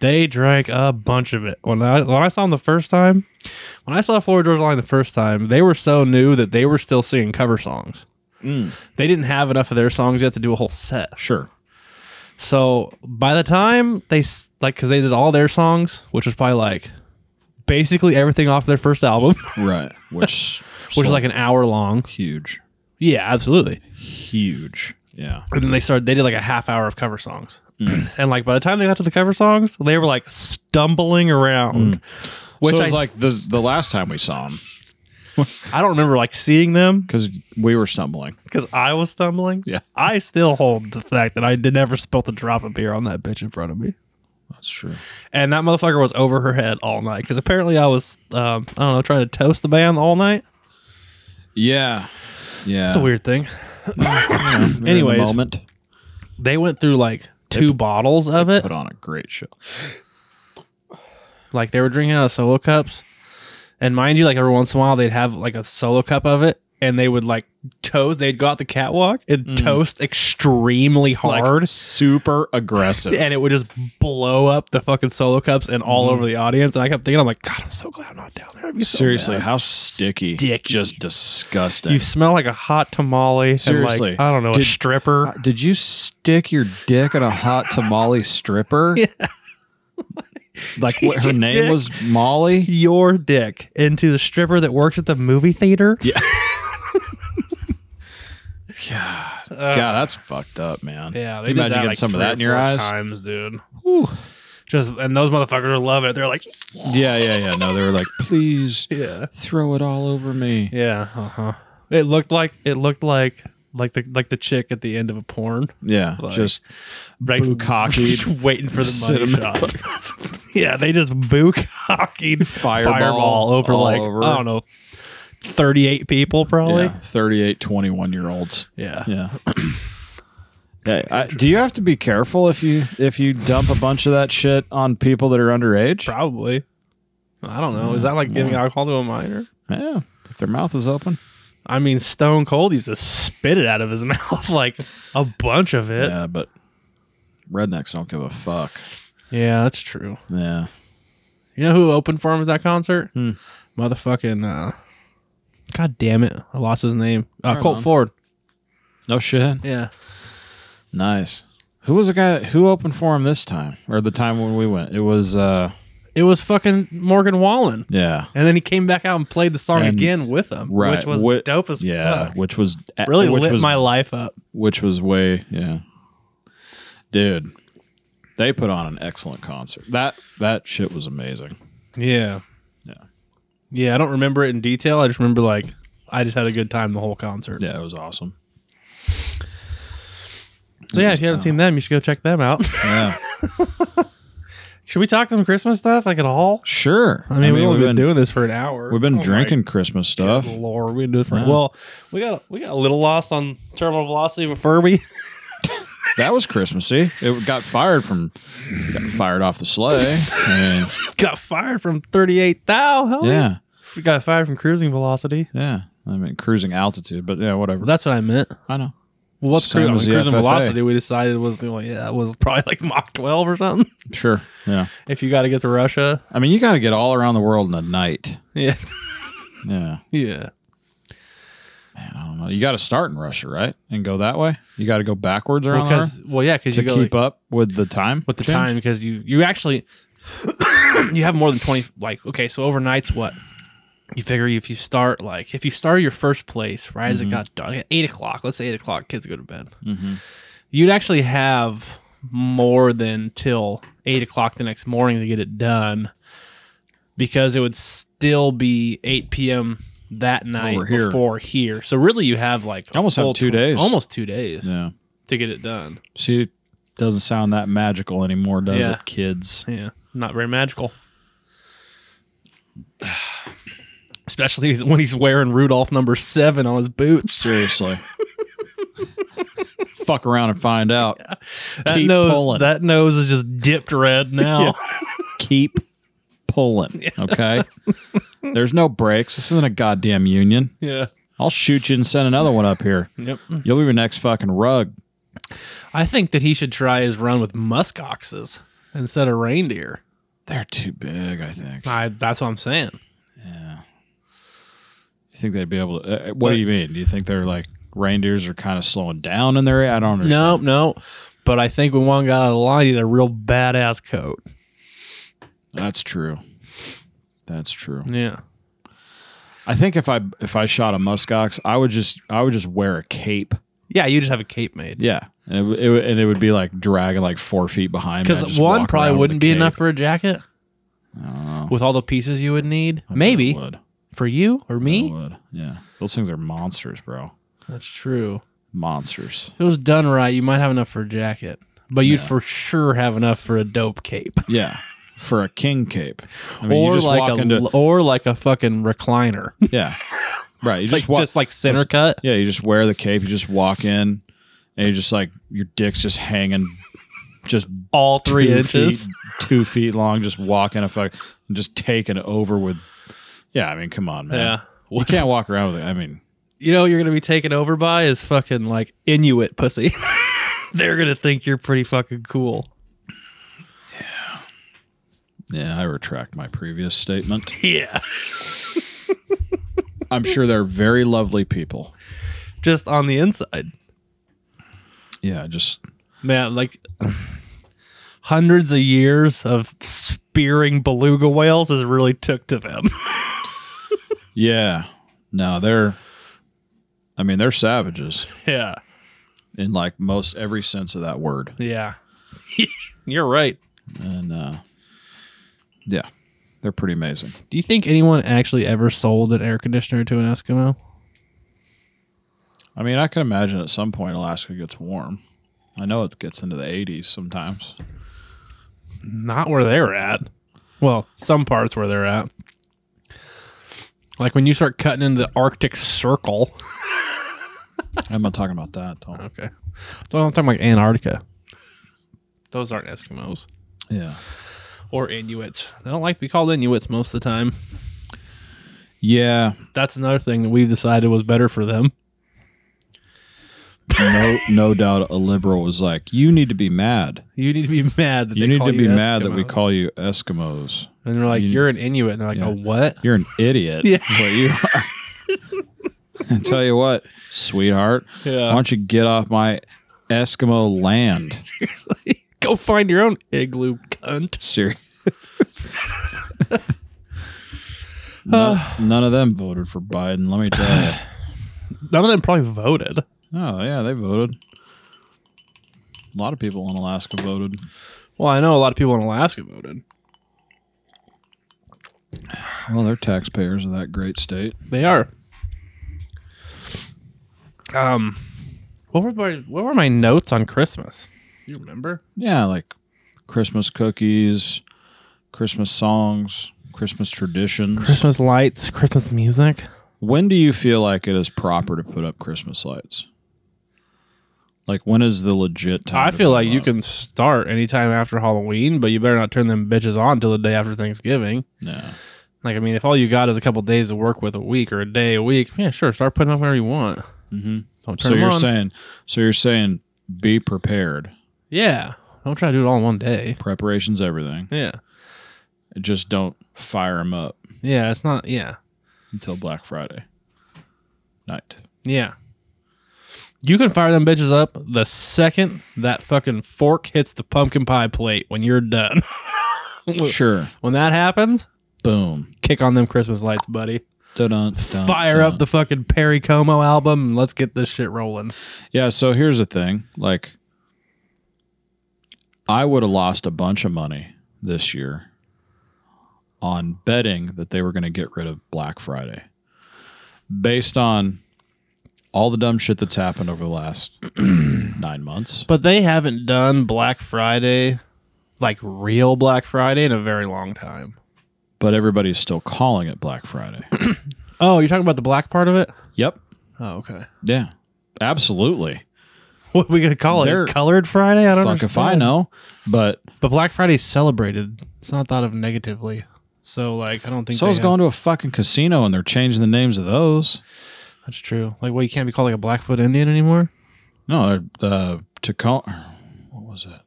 [SPEAKER 1] They drank a bunch of it. When I when I saw them the first time, when I saw Florida Georgia Line the first time, they were so new that they were still singing cover songs. They didn't have enough of their songs yet to do a whole set.
[SPEAKER 2] Mm. Sure,
[SPEAKER 1] So by the time they s- like, because they did all their songs, which was probably like basically everything off their first album,
[SPEAKER 2] right? Which
[SPEAKER 1] which is like an hour long.
[SPEAKER 2] huge,
[SPEAKER 1] Yeah, absolutely.
[SPEAKER 2] huge. Yeah,
[SPEAKER 1] and then they started they did like a half hour of cover songs
[SPEAKER 2] Mm.
[SPEAKER 1] and like by the time they got to the cover songs they were like stumbling around which
[SPEAKER 2] which Mm. so it was
[SPEAKER 1] I,
[SPEAKER 2] like the the last time we saw them
[SPEAKER 1] I don't remember like seeing them
[SPEAKER 2] because we were stumbling.
[SPEAKER 1] because i was stumbling
[SPEAKER 2] Yeah.
[SPEAKER 1] i still hold the fact that i did never spill the drop of beer on that bitch in front of me
[SPEAKER 2] That's true.
[SPEAKER 1] and that motherfucker was over her head all night because apparently i was um, i don't know trying to toast the band all night
[SPEAKER 2] Yeah, yeah.
[SPEAKER 1] it's a weird thing
[SPEAKER 2] You're in the
[SPEAKER 1] Anyways.
[SPEAKER 2] moment
[SPEAKER 1] they went through like two bottles of it
[SPEAKER 2] put on a great show.
[SPEAKER 1] Like they were drinking out of solo cups. And mind you, like every once in a while they'd have like a solo cup of it and they would like toast they'd go out the catwalk and toast extremely hard
[SPEAKER 2] super aggressive.
[SPEAKER 1] and it would just blow up the fucking solo cups and all over the audience. And I kept thinking, I'm like, God, I'm so glad I'm not down there. I'd be so
[SPEAKER 2] Seriously,
[SPEAKER 1] mad."
[SPEAKER 2] how sticky,
[SPEAKER 1] Sticky.
[SPEAKER 2] just disgusting.
[SPEAKER 1] you smell like a hot tamale.
[SPEAKER 2] Seriously.
[SPEAKER 1] and like, I don't know, a
[SPEAKER 2] Did-
[SPEAKER 1] stripper.
[SPEAKER 2] Uh, Did you stick your dick in a hot tamale stripper? Like what her
[SPEAKER 1] Your
[SPEAKER 2] name
[SPEAKER 1] dick.
[SPEAKER 2] was Molly?
[SPEAKER 1] your dick into the stripper that works at the movie theater.
[SPEAKER 2] God,
[SPEAKER 1] Uh,
[SPEAKER 2] God, that's fucked up, man.
[SPEAKER 5] Yeah,
[SPEAKER 2] Can you imagine getting some of that in your eyes.
[SPEAKER 5] times, dude. Just and those motherfuckers are loving it. They're like,
[SPEAKER 2] Yeah, yeah, yeah. No, they were like, please
[SPEAKER 1] Yeah. uh-huh.
[SPEAKER 2] throw it all over me.
[SPEAKER 5] yeah, uh huh.
[SPEAKER 1] It looked like it looked like like the like the chick at the end of a porn,
[SPEAKER 2] Yeah,
[SPEAKER 1] Like-
[SPEAKER 2] just
[SPEAKER 1] right?
[SPEAKER 2] Bukkakeed.
[SPEAKER 1] just waiting for the money
[SPEAKER 2] Cinnamon
[SPEAKER 1] shot. yeah, they just boo cocking
[SPEAKER 2] Fireball
[SPEAKER 1] over
[SPEAKER 2] all
[SPEAKER 1] like
[SPEAKER 2] over.
[SPEAKER 1] I don't know, 38 people probably.
[SPEAKER 2] Yeah, 38, 21 year olds.
[SPEAKER 1] Yeah.
[SPEAKER 2] Yeah. Yeah, I, do you have to be careful if you if you dump a bunch of that shit on people that are underage?
[SPEAKER 1] Probably. I don't know. Is that like giving alcohol to a minor?
[SPEAKER 2] Yeah, if their mouth is open.
[SPEAKER 1] I mean, Stone Cold used to spit it out of his mouth like a bunch of it.
[SPEAKER 2] Yeah, but rednecks don't give a fuck.
[SPEAKER 1] Yeah, that's true.
[SPEAKER 2] Yeah,
[SPEAKER 1] You know who opened for him at that concert?
[SPEAKER 2] Hmm.
[SPEAKER 1] Motherfucking. Uh, God damn it! I lost his name. Uh,
[SPEAKER 2] Right
[SPEAKER 1] Colt
[SPEAKER 2] on.
[SPEAKER 1] Ford.
[SPEAKER 2] no shit.
[SPEAKER 1] Yeah.
[SPEAKER 2] Nice. Who was the guy who opened for him this time or the time when we went? It was uh
[SPEAKER 1] It was fucking Morgan Wallen,
[SPEAKER 2] yeah.
[SPEAKER 1] and then he came back out and played the song
[SPEAKER 2] And-
[SPEAKER 1] again with him,
[SPEAKER 2] Right.
[SPEAKER 1] which was
[SPEAKER 2] Whi-
[SPEAKER 1] dope as
[SPEAKER 2] Yeah,
[SPEAKER 1] fuck.
[SPEAKER 2] which was
[SPEAKER 1] Really
[SPEAKER 2] which
[SPEAKER 1] lit
[SPEAKER 2] was,
[SPEAKER 1] my life up.
[SPEAKER 2] which was way yeah. Dude, they put on an excellent concert. That that shit was amazing.
[SPEAKER 1] Yeah.
[SPEAKER 2] Yeah.
[SPEAKER 1] Yeah, I don't remember it in detail. I just remember like I just had a good time the whole concert.
[SPEAKER 2] Yeah, it was awesome.
[SPEAKER 1] So yeah, if you haven't seen them, you should go check them out.
[SPEAKER 2] Yeah.
[SPEAKER 1] should we talk some Christmas stuff like at all?
[SPEAKER 2] sure.
[SPEAKER 1] I mean, we've only
[SPEAKER 2] we've
[SPEAKER 1] been, doing this for an hour. Oh
[SPEAKER 2] we've been
[SPEAKER 1] my
[SPEAKER 2] drinking Christmas stuff.
[SPEAKER 1] good Lord, we do it for
[SPEAKER 2] Yeah.
[SPEAKER 1] well. We got we got a little lost on terminal velocity with Furby.
[SPEAKER 2] That was Christmassy. It got fired from got fired off the sleigh. I
[SPEAKER 1] got fired from thirty eight thou. Hell
[SPEAKER 2] mean, yeah.
[SPEAKER 1] we got fired from cruising velocity.
[SPEAKER 2] Yeah. I mean cruising altitude, but yeah, whatever.
[SPEAKER 1] That's what I meant.
[SPEAKER 2] I know.
[SPEAKER 1] Well, what's cru-
[SPEAKER 2] Same
[SPEAKER 1] I mean,
[SPEAKER 2] as the
[SPEAKER 1] cruising
[SPEAKER 2] FFA.
[SPEAKER 1] velocity? We decided was the yeah, it was probably like Mach twelve or something.
[SPEAKER 2] Sure. Yeah.
[SPEAKER 1] If you got to get to Russia,
[SPEAKER 2] I mean, you got to get all around the world in a night.
[SPEAKER 1] yeah,
[SPEAKER 2] Yeah.
[SPEAKER 1] yeah.
[SPEAKER 2] Man, I don't know. You got to start in Russia, right? And go that way. You got to go backwards around
[SPEAKER 1] Well, 'cause- well, yeah, because
[SPEAKER 2] there
[SPEAKER 1] you
[SPEAKER 2] Uh-huh.
[SPEAKER 1] go
[SPEAKER 2] to keep
[SPEAKER 1] like,
[SPEAKER 2] up with the time.
[SPEAKER 1] with the
[SPEAKER 2] change?
[SPEAKER 1] time because you you actually you have more than twenty. Like okay, so overnight's what you figure if you start like if you start your first place right
[SPEAKER 2] Mm-hmm.
[SPEAKER 1] as it got dark at eight o'clock. Let's say eight o'clock, kids go to bed. You'd actually have more than till eight o'clock the next morning to get it done because it would still be eight p.m. that night
[SPEAKER 2] Over Oh, here.
[SPEAKER 1] before here. So really, you have like a
[SPEAKER 2] Almost have
[SPEAKER 1] full
[SPEAKER 2] two
[SPEAKER 1] tw-
[SPEAKER 2] days.
[SPEAKER 1] almost two days
[SPEAKER 2] Yeah.
[SPEAKER 1] to get it done.
[SPEAKER 2] See, it doesn't sound that magical anymore, does
[SPEAKER 1] Yeah.
[SPEAKER 2] it, kids?
[SPEAKER 1] Yeah, not very magical. Especially when he's wearing Rudolph number seven on his boots.
[SPEAKER 2] Seriously. Fuck around and find out.
[SPEAKER 1] That
[SPEAKER 2] Keep
[SPEAKER 1] nose,
[SPEAKER 2] pulling.
[SPEAKER 1] that nose is just dipped red now.
[SPEAKER 2] Keep pulling. Okay. There's no breaks. This isn't a goddamn union.
[SPEAKER 1] yeah.
[SPEAKER 2] I'll shoot you and send another one up here.
[SPEAKER 1] Yep.
[SPEAKER 2] You'll be your next fucking rug.
[SPEAKER 1] I think that he should try his run with musk oxes instead of reindeer.
[SPEAKER 2] They're too big, I think.
[SPEAKER 1] I, that's what I'm saying.
[SPEAKER 2] You think they'd be able to? Uh, what do you mean? Do you think they're like reindeers are kind of slowing down in their? I don't
[SPEAKER 1] No,
[SPEAKER 2] understand.
[SPEAKER 1] no. But I think when one got out of the line, he had a real badass coat.
[SPEAKER 2] that's true. That's true.
[SPEAKER 1] Yeah.
[SPEAKER 2] I think if I if I shot a muskox, I would just I would just wear a cape.
[SPEAKER 1] Yeah, you just have a cape made.
[SPEAKER 2] Yeah, and it, would- it, would- and it would be like dragging like four feet behind. me. I'd
[SPEAKER 1] Because
[SPEAKER 2] just
[SPEAKER 1] one
[SPEAKER 2] walk
[SPEAKER 1] probably
[SPEAKER 2] around with
[SPEAKER 1] wouldn't
[SPEAKER 2] a
[SPEAKER 1] be
[SPEAKER 2] cape.
[SPEAKER 1] enough for a jacket. With all the pieces you would need,
[SPEAKER 2] I bet it
[SPEAKER 1] maybe
[SPEAKER 2] would.
[SPEAKER 1] for you or
[SPEAKER 2] I bet it
[SPEAKER 1] me.
[SPEAKER 2] would. Yeah, those things are monsters, bro.
[SPEAKER 1] That's true.
[SPEAKER 2] Monsters.
[SPEAKER 1] If it was done right, you might have enough for a jacket, but you'd for sure have enough for a dope cape,
[SPEAKER 2] Yeah, for a king cape. I mean, you
[SPEAKER 1] or
[SPEAKER 2] just
[SPEAKER 1] like
[SPEAKER 2] walk
[SPEAKER 1] a
[SPEAKER 2] into
[SPEAKER 1] or like a fucking recliner,
[SPEAKER 2] yeah, right. You
[SPEAKER 1] like
[SPEAKER 2] walk
[SPEAKER 1] just like center cut.
[SPEAKER 2] Yeah, you just wear the cape, you just walk in, and you just like your dick's just hanging, just
[SPEAKER 1] All
[SPEAKER 2] two
[SPEAKER 1] three inches.
[SPEAKER 2] feet, two feet long, just walking a fuck, just taking over with. Yeah, I mean, come on, man.
[SPEAKER 1] Yeah.
[SPEAKER 2] you can't walk around with it. I mean,
[SPEAKER 1] You know, what you're gonna be taken over by is fucking like Inuit pussy. They're gonna think you're pretty fucking cool.
[SPEAKER 2] yeah, I retract my previous statement.
[SPEAKER 1] Yeah,
[SPEAKER 2] I'm sure they're very lovely people.
[SPEAKER 1] just on the inside,
[SPEAKER 2] Yeah, just
[SPEAKER 1] man. Like hundreds of years of spearing beluga whales has really took to them.
[SPEAKER 2] yeah. No, they're. I mean, they're savages
[SPEAKER 1] yeah.
[SPEAKER 2] in like most every sense of that word,
[SPEAKER 1] Yeah. You're right.
[SPEAKER 2] and uh, yeah, they're pretty amazing.
[SPEAKER 1] Do you think anyone actually ever sold an air conditioner to an Eskimo?
[SPEAKER 2] I mean, I can imagine at some point Alaska gets warm. I know it gets into the 80s sometimes.
[SPEAKER 1] Not where they're at. Well, some parts where they're at.
[SPEAKER 5] Like when you start cutting into the Arctic Circle.
[SPEAKER 2] I'm not talking about that. Though.
[SPEAKER 5] Okay. Well, I'm talking like Antarctica. Those aren't Eskimos
[SPEAKER 2] Yeah.
[SPEAKER 5] or Inuits. They don't like to be called Inuits most of the time.
[SPEAKER 2] Yeah.
[SPEAKER 5] That's another thing that we've decided was better for them.
[SPEAKER 2] No, no doubt a liberal was like, you need to be mad.
[SPEAKER 5] You need to be mad that
[SPEAKER 2] You
[SPEAKER 5] they
[SPEAKER 2] need
[SPEAKER 5] call
[SPEAKER 2] to be mad that we
[SPEAKER 5] Eskimos."
[SPEAKER 2] call you Eskimos.
[SPEAKER 5] And they're like,
[SPEAKER 2] you-
[SPEAKER 5] you, are an Inuit. And they're like,
[SPEAKER 2] Yeah.
[SPEAKER 5] oh, what?
[SPEAKER 2] You're an idiot.
[SPEAKER 5] Yeah.
[SPEAKER 2] is What you are. I tell you what, sweetheart, why
[SPEAKER 5] Yeah.
[SPEAKER 2] don't you get off my Eskimo land?
[SPEAKER 5] Seriously. Go find your own igloo, cunt.
[SPEAKER 2] Serious. none, none of them voted for Biden. Let me tell you.
[SPEAKER 5] None of them probably voted.
[SPEAKER 2] Oh yeah, they voted. A lot of people in Alaska voted.
[SPEAKER 5] Well, I know a lot of people in Alaska voted.
[SPEAKER 2] Well, they're taxpayers of that great state.
[SPEAKER 5] They are. Um, what were my, what were my notes on Christmas? Do you remember?
[SPEAKER 2] Yeah, like Christmas cookies, Christmas songs, Christmas traditions.
[SPEAKER 5] Christmas lights, Christmas music.
[SPEAKER 2] When do you feel like it is proper to put up Christmas lights? Like when is the legit time?
[SPEAKER 5] I
[SPEAKER 2] to
[SPEAKER 5] feel
[SPEAKER 2] put
[SPEAKER 5] like
[SPEAKER 2] them
[SPEAKER 5] you
[SPEAKER 2] up?
[SPEAKER 5] can start anytime after Halloween, but you better not turn them bitches on until the day after Thanksgiving.
[SPEAKER 2] Yeah.
[SPEAKER 5] Like, I mean, if all you got is a couple days to work with a week or a day a week, yeah, sure, start putting them where you want.
[SPEAKER 2] Mhm.
[SPEAKER 5] Don't turn
[SPEAKER 2] So
[SPEAKER 5] them
[SPEAKER 2] you're
[SPEAKER 5] on.
[SPEAKER 2] saying, so you're saying, be prepared.
[SPEAKER 5] yeah, don't try to do it all in one day.
[SPEAKER 2] Preparation's everything.
[SPEAKER 5] Yeah,
[SPEAKER 2] Just don't fire them up
[SPEAKER 5] yeah, it's not. Yeah,
[SPEAKER 2] until Black Friday night.
[SPEAKER 5] yeah. You can fire them bitches up the second that fucking fork hits the pumpkin pie plate when you're done.
[SPEAKER 2] Sure.
[SPEAKER 5] when that happens,
[SPEAKER 2] Boom.
[SPEAKER 5] kick on them Christmas lights, buddy.
[SPEAKER 2] Dun-dun, dun,
[SPEAKER 5] Fire
[SPEAKER 2] dun.
[SPEAKER 5] up the fucking Perry Como album and let's get this shit rolling.
[SPEAKER 2] Yeah, so here's the thing. Like I would have lost a bunch of money this year on betting that they were going to get rid of Black Friday. Based on all the dumb shit that's happened over the last 9 months.
[SPEAKER 1] But they haven't done Black Friday, like real Black Friday, in a very long time.
[SPEAKER 2] But everybody's still calling it Black Friday.
[SPEAKER 1] Oh, you're talking about the black part of it?
[SPEAKER 2] yep.
[SPEAKER 1] Oh, okay.
[SPEAKER 2] Yeah. Absolutely.
[SPEAKER 1] What are we gonna call
[SPEAKER 2] They're-
[SPEAKER 1] it? Colored Friday? I don't
[SPEAKER 2] Fuck if I
[SPEAKER 1] understand.
[SPEAKER 2] know. But
[SPEAKER 1] But Black Friday's celebrated. It's not thought of negatively. So like, I don't think
[SPEAKER 2] so I was
[SPEAKER 1] they have-
[SPEAKER 2] going to a fucking casino and they're changing the names of those.
[SPEAKER 1] That's true. Like, well, you can't be called like a Blackfoot Indian anymore.
[SPEAKER 2] No, uh, Tacoma. What was it?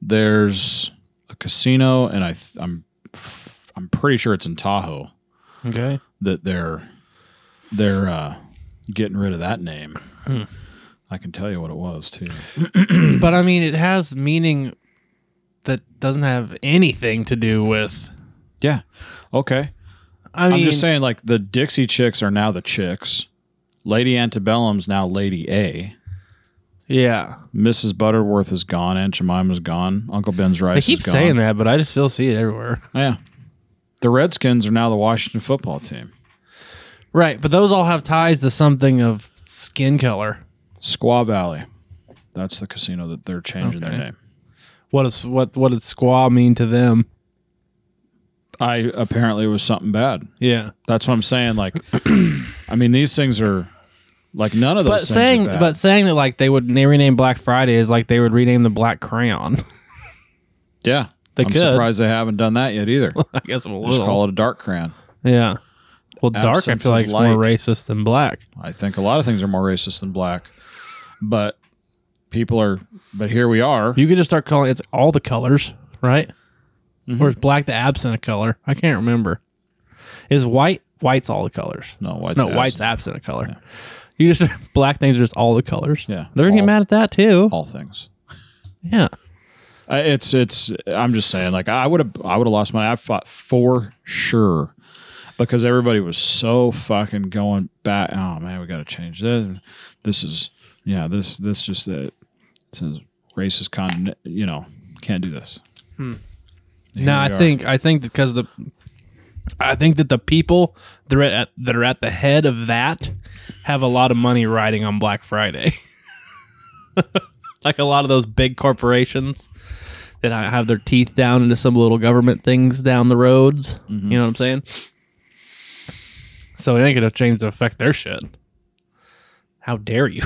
[SPEAKER 2] There's a casino, and I th- I'm f- I'm pretty sure it's in Tahoe
[SPEAKER 1] Okay.
[SPEAKER 2] that they're they're uh, getting rid of that name.
[SPEAKER 1] Hmm.
[SPEAKER 2] I can tell you what it was too.
[SPEAKER 1] but I mean, it has meaning that doesn't have anything to do with.
[SPEAKER 2] Yeah. Okay.
[SPEAKER 1] I mean,
[SPEAKER 2] I'm just saying, like the Dixie Chicks are now the Chicks. Lady Antebellum's now Lady A.
[SPEAKER 1] yeah.
[SPEAKER 2] Mrs. Butterworth is gone. Aunt Jemima's gone. Uncle Ben's rice.
[SPEAKER 1] They keep
[SPEAKER 2] is gone.
[SPEAKER 1] saying that, but I just still see it everywhere.
[SPEAKER 2] Oh, Yeah. The Redskins are now the Washington football team.
[SPEAKER 1] Right, but those all have ties to something of skin color.
[SPEAKER 2] Squaw Valley. That's the casino that they're changing their
[SPEAKER 1] Okay.
[SPEAKER 2] name.
[SPEAKER 5] What is what what does squaw mean to them?
[SPEAKER 2] I apparently it was something bad.
[SPEAKER 5] Yeah.
[SPEAKER 2] That's what I'm saying. Like, I mean, these things are like none of those.
[SPEAKER 1] But
[SPEAKER 2] things
[SPEAKER 1] saying,
[SPEAKER 2] are bad.
[SPEAKER 1] but saying that like they would na- rename Black Friday is like they would rename the Black Crayon.
[SPEAKER 2] yeah,
[SPEAKER 1] They
[SPEAKER 2] I'm
[SPEAKER 1] could.
[SPEAKER 2] surprised they haven't done that yet either.
[SPEAKER 1] I guess I'm a
[SPEAKER 2] Just
[SPEAKER 1] little.
[SPEAKER 2] call it a dark crayon.
[SPEAKER 1] yeah. Well, dark I
[SPEAKER 2] Absence
[SPEAKER 1] feel like
[SPEAKER 2] of
[SPEAKER 1] is more
[SPEAKER 2] light.
[SPEAKER 1] racist than black.
[SPEAKER 2] I think a lot of things are more racist than black, but people are. But here we are.
[SPEAKER 1] You could just start calling it's all the colors, right?
[SPEAKER 2] Mm-hmm.
[SPEAKER 1] Or is black the absent of color? I can't remember. Is white white's all the colors?
[SPEAKER 2] no, white's
[SPEAKER 1] no,
[SPEAKER 2] abs-
[SPEAKER 1] white's absent of color. You just black things are just all the colors.
[SPEAKER 2] Yeah.
[SPEAKER 1] they're gonna
[SPEAKER 2] All-
[SPEAKER 1] get mad at that too.
[SPEAKER 2] all things.
[SPEAKER 1] Yeah,
[SPEAKER 2] I- Uh, It's it's. I'm just saying. Like I would have. I would have lost money. I fought for sure because everybody was so fucking going back. Oh man, we got to change this. This is yeah. This this just that says racist con. You know, can't do this. Here
[SPEAKER 5] No, I
[SPEAKER 2] we are.
[SPEAKER 5] think I think because the I think that the people that are at that are at the head of that have a lot of money riding on Black Friday. like a lot of those big corporations that ha- have their
[SPEAKER 2] Mm-hmm.
[SPEAKER 5] teeth down into some little government things down the roads. You know what I'm saying?
[SPEAKER 1] So it ain't gonna change the affect their shit. How dare you?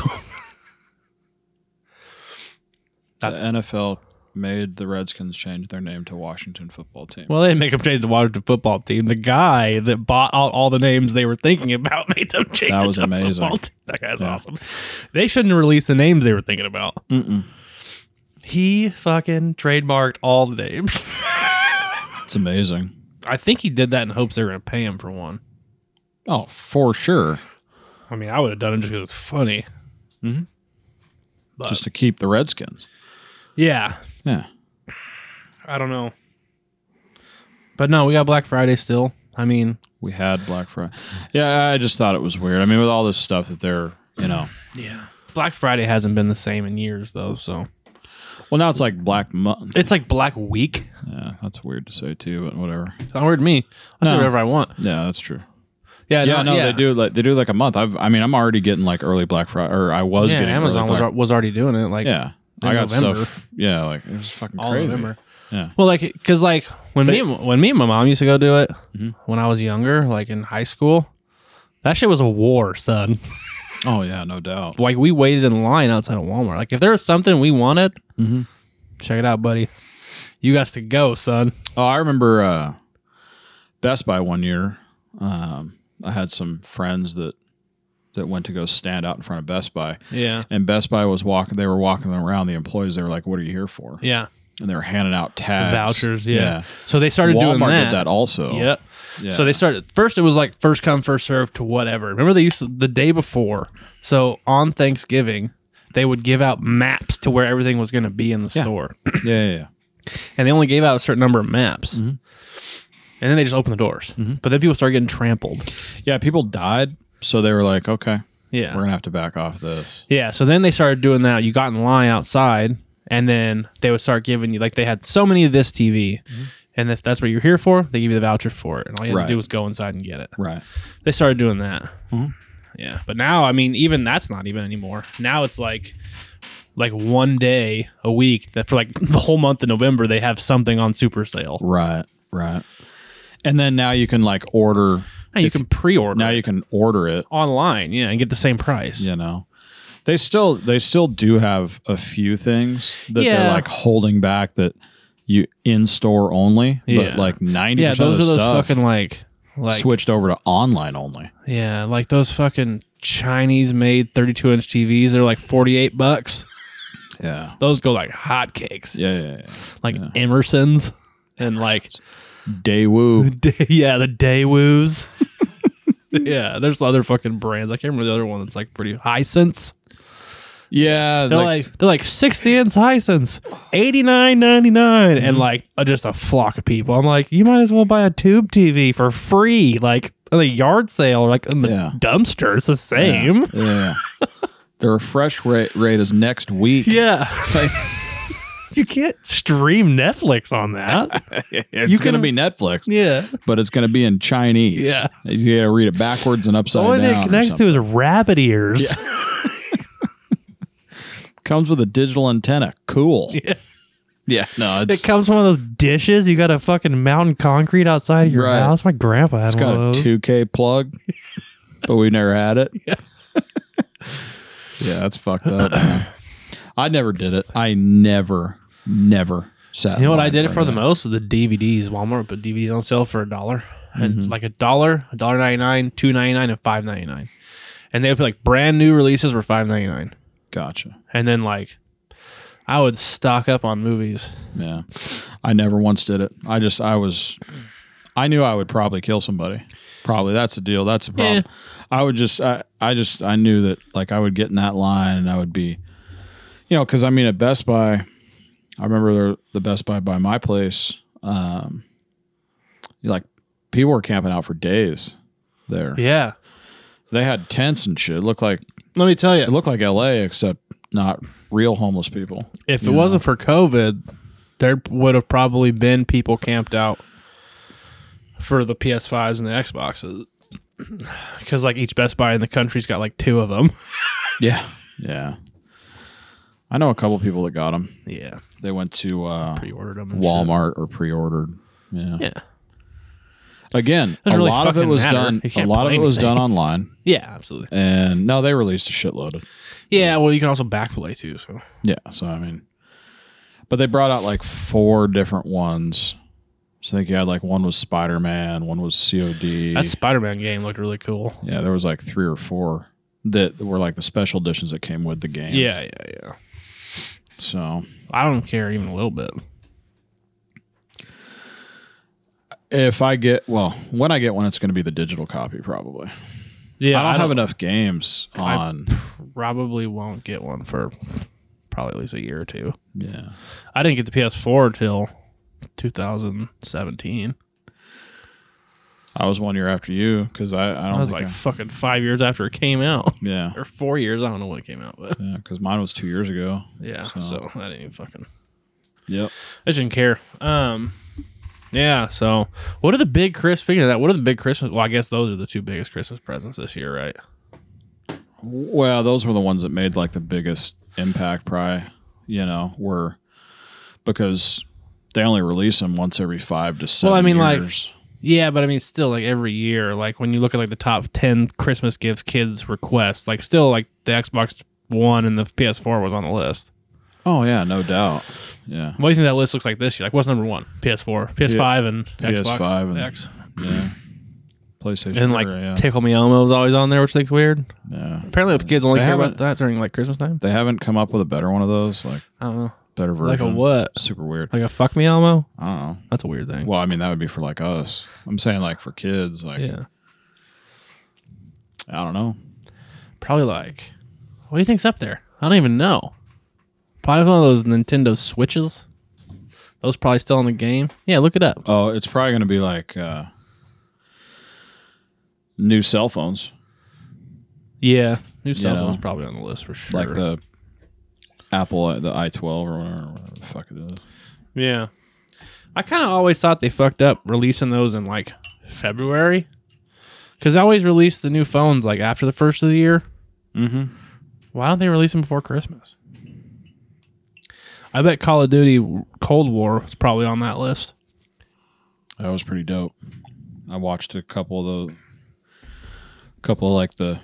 [SPEAKER 1] That's-
[SPEAKER 2] the NFL made the Redskins change their name to Washington Football Team.
[SPEAKER 1] well, they didn't make them change the Washington football team. The guy that bought out all the names they were thinking about made them change.
[SPEAKER 2] That
[SPEAKER 1] it
[SPEAKER 2] was
[SPEAKER 1] to
[SPEAKER 2] amazing.
[SPEAKER 1] football team. That guy's
[SPEAKER 2] Yeah.
[SPEAKER 1] awesome. They shouldn't release the names they were thinking about.
[SPEAKER 2] Mm-mm.
[SPEAKER 1] He fucking trademarked all the names.
[SPEAKER 2] It's amazing.
[SPEAKER 1] I think he did that in hopes they were gonna pay him for one.
[SPEAKER 2] Oh, for sure.
[SPEAKER 1] I mean, I would have done it just because it's funny.
[SPEAKER 2] Just to keep the Redskins.
[SPEAKER 1] Yeah,
[SPEAKER 2] Yeah.
[SPEAKER 1] I don't know. But no, we got Black Friday still. I mean,
[SPEAKER 2] We had Black Friday. Yeah, I just thought it was weird. I mean, with all this stuff that they're, you know,
[SPEAKER 1] yeah. Black Friday hasn't been the same in years though, so
[SPEAKER 2] well, now it's like Black Month.
[SPEAKER 1] it's like Black Week.
[SPEAKER 2] Yeah, that's weird to say too, but whatever.
[SPEAKER 1] Don't worry me. I say
[SPEAKER 2] No.
[SPEAKER 1] whatever I want.
[SPEAKER 2] Yeah, that's true.
[SPEAKER 1] uh, Yeah,
[SPEAKER 2] Yeah, no, they do like they do like a month. I've, I mean, I'm already getting like early Black Friday, or I was
[SPEAKER 1] yeah,
[SPEAKER 2] getting
[SPEAKER 1] Amazon
[SPEAKER 2] early
[SPEAKER 1] was,
[SPEAKER 2] Black-
[SPEAKER 1] al- was already doing it. Like
[SPEAKER 2] yeah,
[SPEAKER 1] in
[SPEAKER 2] I got
[SPEAKER 1] November.
[SPEAKER 2] stuff. Yeah, like it was fucking
[SPEAKER 1] all
[SPEAKER 2] crazy.
[SPEAKER 1] November.
[SPEAKER 2] Yeah.
[SPEAKER 1] Well, like, cause like when
[SPEAKER 2] They- Mm-hmm.
[SPEAKER 1] me and, when me and my mom used to go do it when I was younger, like in high school, that shit was a war, son.
[SPEAKER 2] Oh yeah, no doubt.
[SPEAKER 1] like we waited in line outside of Walmart. Like if there was something we wanted, check it out, buddy. You got to go, son.
[SPEAKER 2] Oh, I remember uh, Best Buy one year. Um, I had some friends that that went to go stand out in front of Best Buy,
[SPEAKER 1] Yeah,
[SPEAKER 2] and Best Buy was walking. They were walking around. The employees, they were like, "What are you here for?"
[SPEAKER 1] yeah.
[SPEAKER 2] And they were handing out tags,
[SPEAKER 1] Vouchers, yeah. So they started doing
[SPEAKER 2] Walmart
[SPEAKER 1] that.
[SPEAKER 2] did that also.
[SPEAKER 1] Yeah.
[SPEAKER 2] Yeah.
[SPEAKER 1] So they started first. It was like first come first serve to whatever. Remember they used to, the day before. So on Thanksgiving, they would give out maps to where everything was going to be in the
[SPEAKER 2] Yeah.
[SPEAKER 1] store,
[SPEAKER 2] yeah, yeah, yeah.
[SPEAKER 1] and they only gave out a certain number of maps.
[SPEAKER 2] Mm-hmm.
[SPEAKER 1] And then they just opened the doors. But then people started getting trampled.
[SPEAKER 2] Yeah, people died, so they were like, "Okay,
[SPEAKER 1] Yeah.
[SPEAKER 2] we're gonna have to back off this."
[SPEAKER 1] Yeah, so then they started doing that. You got in line outside, and then they would start giving you like they had so many of this TV, and if that's what you're here for, they give you the voucher for it, and all you had
[SPEAKER 2] Mm-hmm. Right. Mm-hmm.
[SPEAKER 1] to do was go inside and get it.
[SPEAKER 2] Right.
[SPEAKER 1] They started doing that. Yeah, but now I mean, even that's not even anymore. Now it's like like one day a week that for like the whole month of November they have something on super sale.
[SPEAKER 2] Right. Right. And then now you can like order.
[SPEAKER 1] Now you can pre-order
[SPEAKER 2] Now you can order it.
[SPEAKER 1] online, yeah, and get the same price.
[SPEAKER 2] you know they still they still do have a few things that
[SPEAKER 1] Yeah.
[SPEAKER 2] they're like holding back that you in store only
[SPEAKER 1] Yeah.
[SPEAKER 2] but like 90%
[SPEAKER 1] Yeah, those
[SPEAKER 2] of the
[SPEAKER 1] are those
[SPEAKER 2] stuff
[SPEAKER 1] fucking like like
[SPEAKER 2] switched over to online only
[SPEAKER 1] Yeah, like those fucking Chinese made 32 inch TVs, they're like 48 bucks.
[SPEAKER 2] yeah
[SPEAKER 1] Those go like hotcakes,
[SPEAKER 2] yeah, yeah, yeah.
[SPEAKER 1] like Emerson's and like,
[SPEAKER 2] Daewoo.
[SPEAKER 1] yeah, the Daewoo's. yeah, there's other fucking brands. I can't remember the other one that's like pretty Hisense.
[SPEAKER 2] Yeah,
[SPEAKER 1] They're like, they're like 60 inch Hisense, 89.99
[SPEAKER 2] Mm-hmm.
[SPEAKER 1] and like uh, just a flock of people. I'm like, you might as well buy a tube TV for free, like at a yard sale or like in the
[SPEAKER 2] Yeah.
[SPEAKER 1] dumpster. It's the same.
[SPEAKER 2] Yeah, yeah. the refresh rate rate is next week.
[SPEAKER 1] Yeah. you can't stream Netflix on that.
[SPEAKER 2] it's
[SPEAKER 1] you
[SPEAKER 2] gonna
[SPEAKER 1] can-
[SPEAKER 2] be Netflix.
[SPEAKER 1] yeah.
[SPEAKER 2] but it's gonna be in Chinese.
[SPEAKER 1] Yeah.
[SPEAKER 2] you gotta read it backwards and
[SPEAKER 1] The
[SPEAKER 2] upside
[SPEAKER 1] only
[SPEAKER 2] down.
[SPEAKER 1] thing it
[SPEAKER 2] or
[SPEAKER 1] connects to
[SPEAKER 2] something.
[SPEAKER 1] is rabbit ears.
[SPEAKER 2] comes with a digital antenna. Cool. Yeah, no, it's
[SPEAKER 1] It comes from one of those dishes. You got a fucking mountain concrete outside of your
[SPEAKER 2] Right.
[SPEAKER 1] house. My grandpa had
[SPEAKER 2] It's
[SPEAKER 1] one
[SPEAKER 2] got
[SPEAKER 1] of
[SPEAKER 2] a
[SPEAKER 1] those.
[SPEAKER 2] 2K plug, but we never had it. Yeah, that's fucked up. man. I never did it. I never, never sat.
[SPEAKER 1] You know what
[SPEAKER 2] in
[SPEAKER 1] I
[SPEAKER 2] line
[SPEAKER 1] did it for the
[SPEAKER 2] anything.
[SPEAKER 1] most was the DVDs. Walmart put DVDs on sale for a dollar, and like a dollar, a dollar ninety nine, two ninety nine, and five ninety nine. And they would put like brand new releases were five ninety nine,
[SPEAKER 2] Gotcha.
[SPEAKER 1] and then like I would stock up on movies.
[SPEAKER 2] Yeah, I never once did it. I just, I was, I knew I would probably kill somebody. Probably that's the deal. That's the problem. I would just, I, I just, I knew that like I would get in that line and I would be, you know, because I mean at Best Buy, I remember there, the Best Buy by my place. Um, you like people were camping out for days there.
[SPEAKER 1] Yeah,
[SPEAKER 2] They had tents and shit. It looked like
[SPEAKER 1] let me tell you,
[SPEAKER 2] it looked like L.A. except not real homeless people.
[SPEAKER 1] If it wasn't for COVID, there would have probably been people camped out for the PS5s and the Xboxes. Because like each Best Buy in the country's got like two of them.
[SPEAKER 2] Yeah, yeah. I know a couple people that got them.
[SPEAKER 1] Yeah,
[SPEAKER 2] They went to uh,
[SPEAKER 1] pre-ordered them.
[SPEAKER 2] Walmart or pre-ordered. Yeah.
[SPEAKER 1] Yeah.
[SPEAKER 2] Again, a
[SPEAKER 1] Doesn't really
[SPEAKER 2] lot of it
[SPEAKER 1] fucking
[SPEAKER 2] was
[SPEAKER 1] matter.
[SPEAKER 2] done.
[SPEAKER 1] You
[SPEAKER 2] A
[SPEAKER 1] can't
[SPEAKER 2] lot of
[SPEAKER 1] play
[SPEAKER 2] it was
[SPEAKER 1] anything.
[SPEAKER 2] done online,
[SPEAKER 1] Yeah, absolutely.
[SPEAKER 2] and no, they released a shitload of
[SPEAKER 1] Yeah, well, you can also backplay too. So
[SPEAKER 2] Yeah, so I mean, but they brought out like four different ones. So I think you had like one was Spider Man, one was COD.
[SPEAKER 1] that Spider-Man game looked really cool.
[SPEAKER 2] yeah, there was like three or four that were like the special editions that came with the game.
[SPEAKER 1] Yeah, yeah, yeah.
[SPEAKER 2] So
[SPEAKER 1] I don't care even a little bit.
[SPEAKER 2] if I get well, when I get one, it's going to be the digital copy probably.
[SPEAKER 1] Yeah,
[SPEAKER 2] I don't have enough games
[SPEAKER 1] I-
[SPEAKER 2] on.
[SPEAKER 1] Probably won't get one for probably at least a year or two.
[SPEAKER 2] yeah,
[SPEAKER 1] I didn't get the PS4 till 2017.
[SPEAKER 2] I was one year after you because I I don't
[SPEAKER 1] I was
[SPEAKER 2] think
[SPEAKER 1] like
[SPEAKER 2] I-
[SPEAKER 1] fucking five years after it came out,
[SPEAKER 2] yeah
[SPEAKER 1] or four years. I don't know when it came out, but
[SPEAKER 2] yeah because mine was two years ago.
[SPEAKER 1] yeah.
[SPEAKER 2] So-
[SPEAKER 1] So, I didn't even fucking.
[SPEAKER 2] Yep.
[SPEAKER 1] I didn't care. Um, yeah. So what are the big Chris? Speaking of that, what are the big Christmas? Well, I guess those are the two biggest Christmas presents this year, right?
[SPEAKER 2] Well, those were the ones that made like the biggest impact, probably. You know, were because they only release them once every five to seven.
[SPEAKER 1] I mean, like-
[SPEAKER 2] years.
[SPEAKER 1] Yeah, but I mean, still, like every year, like when you look at like the top ten Christmas gifts kids request, like still, like the Xbox One and the PS4 was on the list.
[SPEAKER 2] oh yeah, no doubt. Yeah,
[SPEAKER 1] What do you think that list looks like this year? Like, what's number one? PS4, PS5, and Xbox
[SPEAKER 2] PS5 and-
[SPEAKER 1] X.
[SPEAKER 2] yeah. PlayStation
[SPEAKER 1] And like
[SPEAKER 2] era, yeah.
[SPEAKER 1] Tickle Me Elmo was always on there, which looks weird.
[SPEAKER 2] yeah.
[SPEAKER 1] Apparently, kids only
[SPEAKER 2] They
[SPEAKER 1] care about
[SPEAKER 2] haven't-
[SPEAKER 1] that during like Christmas time.
[SPEAKER 2] They haven't come up with a better one of those, like
[SPEAKER 1] I don't know,
[SPEAKER 2] better
[SPEAKER 1] like
[SPEAKER 2] version.
[SPEAKER 1] a what?
[SPEAKER 2] Super weird.
[SPEAKER 1] Like a fuck me Elmo?
[SPEAKER 2] I don't know.
[SPEAKER 1] That's a weird thing.
[SPEAKER 2] Well, I mean, that would be for like us. I'm saying like for kids. Like
[SPEAKER 1] yeah,
[SPEAKER 2] I don't know.
[SPEAKER 1] probably like. What do you think's up there? I don't even know. Probably one of those Nintendo Switches. Those probably still in the game. Yeah, look it up.
[SPEAKER 2] Oh, it's probably going to be like uh, new cell phones.
[SPEAKER 1] Yeah, new cell
[SPEAKER 2] You know,
[SPEAKER 1] phone's probably on the list for sure.
[SPEAKER 2] like the Apple, uh, the i12 or whatever, whatever the fuck it is.
[SPEAKER 1] yeah, I kind of always thought they fucked up releasing those in like February, because they always release the new phones like after the first of the year.
[SPEAKER 2] Mm-hmm.
[SPEAKER 1] Why don't they release them before Christmas? I bet Call of Duty Cold War is probably on that list.
[SPEAKER 2] That was pretty dope. I watched a couple of the, couple of like the,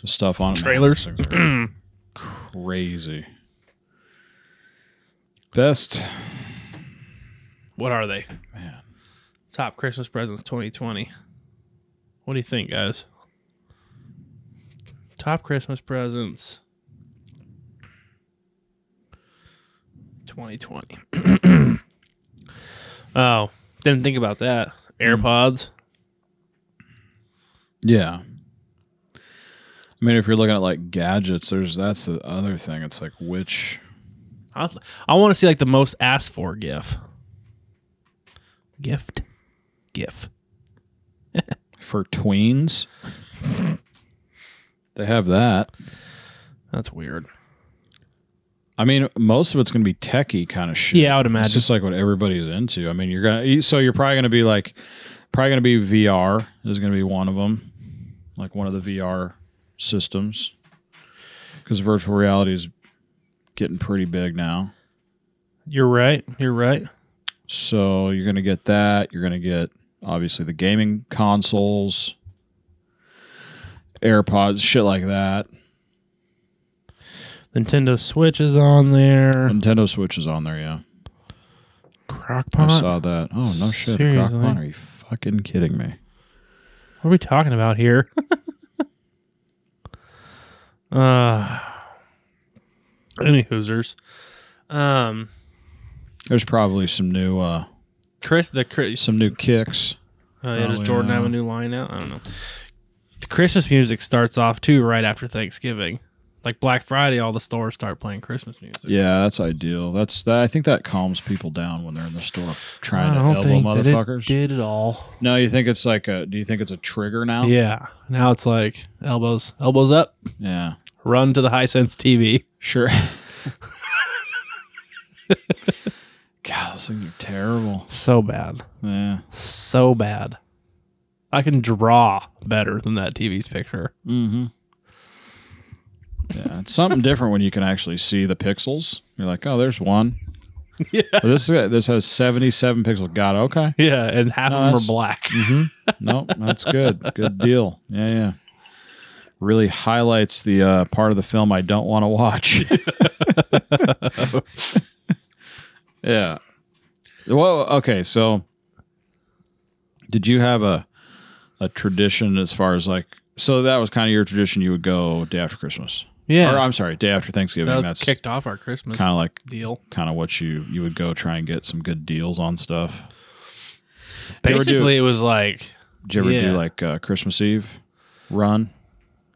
[SPEAKER 2] the stuff on it.
[SPEAKER 1] Trailers.
[SPEAKER 2] Things are crazy. Best.
[SPEAKER 1] What are they?
[SPEAKER 2] Man.
[SPEAKER 1] Top Christmas presents 2020. What do you think, guys? Top Christmas presents 2020. oh, didn't think about that. AirPods.
[SPEAKER 2] Yeah. I mean, if you're looking at like gadgets, there's that's the other thing. It's like which
[SPEAKER 1] I, was- I want to see like the most asked for GIF. Gift. GIF.
[SPEAKER 2] for tweens. they have that.
[SPEAKER 1] That's weird.
[SPEAKER 2] I mean, most of it's going to be techie kind of shit.
[SPEAKER 1] Yeah, I would
[SPEAKER 2] It's
[SPEAKER 1] imagine.
[SPEAKER 2] just like what everybody's into. I mean, you're gonna so you're probably gonna be like, probably gonna be VR is gonna be one of them, like one of the VR systems, because virtual reality is getting pretty big now.
[SPEAKER 1] You're right. You're right.
[SPEAKER 2] So you're gonna get that. You're gonna get obviously the gaming consoles, AirPods, shit like that.
[SPEAKER 1] Nintendo Switch is on there.
[SPEAKER 2] Nintendo Switch is on there. Yeah, I
[SPEAKER 1] Crockpot.
[SPEAKER 2] saw that. Oh no shit,
[SPEAKER 1] Seriously?
[SPEAKER 2] Crockpot, are you fucking kidding me?
[SPEAKER 1] What are we talking about here? uh, any Hoosers. Um,
[SPEAKER 2] There's probably some new uh
[SPEAKER 1] Chris, the Chris,
[SPEAKER 2] some new kicks.
[SPEAKER 1] uh, yeah, does
[SPEAKER 2] probably
[SPEAKER 1] Jordan
[SPEAKER 2] not.
[SPEAKER 1] have a new line out? I don't know. The Christmas music starts off too right after Thanksgiving. Like Black Friday, all the stores start playing Christmas music.
[SPEAKER 2] Yeah, that's ideal. That's that, I think that calms people down when they're in the store trying
[SPEAKER 1] I
[SPEAKER 2] to
[SPEAKER 1] don't
[SPEAKER 2] elbow
[SPEAKER 1] think that it
[SPEAKER 2] motherfuckers.
[SPEAKER 1] did at all.
[SPEAKER 2] no, you think it's like a do you think it's a trigger now?
[SPEAKER 1] Yeah. Now it's like elbows, elbows up,
[SPEAKER 2] Yeah.
[SPEAKER 1] run to the high sense TV.
[SPEAKER 2] Sure. God, those things are terrible.
[SPEAKER 1] So bad.
[SPEAKER 2] Yeah.
[SPEAKER 1] so bad. I can draw better than that TV's picture.
[SPEAKER 2] Mm-hmm. Yeah. It's something different when you can actually see the pixels. You're like, oh, there's one.
[SPEAKER 1] Yeah.
[SPEAKER 2] this this has 77 pixels. Got it. Okay.
[SPEAKER 1] Yeah, and half
[SPEAKER 2] No,
[SPEAKER 1] of them
[SPEAKER 2] that's-
[SPEAKER 1] are black.
[SPEAKER 2] Mm-hmm. No, that's good. Good deal. Yeah, yeah. Really highlights the uh, part of the film I don't want to watch. yeah. Well, okay. So, did you have a a tradition as far as like? So that was kind of your tradition. You would go day after Christmas.
[SPEAKER 1] Yeah.
[SPEAKER 2] Or I'm sorry, day after Thanksgiving. that's kind
[SPEAKER 7] kicked off our Christmas
[SPEAKER 2] of like
[SPEAKER 7] deal.
[SPEAKER 2] kind of what you you would go try and get some good deals on stuff. Did you ever do-
[SPEAKER 1] Basically, it was like
[SPEAKER 2] Did you ever
[SPEAKER 1] Yeah.
[SPEAKER 2] do like uh, Christmas Eve run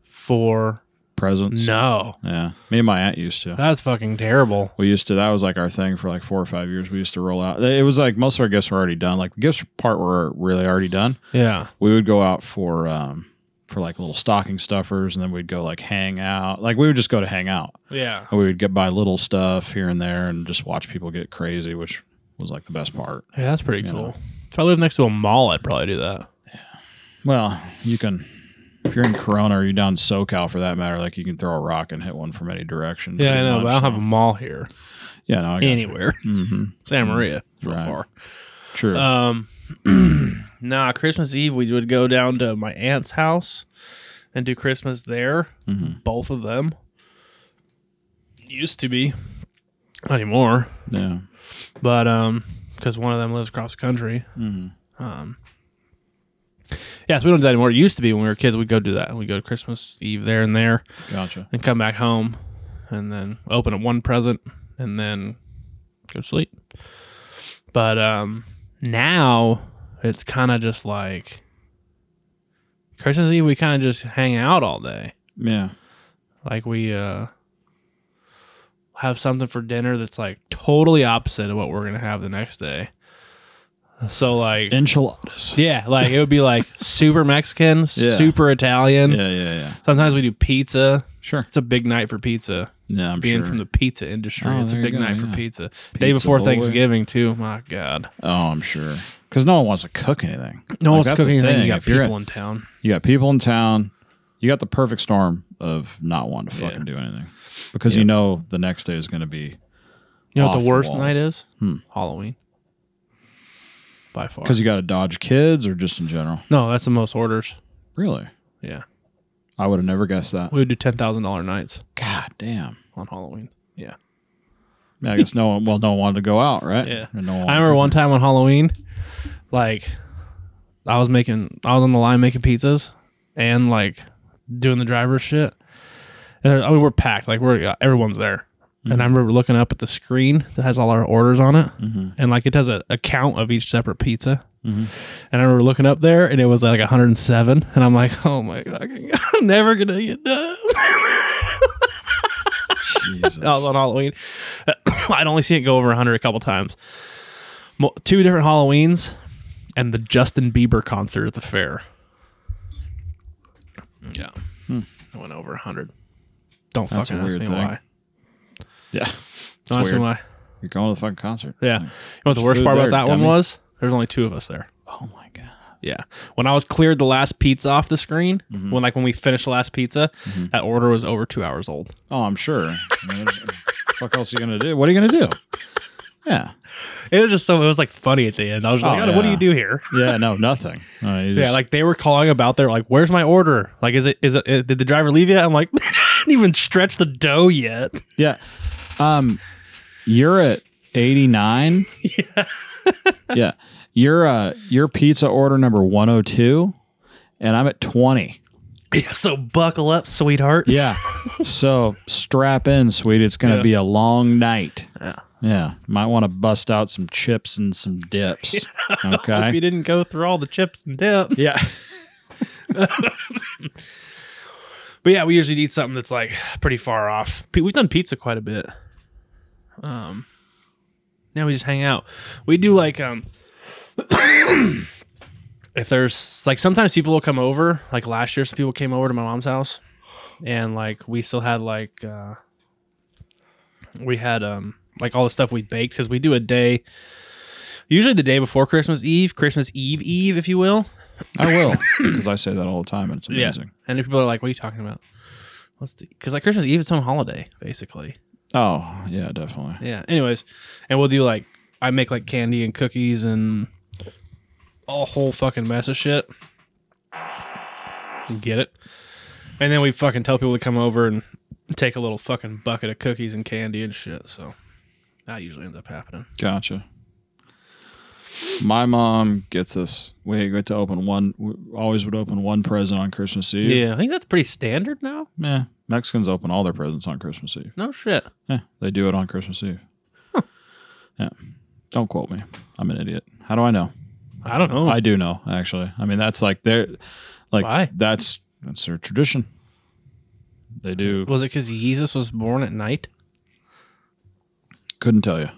[SPEAKER 1] four.
[SPEAKER 2] presents?
[SPEAKER 1] No,
[SPEAKER 2] Yeah. Me and my aunt used to.
[SPEAKER 1] that's fucking terrible.
[SPEAKER 2] We used to, that was like our thing for like four or five years. We used to roll out. It was like most of our gifts were already done. Like the gifts part were really already done.
[SPEAKER 1] Yeah.
[SPEAKER 2] We would go out for, um, for like little stocking stuffers and then we'd go like hang out. Like we would just go to hang out.
[SPEAKER 1] Yeah.
[SPEAKER 2] And we would get buy little stuff here and there and just watch people get crazy, which was like the best part.
[SPEAKER 1] Yeah, that's pretty
[SPEAKER 2] You
[SPEAKER 1] cool.
[SPEAKER 2] know.
[SPEAKER 1] If I lived next to a mall, I'd probably do that.
[SPEAKER 2] Well, you can, if you're in Corona or you're down in SoCal for that matter, like you can throw a rock and hit one from any direction.
[SPEAKER 1] Yeah, I
[SPEAKER 2] pretty
[SPEAKER 1] know,
[SPEAKER 2] much,
[SPEAKER 1] but I don't have
[SPEAKER 2] so-
[SPEAKER 1] a mall here
[SPEAKER 2] Yeah, no, I got you.
[SPEAKER 1] anywhere. Santa Maria, so
[SPEAKER 2] Right.
[SPEAKER 1] far.
[SPEAKER 2] True.
[SPEAKER 1] Um, nah, Christmas Eve we would go down to my aunt's house and do Christmas there.
[SPEAKER 2] Mm-hmm.
[SPEAKER 1] Both of them used to be, not anymore.
[SPEAKER 2] yeah.
[SPEAKER 1] but um because one of them lives across the country um
[SPEAKER 2] Mm-hmm.
[SPEAKER 1] yeah so we don't do that anymore it used to be when we were kids we'd go do that we'd go to christmas eve there and there
[SPEAKER 2] Gotcha.
[SPEAKER 1] and come back home and then open up one present and then go to sleep but um now it's kind of just like christmas eve we kind of just hang out all day
[SPEAKER 2] Yeah.
[SPEAKER 1] like we uh have something for dinner that's like totally opposite of what we're gonna have the next day. So like
[SPEAKER 2] Enchiladas.
[SPEAKER 1] yeah, like it would be like super Mexican, super Italian.
[SPEAKER 2] Yeah, yeah, yeah.
[SPEAKER 1] Sometimes we do pizza.
[SPEAKER 2] Sure.
[SPEAKER 1] It's a big night for pizza.
[SPEAKER 2] Yeah, I'm
[SPEAKER 1] Being
[SPEAKER 2] sure.
[SPEAKER 1] from the pizza industry,
[SPEAKER 2] Oh,
[SPEAKER 1] it's a
[SPEAKER 2] there
[SPEAKER 1] big
[SPEAKER 2] you go,
[SPEAKER 1] night for
[SPEAKER 2] yeah.
[SPEAKER 1] pizza. Day
[SPEAKER 2] Pizza
[SPEAKER 1] before
[SPEAKER 2] boy.
[SPEAKER 1] Thanksgiving too. My God,
[SPEAKER 2] oh, I'm sure. Because no one wants to cook anything.
[SPEAKER 1] no
[SPEAKER 2] Like,
[SPEAKER 1] one's
[SPEAKER 2] that's the
[SPEAKER 1] cooking anything.
[SPEAKER 2] thing.
[SPEAKER 1] You got
[SPEAKER 2] If you're
[SPEAKER 1] people
[SPEAKER 2] in-
[SPEAKER 1] in town.
[SPEAKER 2] You got people in town. You got the perfect storm of not wanting to fucking do anything because you know the next day is going to be
[SPEAKER 1] You know what
[SPEAKER 2] off
[SPEAKER 1] the
[SPEAKER 2] the
[SPEAKER 1] worst
[SPEAKER 2] walls. Hmm.
[SPEAKER 1] night is? Halloween. By far.
[SPEAKER 2] because you got to dodge kids or just in general.
[SPEAKER 1] No, that's the most orders.
[SPEAKER 2] Really,
[SPEAKER 1] Yeah.
[SPEAKER 2] I would have never guessed that.
[SPEAKER 1] We would do ten thousand dollar nights
[SPEAKER 2] God damn.
[SPEAKER 1] on Halloween. Yeah,
[SPEAKER 2] Yeah, I guess no one. Well, no one wanted to go out, right?
[SPEAKER 1] Yeah.
[SPEAKER 2] And no one
[SPEAKER 1] I remember one time on Halloween, like I was making, I was on the line making pizzas and like doing the driver shit. And there- I mean, we're packed, like we're uh, everyone's there. And I remember looking up at the screen that has all our orders on it, and like it has a, a count of each separate pizza. And I remember looking up there, and it was like 107, and I'm like, oh my god, I'm never gonna get done.
[SPEAKER 2] Jesus.
[SPEAKER 1] I was on Halloween. I'd only seen it go over 100 a couple times. Mo- Two different Halloweens and the Justin Bieber concert at the fair. Yeah. I went over 100. Don't
[SPEAKER 2] That's
[SPEAKER 1] fucking
[SPEAKER 2] a weird
[SPEAKER 1] ask me
[SPEAKER 2] thing.
[SPEAKER 1] why.
[SPEAKER 2] yeah. It's
[SPEAKER 1] Don't ask me
[SPEAKER 2] weird.
[SPEAKER 1] why.
[SPEAKER 2] You're going to the fucking concert.
[SPEAKER 1] Yeah. You know what the worst
[SPEAKER 2] food
[SPEAKER 1] part about
[SPEAKER 2] there,
[SPEAKER 1] that
[SPEAKER 2] dummy.
[SPEAKER 1] one was? There's only two of us there.
[SPEAKER 2] Oh my god.
[SPEAKER 1] Yeah. When I was cleared the last pizza off the screen, when like when we finished the last pizza, that order was over two hours old.
[SPEAKER 2] Oh, I'm sure. I mean, what the fuck else are you gonna do? What are you gonna do? Yeah,
[SPEAKER 1] It was just so it was like funny at the end. I was just
[SPEAKER 2] Oh,
[SPEAKER 1] like, "God, what do
[SPEAKER 2] yeah.
[SPEAKER 1] you do here?
[SPEAKER 2] yeah, no, nothing. No, you
[SPEAKER 1] Yeah,
[SPEAKER 2] just-
[SPEAKER 1] like they were calling about their like, "Where's my order? Like, is it is it, uh, did the driver leave yet?" I'm like, I didn't even stretch the dough yet.
[SPEAKER 2] yeah. Um, you're at 89. Yeah, yeah. You're uh, your pizza order number 102, and I'm at 20.
[SPEAKER 1] Yeah, so buckle up, sweetheart.
[SPEAKER 2] Yeah, so strap in, sweet. It's gonna
[SPEAKER 1] Yeah.
[SPEAKER 2] be a long night.
[SPEAKER 1] Yeah.
[SPEAKER 2] yeah. Might want to bust out some chips and some dips.
[SPEAKER 1] Hope you
[SPEAKER 2] Okay.
[SPEAKER 1] didn't go through all the chips and dip.
[SPEAKER 2] Yeah.
[SPEAKER 1] But yeah, we usually eat something that's like pretty far off. P- We've done pizza quite a bit. Um, now we just hang out. We do like um, if there's like sometimes people will come over. Like last year, some people came over to my mom's house, and like we still had like uh, we had um like all the stuff we baked because we do a day. Usually the day before Christmas Eve, Christmas Eve Eve, if you will.
[SPEAKER 2] I will because I say that all the time, and it's amazing.
[SPEAKER 1] And people are like, "What are you talking about?" What's the? Because like Christmas Eve is some holiday, basically.
[SPEAKER 2] Oh yeah, definitely.
[SPEAKER 8] Yeah.
[SPEAKER 1] Anyways, and we'll do like I make like candy and cookies and a whole fucking mess of shit. You Get it? And then we fucking tell people to come over and take a little fucking bucket of cookies and candy and shit. So that usually ends up happening.
[SPEAKER 2] Gotcha. My mom gets us. We get to open one. We always would open one present on Christmas Eve.
[SPEAKER 1] I think that's pretty standard now.
[SPEAKER 2] Yeah. Mexicans open all their presents on Christmas Eve.
[SPEAKER 1] No shit.
[SPEAKER 2] Yeah, they do it on Christmas Eve. Yeah. Don't quote me. I'm an idiot. How do I know?
[SPEAKER 1] I don't know.
[SPEAKER 2] I do know, actually. I mean, that's like their, like
[SPEAKER 1] Hmm. Why?
[SPEAKER 2] that's that's their tradition. They do.
[SPEAKER 1] was it because Jesus was born at night?
[SPEAKER 2] Couldn't tell you.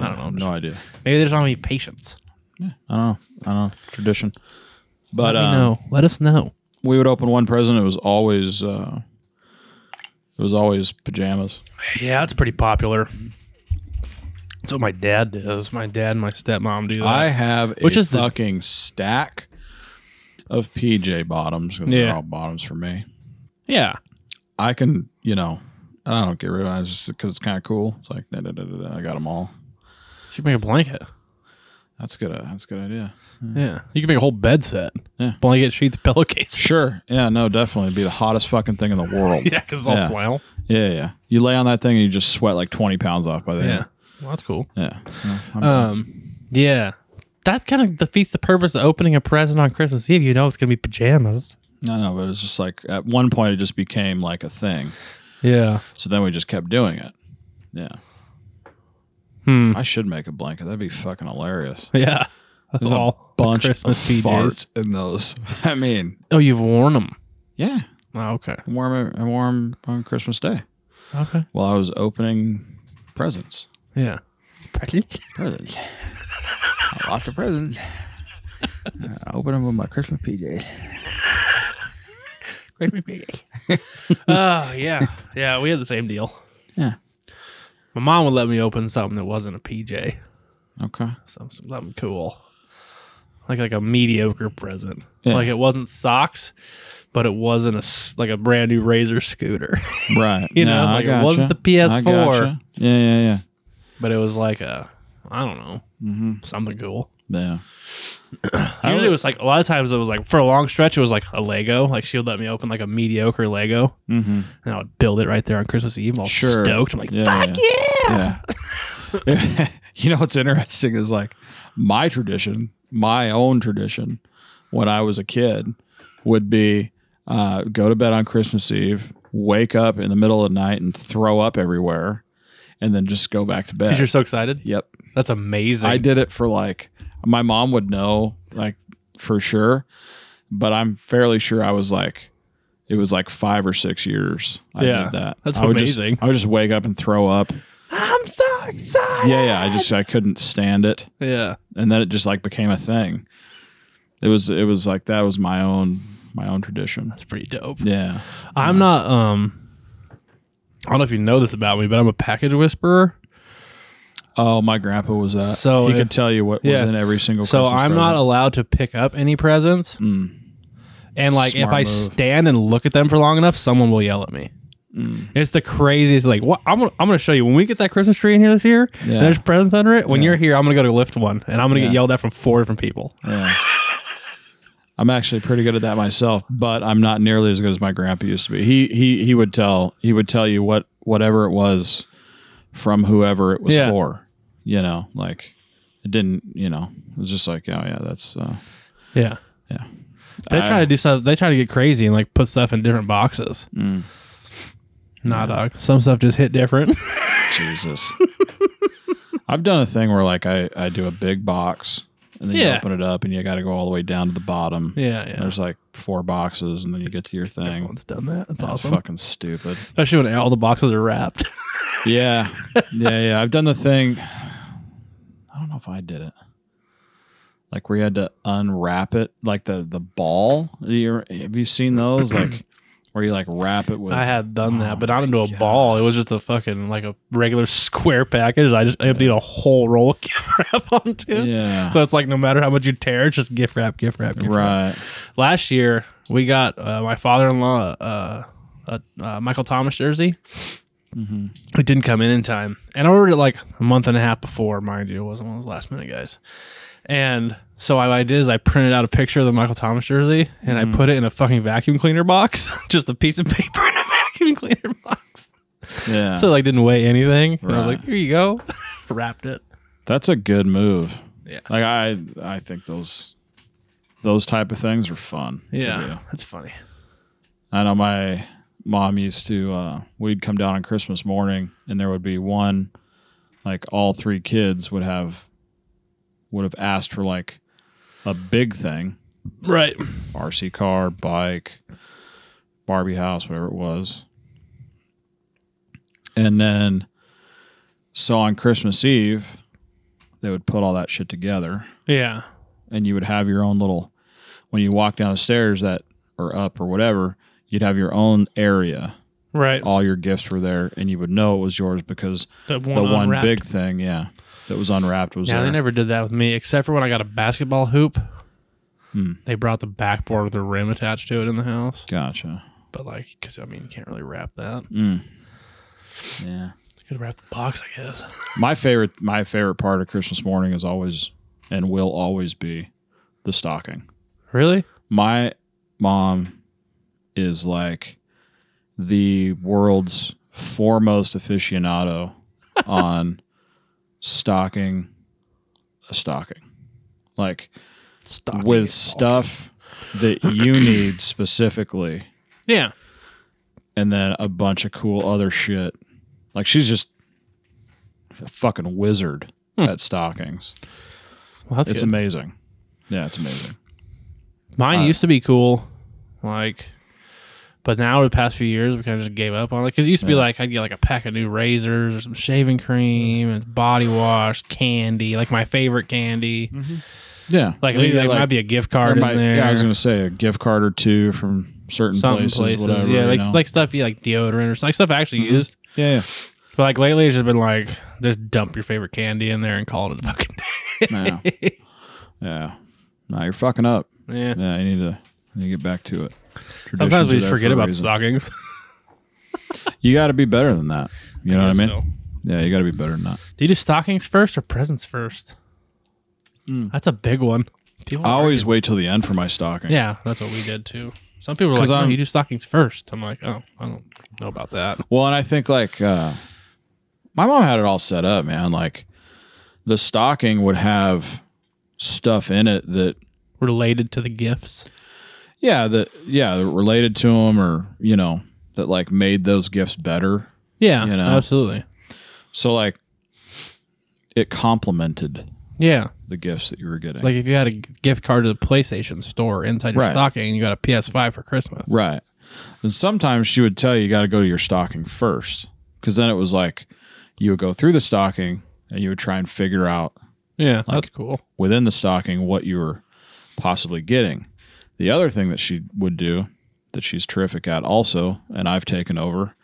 [SPEAKER 1] I don't know.
[SPEAKER 2] No idea.
[SPEAKER 1] Maybe there's not any patience.
[SPEAKER 2] I don't know. I don't know. Tradition. But
[SPEAKER 1] Let
[SPEAKER 2] um,
[SPEAKER 1] me know. Let us know.
[SPEAKER 2] we would open one present. It was always, uh, it was always pajamas.
[SPEAKER 1] Yeah, it's pretty popular. That's what my dad does. My dad and my stepmom do that.
[SPEAKER 2] I have a
[SPEAKER 1] Which is the-
[SPEAKER 2] fucking stack of PJ bottoms. 'cause They're
[SPEAKER 1] Yeah.
[SPEAKER 2] all bottoms for me.
[SPEAKER 1] yeah.
[SPEAKER 2] I can, you know, I don't get rid of it. I just because it's kind of cool. It's like da, da, da, da, da, I got them all.
[SPEAKER 1] You can make a blanket.
[SPEAKER 2] That's good. uh, That's a good idea.
[SPEAKER 1] Yeah. You can make a whole bed set.
[SPEAKER 2] Yeah.
[SPEAKER 1] Blanket, sheets, pillowcases.
[SPEAKER 2] Sure. Yeah. No. Definitely It'd be the hottest fucking thing in the world.
[SPEAKER 1] Yeah, because it's all
[SPEAKER 2] Yeah.
[SPEAKER 1] flannel.
[SPEAKER 2] Yeah. Yeah. You lay on that thing and you just sweat like twenty pounds off by the end.
[SPEAKER 1] Well, that's cool.
[SPEAKER 2] Yeah. No, I'm-
[SPEAKER 1] Um, yeah. That kind of defeats the purpose of opening a present on Christmas Eve. You know it's going to be pajamas.
[SPEAKER 2] no. No. But it's just like at one point it just became like a thing.
[SPEAKER 1] Yeah.
[SPEAKER 2] So then we just kept doing it. Yeah.
[SPEAKER 1] Hmm.
[SPEAKER 2] I should make a blanket. That'd be fucking hilarious.
[SPEAKER 1] Yeah. That's
[SPEAKER 2] There's a
[SPEAKER 1] all.
[SPEAKER 2] bunch
[SPEAKER 1] Christmas
[SPEAKER 2] of
[SPEAKER 1] PJs.
[SPEAKER 2] farts in those. I mean,
[SPEAKER 1] Oh, you've worn them.
[SPEAKER 2] yeah.
[SPEAKER 1] Oh, okay.
[SPEAKER 2] I wore 'em- I wore 'em on Christmas Day.
[SPEAKER 1] Okay.
[SPEAKER 2] while I was opening presents.
[SPEAKER 1] Yeah.
[SPEAKER 2] Presents. Lots of presents. I opened them with my Christmas PJ.
[SPEAKER 1] Oh, yeah. Yeah, we had the same deal.
[SPEAKER 2] Yeah.
[SPEAKER 1] My mom would let me open something that wasn't a PJ.
[SPEAKER 2] Okay.
[SPEAKER 1] Some- something cool, like like a mediocre present.
[SPEAKER 2] Yeah.
[SPEAKER 1] Like it wasn't socks, but it wasn't a s- like a brand new Razor scooter.
[SPEAKER 2] Right.
[SPEAKER 1] You know, like, it wasn't the PS4.
[SPEAKER 2] gotcha. Yeah, yeah, yeah.
[SPEAKER 1] but it was like a I don't know
[SPEAKER 2] Mm-hmm.
[SPEAKER 1] something cool.
[SPEAKER 2] Yeah.
[SPEAKER 1] Usually it was like a lot of times it was like for a long stretch it was like a Lego. Like she would let me open like a mediocre Lego,
[SPEAKER 2] Mm-hmm.
[SPEAKER 1] and I would build it right there on Christmas Eve. All
[SPEAKER 2] Sure.
[SPEAKER 1] stoked. I'm like,
[SPEAKER 2] Fuck yeah. Yeah. you know what's interesting is like my tradition, my own tradition when I was a kid would be uh, go to bed on Christmas Eve, wake up in the middle of the night and throw up everywhere, and then just go back to bed.
[SPEAKER 1] because you're so excited.
[SPEAKER 2] Yep.
[SPEAKER 1] That's amazing.
[SPEAKER 2] I did it for like my mom would know like for sure, but I'm fairly sure I was like it was like five or six years. I
[SPEAKER 1] Yeah,
[SPEAKER 2] did that.
[SPEAKER 1] that's
[SPEAKER 2] I would just-
[SPEAKER 1] amazing.
[SPEAKER 2] I would just wake up and throw up.
[SPEAKER 1] I'm so excited.
[SPEAKER 2] Yeah, yeah. I just I couldn't stand it,
[SPEAKER 1] Yeah.
[SPEAKER 2] and then it just like became a thing. It was it was like that was my own my own tradition.
[SPEAKER 1] That's pretty dope.
[SPEAKER 2] Yeah.
[SPEAKER 1] I'm not um I don't know if you know this about me, but I'm a package whisperer.
[SPEAKER 2] Oh, my grandpa was that.
[SPEAKER 1] So
[SPEAKER 2] he
[SPEAKER 1] if-
[SPEAKER 2] could tell you what was
[SPEAKER 1] yeah.
[SPEAKER 2] in every single.
[SPEAKER 1] So
[SPEAKER 2] Christmas
[SPEAKER 1] I'm not allowed to pick up any presents. And like if
[SPEAKER 2] Mm. Smart
[SPEAKER 1] I
[SPEAKER 2] move.
[SPEAKER 1] stand and look at them for long enough, someone will yell at me.
[SPEAKER 2] present.
[SPEAKER 1] It's the craziest. Like, what? I'm gonna, I'm gonna show you when we get that Christmas tree in here this year.
[SPEAKER 2] Yeah.
[SPEAKER 1] And there's presents under it. When
[SPEAKER 2] Yeah.
[SPEAKER 1] you're here, I'm gonna go to lift one, and I'm gonna
[SPEAKER 2] Yeah.
[SPEAKER 1] get yelled at from four different people.
[SPEAKER 2] Mm, yeah. I'm actually pretty good at that myself, but I'm not nearly as good as my grandpa used to be. He he he would tell he would tell you what whatever it was from whoever it was
[SPEAKER 1] Yeah.
[SPEAKER 2] for. You know, like it didn't. You know, it was just like oh yeah, that's. Uh,
[SPEAKER 1] Yeah,
[SPEAKER 2] Yeah.
[SPEAKER 1] They try
[SPEAKER 2] I-
[SPEAKER 1] to do stuff. They try to get crazy and like put stuff in different boxes.
[SPEAKER 2] Mm.
[SPEAKER 1] Nah, dog. Some stuff just hit different.
[SPEAKER 2] Jesus. I've done a thing where like I, I do a big box and then you
[SPEAKER 1] Yeah.
[SPEAKER 2] open it up and you got to go all the way down to the bottom.
[SPEAKER 1] yeah,
[SPEAKER 2] And
[SPEAKER 1] yeah.
[SPEAKER 2] There's like four boxes and then you get to your thing.
[SPEAKER 1] Everyone's done that. That's
[SPEAKER 2] That's
[SPEAKER 1] awesome.
[SPEAKER 2] fucking stupid.
[SPEAKER 1] Especially when all the boxes are wrapped.
[SPEAKER 2] Yeah. Yeah. Yeah. I've done the thing. I don't know if I did it. Like where you had to unwrap it, like the the ball. You- Have you seen those? Like where you like wrap it with?
[SPEAKER 1] I had done
[SPEAKER 2] Oh
[SPEAKER 1] that, but not into a
[SPEAKER 2] God.
[SPEAKER 1] ball. It was just a fucking like a regular square package. I just emptied a whole roll of gift wrap onto. it.
[SPEAKER 2] Yeah.
[SPEAKER 1] So it's like no matter how much you tear, it's just gift wrap, gift wrap, gift wrap.
[SPEAKER 2] right.
[SPEAKER 1] Last year we got uh, my father in law uh, a uh, Michael Thomas jersey,
[SPEAKER 2] Mm-hmm.
[SPEAKER 1] It didn't come in in time, and I ordered it like a month and a half before, mind you. It wasn't one of those last minute guys. And so what I did is I printed out a picture of the Michael Thomas jersey and
[SPEAKER 2] Mm-hmm.
[SPEAKER 1] I put it in a fucking vacuum cleaner box, just a piece of paper in a vacuum cleaner box.
[SPEAKER 2] Yeah.
[SPEAKER 1] So it, like didn't weigh anything. And I was
[SPEAKER 2] Ah. Right.
[SPEAKER 1] like, here you go, wrapped it.
[SPEAKER 2] That's a good move.
[SPEAKER 1] Yeah.
[SPEAKER 2] Like I I think those those type of things are fun. to do.
[SPEAKER 1] Yeah, that's funny.
[SPEAKER 2] I know my mom used to uh we'd come down on Christmas morning and there would be one like all three kids would have would have asked for like a big thing,
[SPEAKER 1] Right.
[SPEAKER 2] RC car, bike, Barbie house, whatever it was. And then so on Christmas Eve, they would put all that shit together
[SPEAKER 1] Yeah.
[SPEAKER 2] and you would have your own little when you walk down the stairs that or up or whatever you'd have your own area
[SPEAKER 1] Right.
[SPEAKER 2] all your gifts were there and you would know it was yours because
[SPEAKER 1] The one,
[SPEAKER 2] the one
[SPEAKER 1] unwrapped.
[SPEAKER 2] big thing yeah that was unwrapped was
[SPEAKER 1] Yeah,
[SPEAKER 2] there
[SPEAKER 1] they never did that with me, except for when I got a basketball hoop.
[SPEAKER 2] Hmm.
[SPEAKER 1] They brought the backboard with a rim attached to it in the house,
[SPEAKER 2] gotcha
[SPEAKER 1] but like, because I mean, you can't really wrap that.
[SPEAKER 2] mm. yeah
[SPEAKER 1] Could wrap the box, I guess.
[SPEAKER 2] my favorite my favorite part of christmas morning is always and will always be the stocking
[SPEAKER 1] Really?
[SPEAKER 2] my mom is like the world's foremost aficionado on stocking a stocking like
[SPEAKER 1] Stock
[SPEAKER 2] with stuff that you need specifically
[SPEAKER 1] Yeah.
[SPEAKER 2] and then a bunch of cool other shit like she's just a fucking wizard at stockings
[SPEAKER 1] Well, Hmm. that's
[SPEAKER 2] it's
[SPEAKER 1] good.
[SPEAKER 2] amazing yeah it's amazing
[SPEAKER 1] Mine
[SPEAKER 2] uh,
[SPEAKER 1] used to be cool, like, but now over the past few years, we kind of just gave up on it. Because it used to be
[SPEAKER 2] Yeah.
[SPEAKER 1] like I'd get like a pack of new razors or some shaving cream and body wash, candy, like my favorite candy.
[SPEAKER 2] Mm-hmm. yeah
[SPEAKER 1] Like,
[SPEAKER 2] I mean,
[SPEAKER 1] maybe there
[SPEAKER 2] like-
[SPEAKER 1] might be a gift card
[SPEAKER 2] There
[SPEAKER 1] in
[SPEAKER 2] might-
[SPEAKER 1] there.
[SPEAKER 2] Yeah, I was gonna say a gift card or two from certain
[SPEAKER 1] some
[SPEAKER 2] places,
[SPEAKER 1] places,
[SPEAKER 2] whatever.
[SPEAKER 1] yeah,
[SPEAKER 2] you
[SPEAKER 1] like
[SPEAKER 2] know? Mm-hmm.
[SPEAKER 1] like stuff you like deodorant or something, like stuff I actually used.
[SPEAKER 2] yeah,
[SPEAKER 1] But like lately, it's just been like just dump your favorite candy in there and call it a fucking day.
[SPEAKER 2] yeah, yeah. yeah. No, you're fucking up.
[SPEAKER 1] yeah.
[SPEAKER 2] Yeah, you need to you need to get back to it.
[SPEAKER 1] Sometimes
[SPEAKER 2] Traditions
[SPEAKER 1] we
[SPEAKER 2] are
[SPEAKER 1] just
[SPEAKER 2] there for
[SPEAKER 1] forget
[SPEAKER 2] a
[SPEAKER 1] about the
[SPEAKER 2] reason.
[SPEAKER 1] stockings.
[SPEAKER 2] You got to be better than that. You know what I
[SPEAKER 1] guess
[SPEAKER 2] mean?
[SPEAKER 1] so.
[SPEAKER 2] Yeah, you got to be better than that.
[SPEAKER 1] Do you do stockings first or presents first? That's a big one. People
[SPEAKER 2] Hmm. I
[SPEAKER 1] are-
[SPEAKER 2] always wait till the end for my stocking.
[SPEAKER 1] yeah, that's what we did too. Some people are like,
[SPEAKER 2] 'Cause
[SPEAKER 1] no,
[SPEAKER 2] I'm-
[SPEAKER 1] you do stockings first. I'm like, oh, I don't know about that.
[SPEAKER 2] Well, and I think like uh, my mom had it all set up, man. Like the stocking would have stuff in it that
[SPEAKER 1] Related to the gifts.
[SPEAKER 2] yeah that yeah that related to them or you know that like made those gifts better
[SPEAKER 1] Yeah,
[SPEAKER 2] You know?
[SPEAKER 1] absolutely.
[SPEAKER 2] So like it complemented
[SPEAKER 1] Yeah,
[SPEAKER 2] the gifts that you were getting.
[SPEAKER 1] like if you had a g- gift card to the PlayStation store inside your
[SPEAKER 2] Right.
[SPEAKER 1] stocking, and you got a PS5 for Christmas.
[SPEAKER 2] right. And sometimes she would tell you you got to go to your stocking first cuz then it was like you would go through the stocking and you would try and figure out
[SPEAKER 1] Yeah, that's cool.
[SPEAKER 2] within the stocking what you were possibly getting. The other thing that she would do that she's terrific at also and I've taken over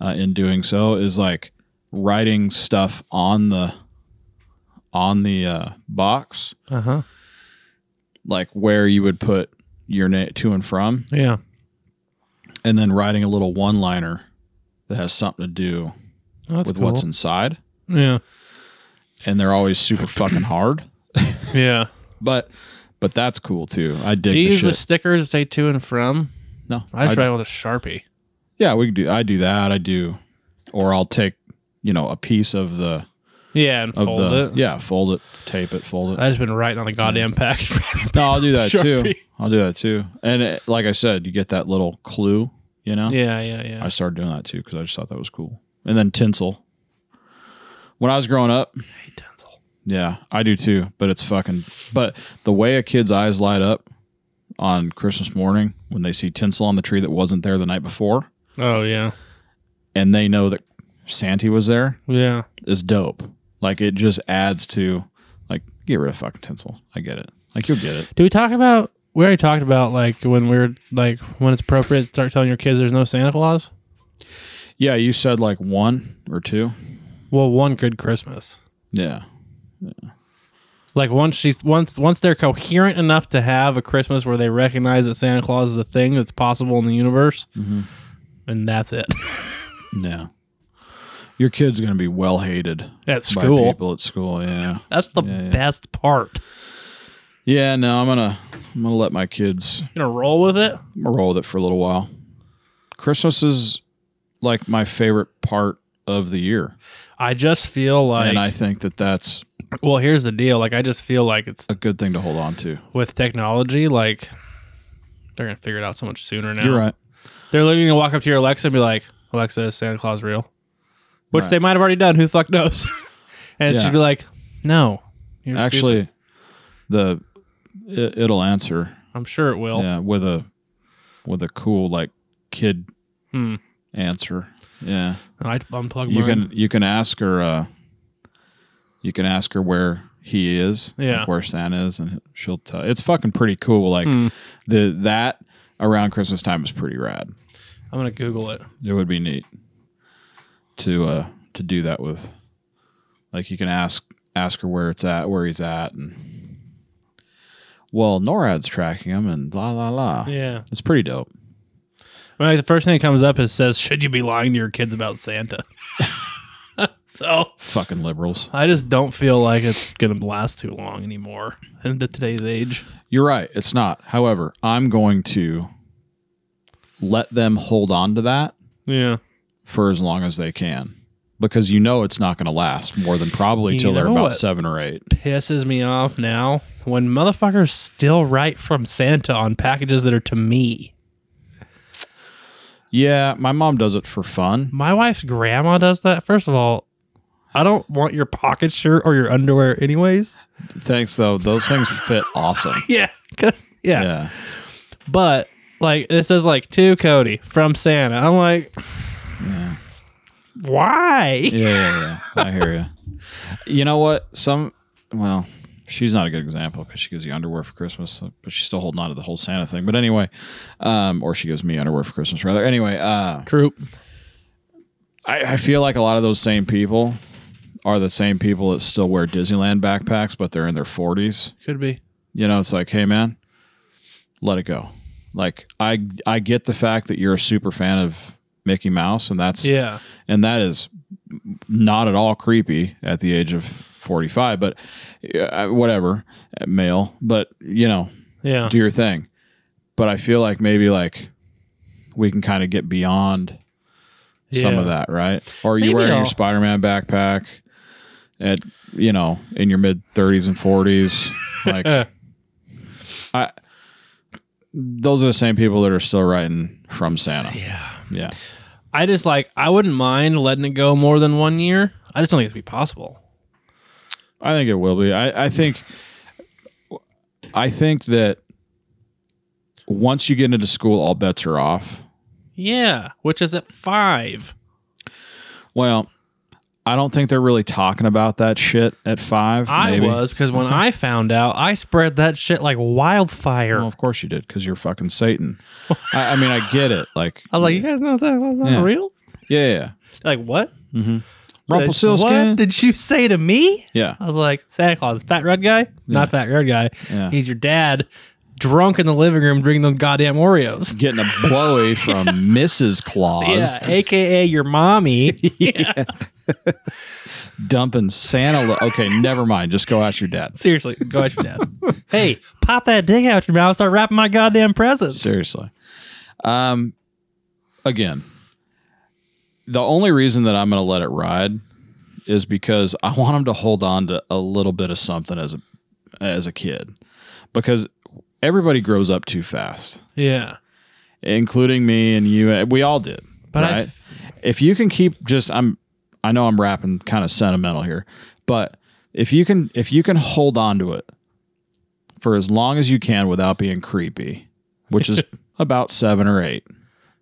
[SPEAKER 2] uh, in doing so is like writing stuff on the on the uh, box
[SPEAKER 1] Uh huh.
[SPEAKER 2] like where you would put your name to and from,
[SPEAKER 1] Yeah.
[SPEAKER 2] and then writing a little one liner that has something to do
[SPEAKER 1] Oh, that's
[SPEAKER 2] with
[SPEAKER 1] cool.
[SPEAKER 2] what's inside.
[SPEAKER 1] Yeah.
[SPEAKER 2] And they're always super fucking hard,
[SPEAKER 1] Yeah.
[SPEAKER 2] but but that's cool too. I dig
[SPEAKER 1] Do you
[SPEAKER 2] the
[SPEAKER 1] use
[SPEAKER 2] shit.
[SPEAKER 1] the stickers that say to and from?
[SPEAKER 2] no,
[SPEAKER 1] I just
[SPEAKER 2] I-
[SPEAKER 1] write with a sharpie.
[SPEAKER 2] yeah, we could do. I do that. I do, or I'll take you know a piece of the
[SPEAKER 1] Yeah, and
[SPEAKER 2] of
[SPEAKER 1] fold
[SPEAKER 2] the
[SPEAKER 1] it.
[SPEAKER 2] yeah, fold it, tape it, fold it.
[SPEAKER 1] I just been writing on the goddamn package.
[SPEAKER 2] no, I'll do that too.
[SPEAKER 1] Sharpie.
[SPEAKER 2] I'll do that too. And it, like I said, you get that little clue. You know,
[SPEAKER 1] yeah, yeah, yeah.
[SPEAKER 2] I started doing that too because I just thought that was cool. And then tinsel. When I was growing up,
[SPEAKER 1] hate tinsel.
[SPEAKER 2] yeah, I do too, but it's fucking. But the way a kid's eyes light up on Christmas morning when they see tinsel on the tree that wasn't there the night before
[SPEAKER 1] Oh yeah,
[SPEAKER 2] and they know that Santa was there
[SPEAKER 1] yeah.
[SPEAKER 2] is dope. Like it just adds to, like, get rid of fucking tinsel. I get it. Like you'll get it.
[SPEAKER 1] Do we talk about? We already talked about like when we're like when it's appropriate to start telling your kids there's no Santa Claus.
[SPEAKER 2] Yeah, you said like one or two.
[SPEAKER 1] Well, one good Christmas.
[SPEAKER 2] Yeah.
[SPEAKER 1] Like once she's once once they're coherent enough to have a Christmas where they recognize that Santa Claus is a
[SPEAKER 2] Mm-hmm.
[SPEAKER 1] thing that's possible in the universe, and that's it.
[SPEAKER 2] Yeah. Your kid's gonna be well hated
[SPEAKER 5] At
[SPEAKER 2] by
[SPEAKER 5] school.
[SPEAKER 2] people at school. Yeah,
[SPEAKER 5] That's the
[SPEAKER 2] Yeah, yeah.
[SPEAKER 5] best part.
[SPEAKER 2] yeah. No, I'm gonna I'm gonna let my kids
[SPEAKER 1] gonna roll with it.
[SPEAKER 2] I'm gonna roll with it for a little while. Christmas is like my favorite part of the year,
[SPEAKER 1] I just feel like
[SPEAKER 2] and I think that that's
[SPEAKER 1] well, here's the deal. Like I just feel like it's
[SPEAKER 2] a good thing to hold on to.
[SPEAKER 1] with technology, like they're gonna figure it out so much sooner now.
[SPEAKER 2] You're right.
[SPEAKER 1] They're literally gonna walk up to your Alexa and be like, "Alexa, is Santa Claus real?" Which
[SPEAKER 2] Right.
[SPEAKER 1] they might have already done. Who the fuck knows? and
[SPEAKER 2] Yeah.
[SPEAKER 1] she'd be like, "No." You're stupid."
[SPEAKER 2] Actually, the it, it'll answer.
[SPEAKER 1] I'm sure it will.
[SPEAKER 2] Yeah, with a with a cool like kid
[SPEAKER 1] Hmm.
[SPEAKER 2] answer. Yeah.
[SPEAKER 1] I unplug
[SPEAKER 2] you
[SPEAKER 1] mine.
[SPEAKER 2] can you can ask her uh you can ask her where he is like,
[SPEAKER 1] Yeah. Hmm.
[SPEAKER 2] where santa is and she'll tell it's fucking pretty cool like the that around christmas time is pretty rad
[SPEAKER 1] I'm gonna Google it.
[SPEAKER 2] it would be neat to uh to do that with like you can ask ask her where it's at where he's at and well norad's tracking him and la la la
[SPEAKER 1] Yeah.
[SPEAKER 2] it's pretty dope
[SPEAKER 1] Well, like, the first thing that comes up is says, "Should you be lying to your kids about Santa?" so
[SPEAKER 2] fucking liberals
[SPEAKER 1] I just don't feel like it's gonna last too long anymore in the- today's age.
[SPEAKER 2] You're right. It's not. However, I'm going to let them hold on to that
[SPEAKER 1] Yeah,
[SPEAKER 2] for as long as they can because you know it's not going to last more than probably
[SPEAKER 5] You
[SPEAKER 2] till they're
[SPEAKER 5] know
[SPEAKER 2] about
[SPEAKER 5] what?
[SPEAKER 2] seven or eight.
[SPEAKER 1] pisses me off now when motherfuckers still write from Santa on packages that are to me.
[SPEAKER 2] Yeah, my mom does it for fun.
[SPEAKER 5] My wife's grandma does that. First of all, I don't want your pocket shirt or your underwear, anyways.
[SPEAKER 2] Thanks, though. Those things fit awesome.
[SPEAKER 5] Yeah, cause yeah.
[SPEAKER 2] Yeah.
[SPEAKER 5] But like it says, like to Cody from Santa. I'm like, why?
[SPEAKER 2] Yeah, yeah, yeah. I hear you. You know what? Some, well, she's not a good example because she gives you underwear for Christmas, uh, but she's still holding on to the whole Santa thing. But anyway, um, or she gives me underwear for Christmas, rather. Anyway, uh,
[SPEAKER 1] True.
[SPEAKER 2] I, I feel like a lot of those same people are the same people that still wear Disneyland backpacks, but they're in their 40s.
[SPEAKER 1] Could be.
[SPEAKER 2] You know, it's like, hey, man, let it go. Like, I I get the fact that you're a super fan of Mickey Mouse, and that's
[SPEAKER 1] Yeah.
[SPEAKER 2] and that is not at all creepy at the age of 45. But uh, whatever, uh, male. But you know,
[SPEAKER 1] Yeah.
[SPEAKER 2] do your thing. But I feel like maybe like we can kind of get beyond some
[SPEAKER 1] Yeah.
[SPEAKER 2] of that, right? Or are you
[SPEAKER 1] Maybe
[SPEAKER 2] wearing
[SPEAKER 1] I'll-
[SPEAKER 2] your Spider Man backpack at you know, in your mid thirties and forties. Like I those are the same people that are still writing from Santa.
[SPEAKER 1] Yeah.
[SPEAKER 2] Yeah.
[SPEAKER 1] I just like I wouldn't mind letting it go more than one year. I just don't think it's be possible.
[SPEAKER 2] I think it will be. I, I think I think that once you get into school all bets are off.
[SPEAKER 1] Yeah, which is at five.
[SPEAKER 2] Well, I don't think they're really talking about that shit at five.
[SPEAKER 1] I
[SPEAKER 2] maybe.
[SPEAKER 1] was because when I found out, I spread that shit like wildfire.
[SPEAKER 2] Well, of course you did, because you're fucking Satan. I, I mean, I get it. Like,
[SPEAKER 5] I was like, you guys know that was not
[SPEAKER 2] Yeah.
[SPEAKER 5] real.
[SPEAKER 2] yeah, yeah.
[SPEAKER 5] Like what? What
[SPEAKER 2] Rumpelstiltskin.
[SPEAKER 5] did you say to me?
[SPEAKER 2] yeah,
[SPEAKER 5] I was like, Santa Claus, fat red guy, not fat red guy.
[SPEAKER 2] Yeah.
[SPEAKER 5] He's your dad, drunk in the living room drinking them goddamn Oreos.
[SPEAKER 2] getting a blowy from Mrs. Claus,
[SPEAKER 5] Yeah, aka your mommy.
[SPEAKER 2] dumping Santa. Lo- okay, never mind. Just go ask your dad.
[SPEAKER 5] Seriously, go at your dad. hey, pop that dick out your mouth. and Start wrapping my goddamn presents.
[SPEAKER 2] Seriously. Um, again, the only reason that I'm going to let it ride is because I want him to hold on to a little bit of something as a as a kid, because everybody grows up too fast.
[SPEAKER 1] yeah,
[SPEAKER 2] including me and you. uh, We all did.
[SPEAKER 1] But I-
[SPEAKER 2] right? if you can keep just, I'm, I know I'm rapping kind of sentimental here, but if you can, if you can hold on to it for as long as you can without being creepy, which is about seven or eight.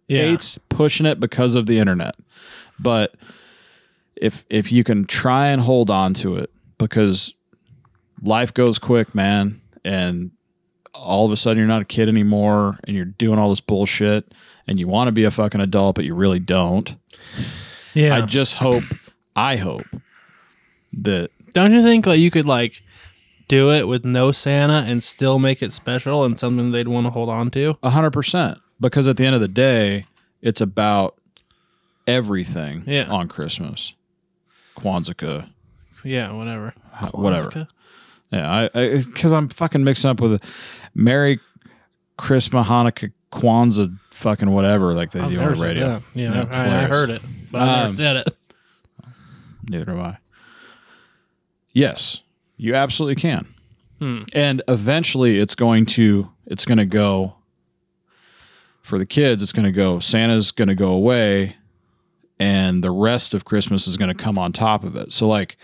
[SPEAKER 1] yeah.
[SPEAKER 2] Eight's pushing it because of the internet, but if if you can try and hold on to it because life goes quick, man, and all of a sudden you're not a kid anymore and you're doing all this bullshit and you want to be a fucking adult but you really don't.
[SPEAKER 1] yeah.
[SPEAKER 2] I just hope I hope that
[SPEAKER 1] Don't you think like you could like do it with no Santa and still make it special and something they'd want to hold on to?
[SPEAKER 2] 100% because at the end of the day it's about everything
[SPEAKER 1] Yeah.
[SPEAKER 2] on Christmas. Kwanzaa,
[SPEAKER 1] Yeah, whatever.
[SPEAKER 2] Uh, whatever. Yeah, I because I, am fucking mixing up with Merry Christmas, Hanukkah, Kwanzaa, fucking whatever like they
[SPEAKER 1] I've
[SPEAKER 2] do on
[SPEAKER 1] never
[SPEAKER 2] the
[SPEAKER 1] said
[SPEAKER 2] radio.
[SPEAKER 1] that. Oh, Yeah,
[SPEAKER 2] Yeah, it's
[SPEAKER 1] I, I
[SPEAKER 2] hilarious.
[SPEAKER 1] heard it, but I never
[SPEAKER 2] Um,
[SPEAKER 1] said it.
[SPEAKER 2] Neither have I. Yes, you absolutely can.
[SPEAKER 1] Hmm.
[SPEAKER 2] And eventually, it's going to it's going to go. For the kids, it's going to go. Santa's going to go away, and the rest of Christmas is going to come on top of it. So, like,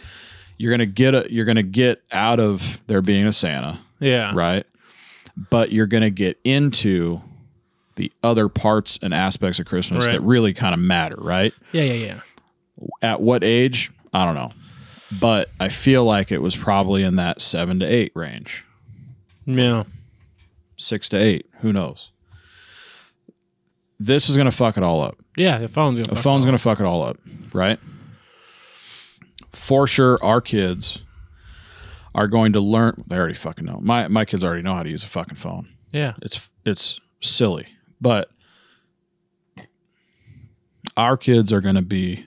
[SPEAKER 2] you're going to get a, you're going to get out of there being a Santa,
[SPEAKER 1] Yeah,
[SPEAKER 2] right? But you're going to get into the other parts and aspects of Christmas
[SPEAKER 1] Right.
[SPEAKER 2] that really kind of matter, right?
[SPEAKER 1] yeah, yeah, yeah.
[SPEAKER 2] at what age i don't know but i feel like it was probably in that seven to eight range
[SPEAKER 1] Yeah,
[SPEAKER 2] six to eight who knows this is gonna fuck it all up
[SPEAKER 1] yeah. The phone's gonna.
[SPEAKER 2] the
[SPEAKER 1] fuck
[SPEAKER 2] phone's
[SPEAKER 1] up.
[SPEAKER 2] gonna fuck it all up right for sure our kids are going to learn they already fucking know my my kids already know how to use a fucking phone
[SPEAKER 1] Yeah,
[SPEAKER 2] it's it's silly but our kids are going to be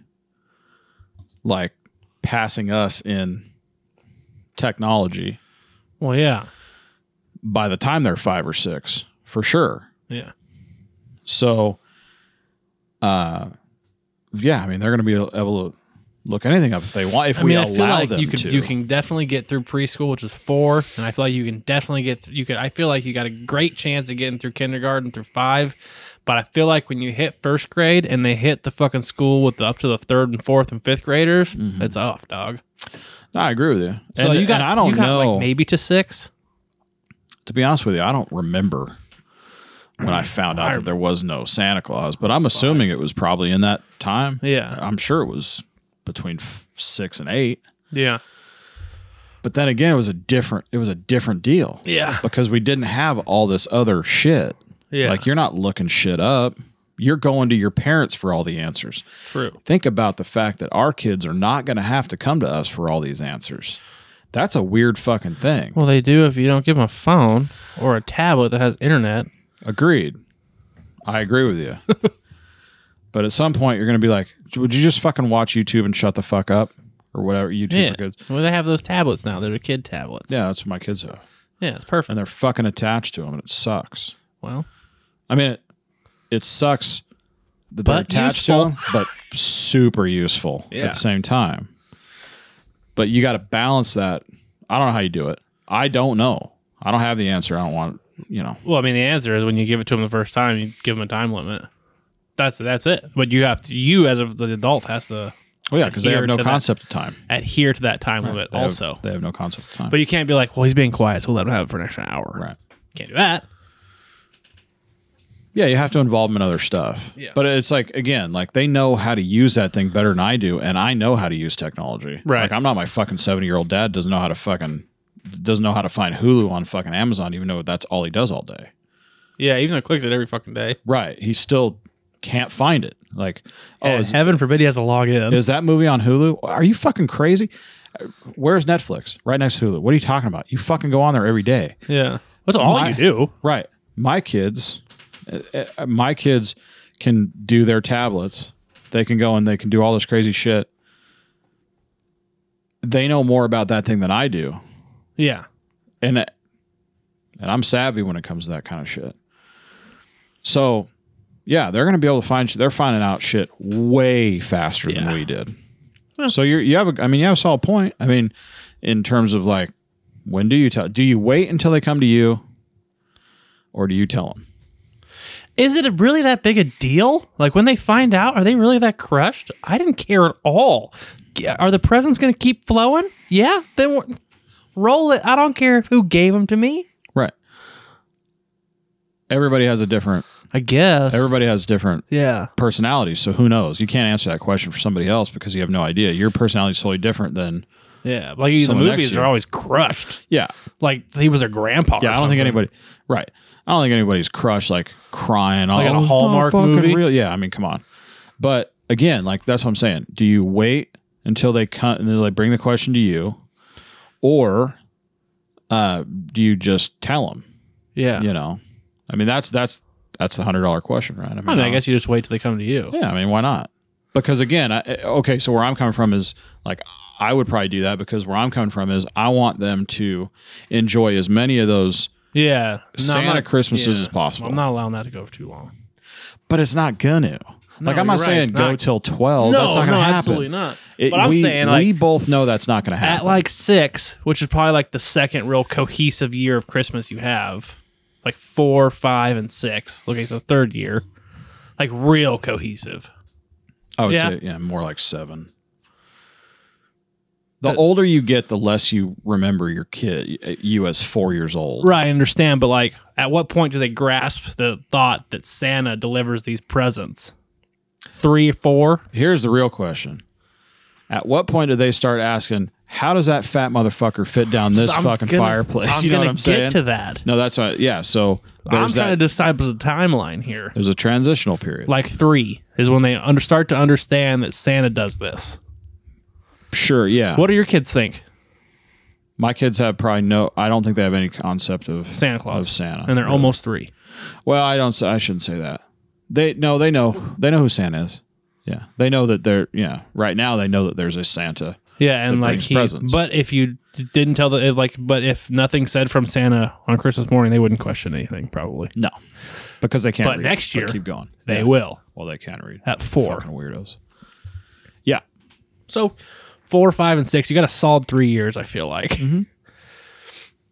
[SPEAKER 2] like passing us in technology
[SPEAKER 1] well, yeah,
[SPEAKER 2] by the time they're 5 or 6 for sure
[SPEAKER 1] yeah,
[SPEAKER 2] so uh yeah i mean they're going to be able to look anything up if they want if
[SPEAKER 1] I
[SPEAKER 2] we
[SPEAKER 1] mean, I feel
[SPEAKER 2] allow
[SPEAKER 1] like
[SPEAKER 2] them
[SPEAKER 1] you can
[SPEAKER 2] to
[SPEAKER 1] you can definitely get through preschool, which is four, and I feel like you can definitely get th- you could. I feel like you got a great chance of getting through kindergarten through five, but I feel like when you hit first grade and they hit the fucking school with the, up to the third and fourth and fifth graders, it's off, dog.
[SPEAKER 2] No, i agree with you
[SPEAKER 1] Mm-hmm. So
[SPEAKER 2] and,
[SPEAKER 1] you got
[SPEAKER 2] and i don't
[SPEAKER 1] you got
[SPEAKER 2] know
[SPEAKER 1] like maybe to six.
[SPEAKER 2] to be honest with you, I don't remember when I found out that there was no Santa Claus, but I'm assuming it was probably in that time.
[SPEAKER 1] Yeah.
[SPEAKER 2] I'm sure it was between f- six and eight.
[SPEAKER 1] Yeah,
[SPEAKER 2] But then again, it was a different. It was a different deal.
[SPEAKER 1] Yeah.
[SPEAKER 2] because we didn't have all this other shit.
[SPEAKER 1] yeah,
[SPEAKER 2] Like you're not looking shit up. You're going to your parents for all the answers.
[SPEAKER 1] true.
[SPEAKER 2] Think about the fact that our kids are not going to have to come to us for all these answers. That's a weird fucking thing.
[SPEAKER 1] Well, they do if you don't give them a phone or a tablet that has internet.
[SPEAKER 2] Agreed. I agree with you. but at some point, you're going to be like, would you just fucking watch YouTube and shut the fuck up or whatever YouTube
[SPEAKER 1] Yeah,
[SPEAKER 2] for kids?
[SPEAKER 1] well, they have those tablets now. They're the kid tablets.
[SPEAKER 2] Yeah, that's what my kids have.
[SPEAKER 1] yeah, it's perfect.
[SPEAKER 2] And they're fucking attached to them and it sucks.
[SPEAKER 1] Well,
[SPEAKER 2] I mean, it, it sucks that they're
[SPEAKER 1] But
[SPEAKER 2] attached
[SPEAKER 1] useful.
[SPEAKER 2] to them, but super useful
[SPEAKER 1] Yeah.
[SPEAKER 2] at the same time. But you got to balance that. I don't know how you do it. I don't know. I don't have the answer. I don't want, you know.
[SPEAKER 1] Well, I mean, the answer is when you give it to them the first time, you give them a time limit. That's that's it. But you have to, you as a, the adult has to
[SPEAKER 2] Well, Oh, yeah, because they
[SPEAKER 1] Adhere
[SPEAKER 2] have no
[SPEAKER 1] to that.
[SPEAKER 2] concept of time.
[SPEAKER 1] adhere to that time limit
[SPEAKER 2] They have-
[SPEAKER 1] also.
[SPEAKER 2] they have no concept of time.
[SPEAKER 1] but you can't be like, well, he's being quiet, so we'll let him have it for an extra hour.
[SPEAKER 2] Right.
[SPEAKER 1] Can't do that.
[SPEAKER 2] Yeah, you have to involve them in other stuff.
[SPEAKER 1] Yeah.
[SPEAKER 2] But it's like again, like they know how to use that thing better than I do, and I know how to use technology.
[SPEAKER 1] Right.
[SPEAKER 2] Like I'm not my fucking seventy year old dad doesn't know how to fucking doesn't know how to find Hulu on fucking Amazon, even though that's all he does all day.
[SPEAKER 1] Yeah, even though it clicks it every fucking day.
[SPEAKER 2] Right. He still can't find it. Like, oh, is,
[SPEAKER 1] heaven forbid he has to log in.
[SPEAKER 2] is that movie on Hulu? Are you fucking crazy? Where's Netflix? Right next to Hulu. What are you talking about? You fucking go on there every day.
[SPEAKER 1] yeah. That's all
[SPEAKER 2] My-
[SPEAKER 1] you do.
[SPEAKER 2] Right. My kids, uh, uh, my kids can do their tablets. They can go and they can do all this crazy shit. They know more about that thing than I do,
[SPEAKER 1] Yeah.
[SPEAKER 2] and and I'm savvy when it comes to that kind of shit. So, yeah, they're going to be able to find. They're finding out shit way faster
[SPEAKER 1] Yeah.
[SPEAKER 2] than we did. So you you have a I mean you have a solid point. I mean, in terms of like, when do you tell? Do you wait until they come to you, or do you tell them?
[SPEAKER 1] Is it really that big a deal? Like when they find out, are they really that crushed? I didn't care at all. G- Are the presents going to keep flowing? Yeah. Then we're- roll it. I don't care who gave them to me.
[SPEAKER 2] Right. Everybody has a different.
[SPEAKER 1] I guess.
[SPEAKER 2] Everybody has different
[SPEAKER 1] yeah.
[SPEAKER 2] personalities. So who knows? You can't answer that question for somebody else because you have no idea. Your personality is totally different than.
[SPEAKER 1] Yeah. Like the
[SPEAKER 2] Someone next
[SPEAKER 1] movies
[SPEAKER 2] to you.
[SPEAKER 1] are always crushed.
[SPEAKER 2] Yeah.
[SPEAKER 1] Like he was a grandpa.
[SPEAKER 2] Yeah.
[SPEAKER 1] or
[SPEAKER 2] I don't think
[SPEAKER 1] something.
[SPEAKER 2] anybody. Right. I don't think anybody's crushed like crying.
[SPEAKER 1] Like in a
[SPEAKER 2] "Oh, it's not
[SPEAKER 1] Hallmark
[SPEAKER 2] fucking
[SPEAKER 1] movie?"
[SPEAKER 2] Real. Yeah. I mean, come on. But again, like that's what I'm saying. Do you wait until they come until they bring the question to you, or uh, do you just tell them?
[SPEAKER 1] Yeah.
[SPEAKER 2] You know. I mean, that's that's that's the hundred dollar question, right?
[SPEAKER 1] I mean, I guess you just wait till they come to you.
[SPEAKER 2] Yeah, I mean, why not? because again, I, eh, okay, so where I'm coming from is like I would probably do that because where I'm coming from is I want them to enjoy as many of those
[SPEAKER 1] Yeah.
[SPEAKER 2] Santa Christmases
[SPEAKER 1] yeah.
[SPEAKER 2] as possible.
[SPEAKER 1] I'm not allowing that to go for too long.
[SPEAKER 2] but it's not gonna. like
[SPEAKER 1] you're
[SPEAKER 2] I'm not
[SPEAKER 1] right,
[SPEAKER 2] saying
[SPEAKER 1] it's
[SPEAKER 2] go
[SPEAKER 1] not-
[SPEAKER 2] till twelve. that's not gonna happen.
[SPEAKER 1] absolutely not.
[SPEAKER 2] It-
[SPEAKER 1] but I'm
[SPEAKER 2] we,
[SPEAKER 1] saying
[SPEAKER 2] we
[SPEAKER 1] like
[SPEAKER 2] both know that's not gonna happen.
[SPEAKER 1] at like six, which is probably like the second real cohesive year of Christmas you have, like four, five, and six. Look at the third year, like real cohesive.
[SPEAKER 2] I would
[SPEAKER 1] Yeah.
[SPEAKER 2] say Oh, yeah, more like seven. The,
[SPEAKER 1] The-
[SPEAKER 2] older you get, the less you remember your kid, eh, you as four years old.
[SPEAKER 1] Right, I understand, but like, at what point do they grasp the thought that Santa delivers these presents? Three, four.
[SPEAKER 2] Here's the real question: At what point do they start asking, "How does that fat motherfucker fit down this
[SPEAKER 1] I'm
[SPEAKER 2] fucking
[SPEAKER 1] gonna-
[SPEAKER 2] fireplace?"
[SPEAKER 1] I'm
[SPEAKER 2] you know
[SPEAKER 1] gonna
[SPEAKER 2] what I'm saying?
[SPEAKER 1] Get to that.
[SPEAKER 2] no, that's what. Yeah, so
[SPEAKER 1] I'm
[SPEAKER 2] there's
[SPEAKER 1] trying to
[SPEAKER 2] that.
[SPEAKER 1] decide the timeline here.
[SPEAKER 2] there's a transitional period.
[SPEAKER 1] Like three is when they under, start to understand that Santa does this.
[SPEAKER 2] sure, yeah.
[SPEAKER 1] What do your kids think?
[SPEAKER 2] My kids have probably no. I don't think they have any concept of
[SPEAKER 1] Santa Claus.
[SPEAKER 2] Of Santa,
[SPEAKER 1] And they're
[SPEAKER 2] really.
[SPEAKER 1] almost three.
[SPEAKER 2] Well, I don't. s- I shouldn't say that. They no. They know. They know who Santa is. Yeah, they know that they're. Yeah, right now they know that there's a Santa.
[SPEAKER 1] Yeah, and
[SPEAKER 2] That
[SPEAKER 1] like
[SPEAKER 2] brings
[SPEAKER 1] he,
[SPEAKER 2] presents.
[SPEAKER 1] but if you d- didn't tell the if, like, but if nothing said from Santa on Christmas morning, they wouldn't question anything. Probably
[SPEAKER 2] No, because they can't.
[SPEAKER 1] But
[SPEAKER 2] read.
[SPEAKER 1] next year,
[SPEAKER 2] keep going.
[SPEAKER 1] they
[SPEAKER 2] Yeah.
[SPEAKER 1] will
[SPEAKER 2] Well, they can read.
[SPEAKER 1] at four.
[SPEAKER 2] Fucking weirdos. Yeah,
[SPEAKER 1] So four, five, and six, you got a solid three years, I feel like.
[SPEAKER 2] Mm-hmm.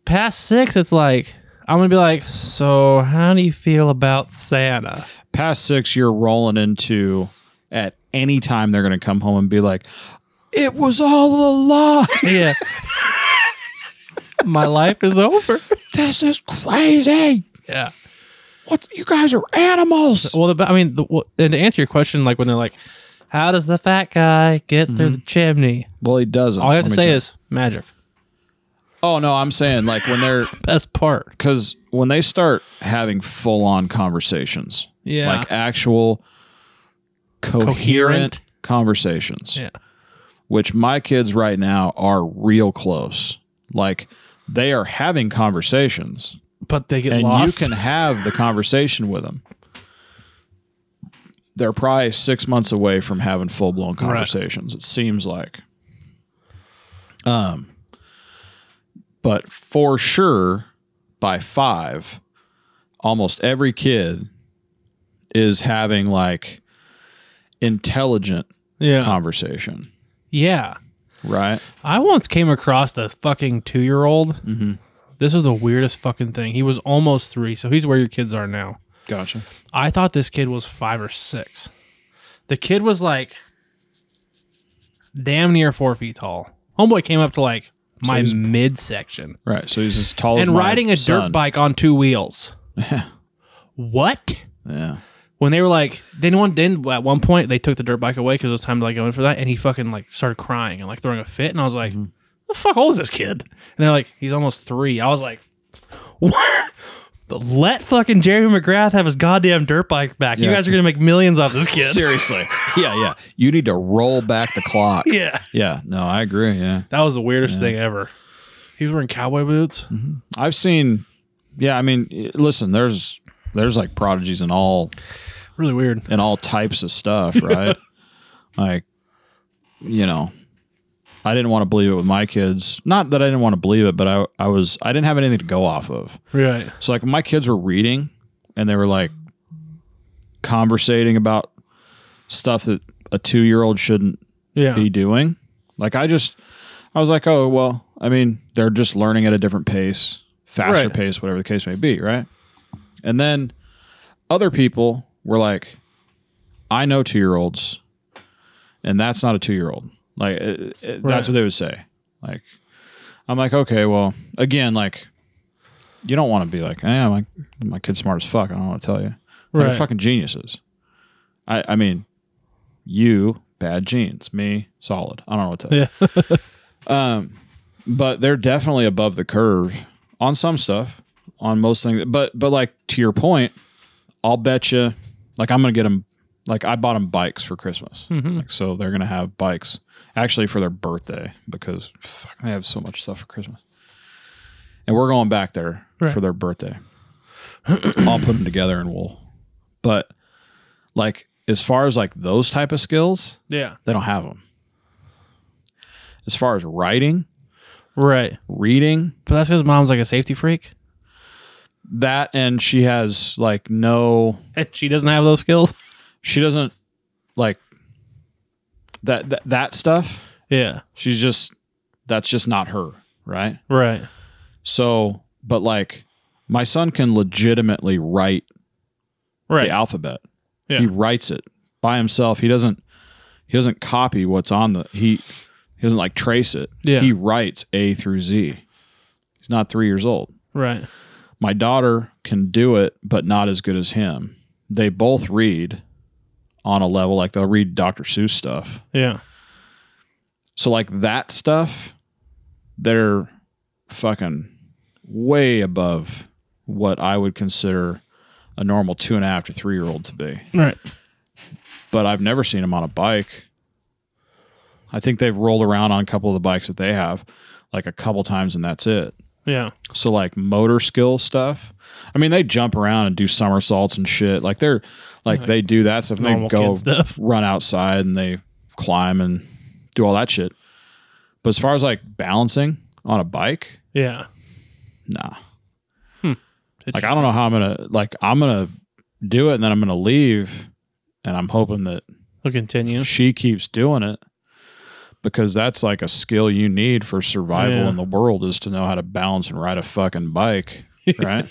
[SPEAKER 1] Past six, it's like, I'm going to be like, so how do you feel about Santa?
[SPEAKER 2] past six, you're rolling into at any time they're going to come home and be like, "It was all a lie.
[SPEAKER 1] Yeah. My life is over.
[SPEAKER 2] this is crazy.
[SPEAKER 1] Yeah.
[SPEAKER 2] What you guys are animals."
[SPEAKER 1] Well, the, I mean, the, well, and to answer your question, like when they're like, how does the fat guy get through the chimney?
[SPEAKER 2] Well, he doesn't.
[SPEAKER 1] All I have to
[SPEAKER 2] Mm-hmm. Let me
[SPEAKER 1] say
[SPEAKER 2] tell-
[SPEAKER 1] is magic.
[SPEAKER 2] "Oh no, I'm saying like when they're."
[SPEAKER 1] Best part.
[SPEAKER 2] because when they start having full on conversations,
[SPEAKER 1] Yeah.
[SPEAKER 2] like actual coherent,
[SPEAKER 1] Coherent.
[SPEAKER 2] conversations,
[SPEAKER 1] Yeah.
[SPEAKER 2] which my kids right now are real close. Like they are having conversations,
[SPEAKER 1] But they get
[SPEAKER 2] and
[SPEAKER 1] lost.
[SPEAKER 2] you can have the conversation with them. They're probably six months away from having full blown conversations. It seems like, um, but for sure, by five, almost every kid is having like intelligent
[SPEAKER 1] yeah.
[SPEAKER 2] conversation,
[SPEAKER 1] yeah.
[SPEAKER 2] right?
[SPEAKER 1] I once came across the fucking two year old.
[SPEAKER 2] Mm-hmm.
[SPEAKER 1] This was the weirdest fucking thing. He was almost three, so he's where your kids are now.
[SPEAKER 2] Gotcha.
[SPEAKER 1] I thought this kid was five or six. The kid was like damn near four feet tall. Homeboy came up to like my
[SPEAKER 2] he's-
[SPEAKER 1] midsection
[SPEAKER 2] Right. So he's as tall as
[SPEAKER 1] and
[SPEAKER 2] my
[SPEAKER 1] riding a
[SPEAKER 2] son.
[SPEAKER 1] dirt bike on two wheels. What?
[SPEAKER 2] Yeah.
[SPEAKER 1] When they were like, they didn't want, then at one point they took the dirt bike away because it was time to like go in for that, and he fucking like started crying and like throwing a fit, and I was like, the fuck old is this kid? And they're like, he's almost three. I was like, what? Let fucking Jerry McGrath have his goddamn dirt bike back. You
[SPEAKER 2] Yeah.
[SPEAKER 1] guys are gonna make millions off this kid.
[SPEAKER 2] Seriously. yeah, yeah. You need to roll back the clock.
[SPEAKER 1] yeah,
[SPEAKER 2] Yeah, no, I agree. Yeah.
[SPEAKER 1] that was the weirdest thing ever. He was wearing cowboy boots.
[SPEAKER 2] I've seen yeah, I mean, i- listen, there's there's like prodigies in all
[SPEAKER 1] Really weird.
[SPEAKER 2] in all types of stuff, right? like you know, I didn't want to believe it with my kids. Not that I didn't want to believe it, but I I was I didn't have anything to go off of.
[SPEAKER 1] Right.
[SPEAKER 2] So like when my kids were reading and they were like conversating about stuff that a 2-year-old shouldn't
[SPEAKER 1] Yeah.
[SPEAKER 2] be doing. Like I just I was like, oh well, I mean, they're just learning at a different pace, faster
[SPEAKER 1] Right.
[SPEAKER 2] pace, whatever the case may be, right? And then other people were like, I know two year olds, and that's not a two year old. Like uh, uh,
[SPEAKER 1] Right.
[SPEAKER 2] that's what they would say. Like I'm like, okay, well, again, like you don't want to be like, eh, my my kid's smart as fuck. I don't want to tell you. Like,
[SPEAKER 1] Right.
[SPEAKER 2] fucking geniuses. I I mean, you bad genes, me solid. I don't know what to tell you.
[SPEAKER 1] Yeah.
[SPEAKER 2] Um, but they're definitely above the curve on some stuff, on most things. But but like to your point, I'll bet you, like I'm gonna get them. Like I bought them bikes for Christmas,
[SPEAKER 1] Hmm. Mm-hmm.
[SPEAKER 2] like, so they're gonna have bikes actually for their birthday because fuck, they have so much stuff for Christmas. And we're going back there
[SPEAKER 1] Right.
[SPEAKER 2] for their birthday. I'll put them together and we'll. But like as far as like those type of skills,
[SPEAKER 1] Yeah.
[SPEAKER 2] they don't have them. As far as writing,
[SPEAKER 1] Right.
[SPEAKER 2] reading,
[SPEAKER 1] But that's because mom's like a safety freak.
[SPEAKER 2] that and she has like no
[SPEAKER 1] And she doesn't have those skills.
[SPEAKER 2] she doesn't like that that, that stuff.
[SPEAKER 1] Yeah.
[SPEAKER 2] She's just that's just not her, right?
[SPEAKER 1] Right.
[SPEAKER 2] So, but like my son can legitimately write
[SPEAKER 1] Right.
[SPEAKER 2] the alphabet.
[SPEAKER 1] Yeah.
[SPEAKER 2] He writes it by himself. He doesn't he doesn't copy what's on the he he doesn't like trace it.
[SPEAKER 1] Yeah.
[SPEAKER 2] He writes A through Z. He's not 3 years old.
[SPEAKER 1] Right.
[SPEAKER 2] My daughter can do it but not as good as him. They both read on a level like they'll read Dr. Seuss stuff.
[SPEAKER 1] Yeah.
[SPEAKER 2] So like that stuff, they're fucking way above what I would consider a normal two and a half to three year old to be.
[SPEAKER 1] Right.
[SPEAKER 2] But I've never seen them on a bike. I think they've rolled around on a couple of the bikes that they have, like a couple times, and that's it.
[SPEAKER 1] Yeah.
[SPEAKER 2] So like motor skill stuff. I mean, they jump around and do somersaults and shit. Like they're like, they do that stuff. And they
[SPEAKER 1] Normal
[SPEAKER 2] go
[SPEAKER 1] kid stuff.
[SPEAKER 2] run outside and they climb and do all that shit. But as far as like balancing on a bike,
[SPEAKER 1] Yeah.
[SPEAKER 2] nah. Like I don't know how I'm gonna like I'm gonna do it and then I'm gonna leave, and I'm hoping that
[SPEAKER 1] We'll continue.
[SPEAKER 2] she keeps doing it because that's like a skill you need for survival
[SPEAKER 1] Yeah.
[SPEAKER 2] in the world is to know how to balance and ride a fucking bike, right?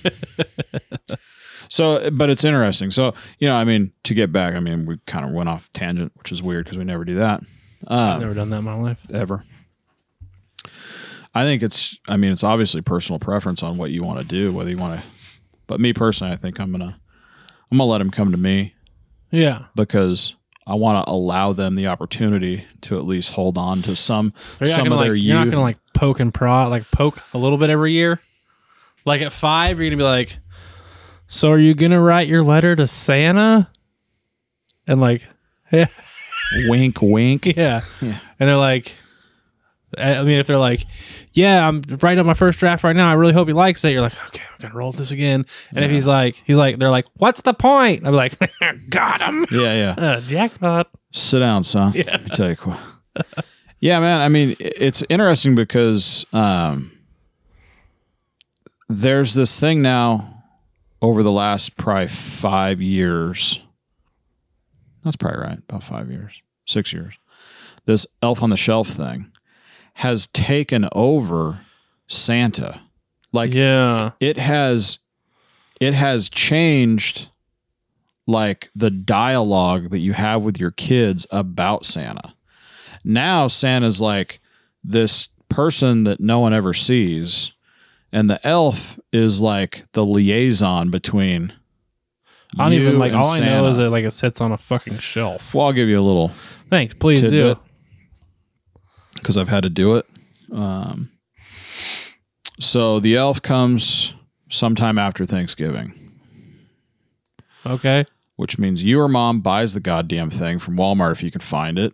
[SPEAKER 2] so, but it's interesting. So, you know, I mean, to get back, I mean, we kind of went off tangent, which is weird because we never do that Um,
[SPEAKER 1] I've never done that in my life.
[SPEAKER 2] ever. I think it's, I mean, it's obviously personal preference on what you want to do, whether you want to, but me personally, I think I'm going to, I'm going to let him come to me
[SPEAKER 1] Yeah.
[SPEAKER 2] because I want to allow them the opportunity to at least hold on to some
[SPEAKER 1] You're not
[SPEAKER 2] some
[SPEAKER 1] gonna
[SPEAKER 2] of
[SPEAKER 1] like
[SPEAKER 2] their youth.
[SPEAKER 1] you're not gonna like poke and prod, like poke a little bit every year. Like at five, you're gonna be like, "So are you gonna write your letter to Santa?" And like, yeah,
[SPEAKER 2] wink, wink.
[SPEAKER 1] yeah. And they're like, I I mean, if they're like, "Yeah, I'm writing up my first draft right now. I really hope he likes it." You're like, "Okay, I'm gonna roll this again." And if he's like, he's like, they're like, "What's the point?" I'm like, "Got him,
[SPEAKER 2] Yeah, yeah.
[SPEAKER 1] uh, jackpot."
[SPEAKER 2] Sit down, son. Let me tell you what. Yeah, man. I mean, i- it's interesting because um, there's this thing now over the last probably five years. That's probably right. About five years, six years. This Elf on the Shelf thing has taken over Santa. Like,
[SPEAKER 1] Yeah,
[SPEAKER 2] it has it has changed like the dialogue that you have with your kids about Santa. Now Santa's like this person that no one ever sees and the elf is like the liaison between
[SPEAKER 1] I don't even
[SPEAKER 2] you
[SPEAKER 1] like.
[SPEAKER 2] and
[SPEAKER 1] All I know
[SPEAKER 2] Santa.
[SPEAKER 1] is that like it sits on a fucking shelf.
[SPEAKER 2] well, I'll give you a little
[SPEAKER 1] Thanks, please do.
[SPEAKER 2] tidbit because I've had to do it. Um, so the elf comes sometime after Thanksgiving.
[SPEAKER 1] Okay.
[SPEAKER 2] which means your mom buys the goddamn thing from Walmart if you can find it,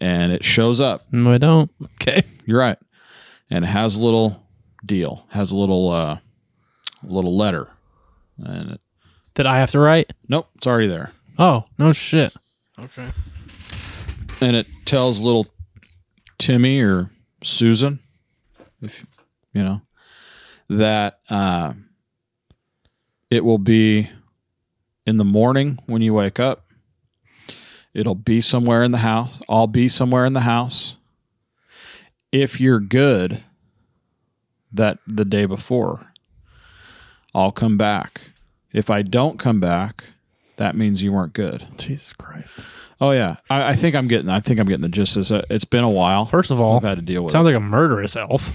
[SPEAKER 2] and it shows up.
[SPEAKER 1] No, I don't. Okay.
[SPEAKER 2] You're right, and it has a little deal, has a little uh, little letter, and it,
[SPEAKER 1] Did I have to write?
[SPEAKER 2] nope, it's already there,
[SPEAKER 1] Oh, no shit. Okay.
[SPEAKER 2] and it tells little Timmy or Susan, if you know, that uh, it will be in the morning when you wake up. It'll be somewhere in the house. I'll be somewhere in the house. If you're good, that the day before, I'll come back. If I don't come back, that means you weren't good.
[SPEAKER 1] Jesus Christ.
[SPEAKER 2] Oh yeah, I, I think I'm getting. I think I'm getting the gist. Of this. It's been a while.
[SPEAKER 1] First of all,
[SPEAKER 2] I've had to deal with.
[SPEAKER 1] Sounds like a murderous elf.
[SPEAKER 2] it.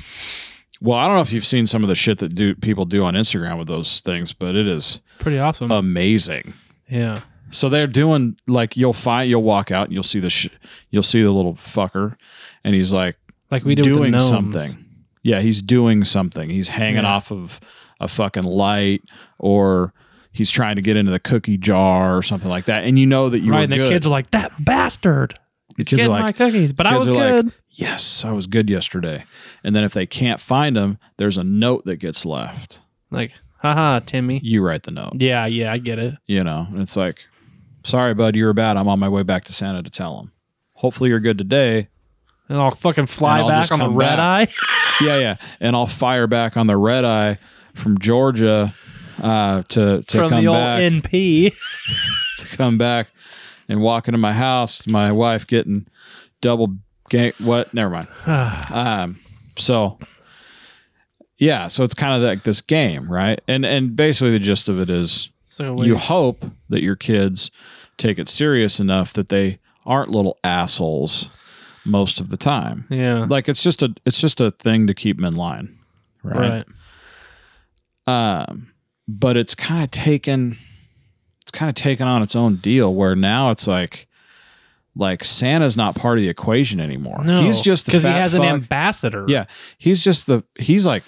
[SPEAKER 2] Well, I don't know if you've seen some of the shit that do people do on Instagram with those things, but it is
[SPEAKER 1] Pretty awesome.
[SPEAKER 2] Uh, amazing.
[SPEAKER 1] yeah.
[SPEAKER 2] So they're doing like you'll find you'll walk out and you'll see the sh- you'll see the little fucker, and he's like
[SPEAKER 1] Like we did with the
[SPEAKER 2] doing
[SPEAKER 1] gnomes.
[SPEAKER 2] something. Yeah, he's doing something. He's hanging
[SPEAKER 1] Yeah.
[SPEAKER 2] off of a fucking light or. He's trying to get into the cookie jar or something like that, and you know that you
[SPEAKER 5] right,
[SPEAKER 2] were
[SPEAKER 5] and the
[SPEAKER 2] good.
[SPEAKER 5] kids are like, that bastard.
[SPEAKER 2] The
[SPEAKER 5] Kids
[SPEAKER 2] are
[SPEAKER 5] my cookies, but I
[SPEAKER 2] kids
[SPEAKER 5] was
[SPEAKER 2] are like,
[SPEAKER 5] good.
[SPEAKER 2] yes, I was good yesterday. And then if they can't find him, there's a note that gets left.
[SPEAKER 1] Like, haha, Timmy.
[SPEAKER 2] You write the note,
[SPEAKER 1] Yeah, yeah, I get it.
[SPEAKER 2] you know, and it's like, Sorry, bud, you were bad. I'm on my way back to Santa to tell him. Hopefully, you're good today.
[SPEAKER 1] And I'll fucking fly
[SPEAKER 2] And I'll
[SPEAKER 1] back
[SPEAKER 2] just
[SPEAKER 1] on the
[SPEAKER 2] come
[SPEAKER 1] red
[SPEAKER 2] back.
[SPEAKER 1] eye.
[SPEAKER 2] Yeah, yeah. And I'll fire back on the red eye from Georgia uh, to to
[SPEAKER 5] from
[SPEAKER 2] come
[SPEAKER 5] the old
[SPEAKER 2] back.
[SPEAKER 5] NP.
[SPEAKER 2] to come back and walk into my house. My wife getting double gang. What? Never mind. um. So. Yeah, so it's kind of like this game, right? And and basically the gist of it is
[SPEAKER 1] So
[SPEAKER 2] you hope that your kids take it serious enough that they aren't little assholes most of the time.
[SPEAKER 1] yeah.
[SPEAKER 2] Like it's just a it's just a thing to keep them in line,
[SPEAKER 1] Right.
[SPEAKER 2] um, but it's kind of taken it's kind of taken on its own deal where now it's like like Santa's not part of the equation anymore.
[SPEAKER 1] No.
[SPEAKER 2] he's just the
[SPEAKER 1] because he
[SPEAKER 2] fat
[SPEAKER 1] has
[SPEAKER 2] fuck.
[SPEAKER 1] an ambassador.
[SPEAKER 2] yeah, he's just the he's like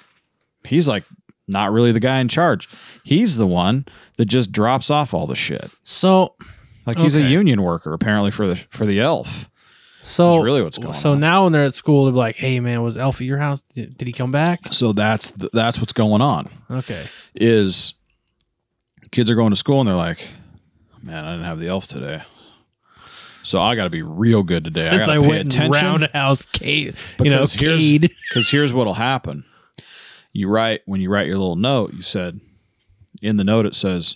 [SPEAKER 2] he's like not really the guy in charge. He's the one that just drops off all the shit.
[SPEAKER 1] So
[SPEAKER 2] Like he's a
[SPEAKER 1] Okay.
[SPEAKER 2] union worker apparently for the for the elf.
[SPEAKER 1] so
[SPEAKER 2] That's really what's going
[SPEAKER 1] So
[SPEAKER 2] on.
[SPEAKER 1] now when they're at school, they're like, "Hey man, was Elf at your house? Did, did he come back?"
[SPEAKER 2] So that's th- that's what's going on.
[SPEAKER 1] Okay.
[SPEAKER 2] Is kids are going to school and they're like, man, I didn't have the elf today. So I got to be real good today.
[SPEAKER 1] Since I,
[SPEAKER 2] I, gotta pay
[SPEAKER 1] went and
[SPEAKER 2] attention.
[SPEAKER 1] roundhouse Kate, you know,
[SPEAKER 2] Because here's-
[SPEAKER 1] Cade.
[SPEAKER 2] Because here's what'll happen. You write when you write your little note, you said in the note it says,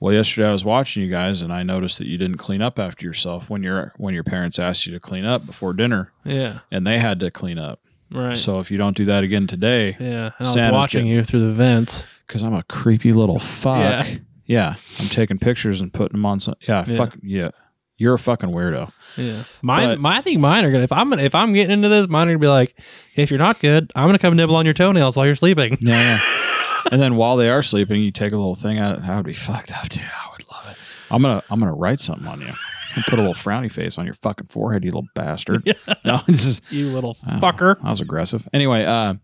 [SPEAKER 2] Well, yesterday I was watching you guys and I noticed that you didn't clean up after yourself when your when your parents asked you to clean up before dinner
[SPEAKER 1] Yeah.
[SPEAKER 2] and they had to clean up.
[SPEAKER 1] Right.
[SPEAKER 2] So if you don't do that again today,
[SPEAKER 1] yeah. And I was
[SPEAKER 2] Santa's
[SPEAKER 1] watching
[SPEAKER 2] getting-
[SPEAKER 1] you through the vents.
[SPEAKER 2] because I'm a creepy little fuck.
[SPEAKER 1] Yeah.
[SPEAKER 2] Yeah. I'm taking pictures and putting them on some yeah,
[SPEAKER 1] Yeah.
[SPEAKER 2] fuck yeah. You're a fucking weirdo.
[SPEAKER 1] Yeah. Mine,
[SPEAKER 2] But-
[SPEAKER 1] my, I think mine are gonna. If I'm if I'm getting into this, mine are gonna be like, if you're not good, I'm gonna come nibble on your toenails while you're sleeping.
[SPEAKER 2] Yeah, yeah. and then while they are sleeping, you take a little thing out. That would be fucked up, dude. I would love it. I'm gonna I'm gonna write something on you. And put a little frowny face on your fucking forehead, you little bastard. No, this is
[SPEAKER 1] You little
[SPEAKER 2] I don't know.
[SPEAKER 1] fucker.
[SPEAKER 2] I was aggressive. Anyway, uh,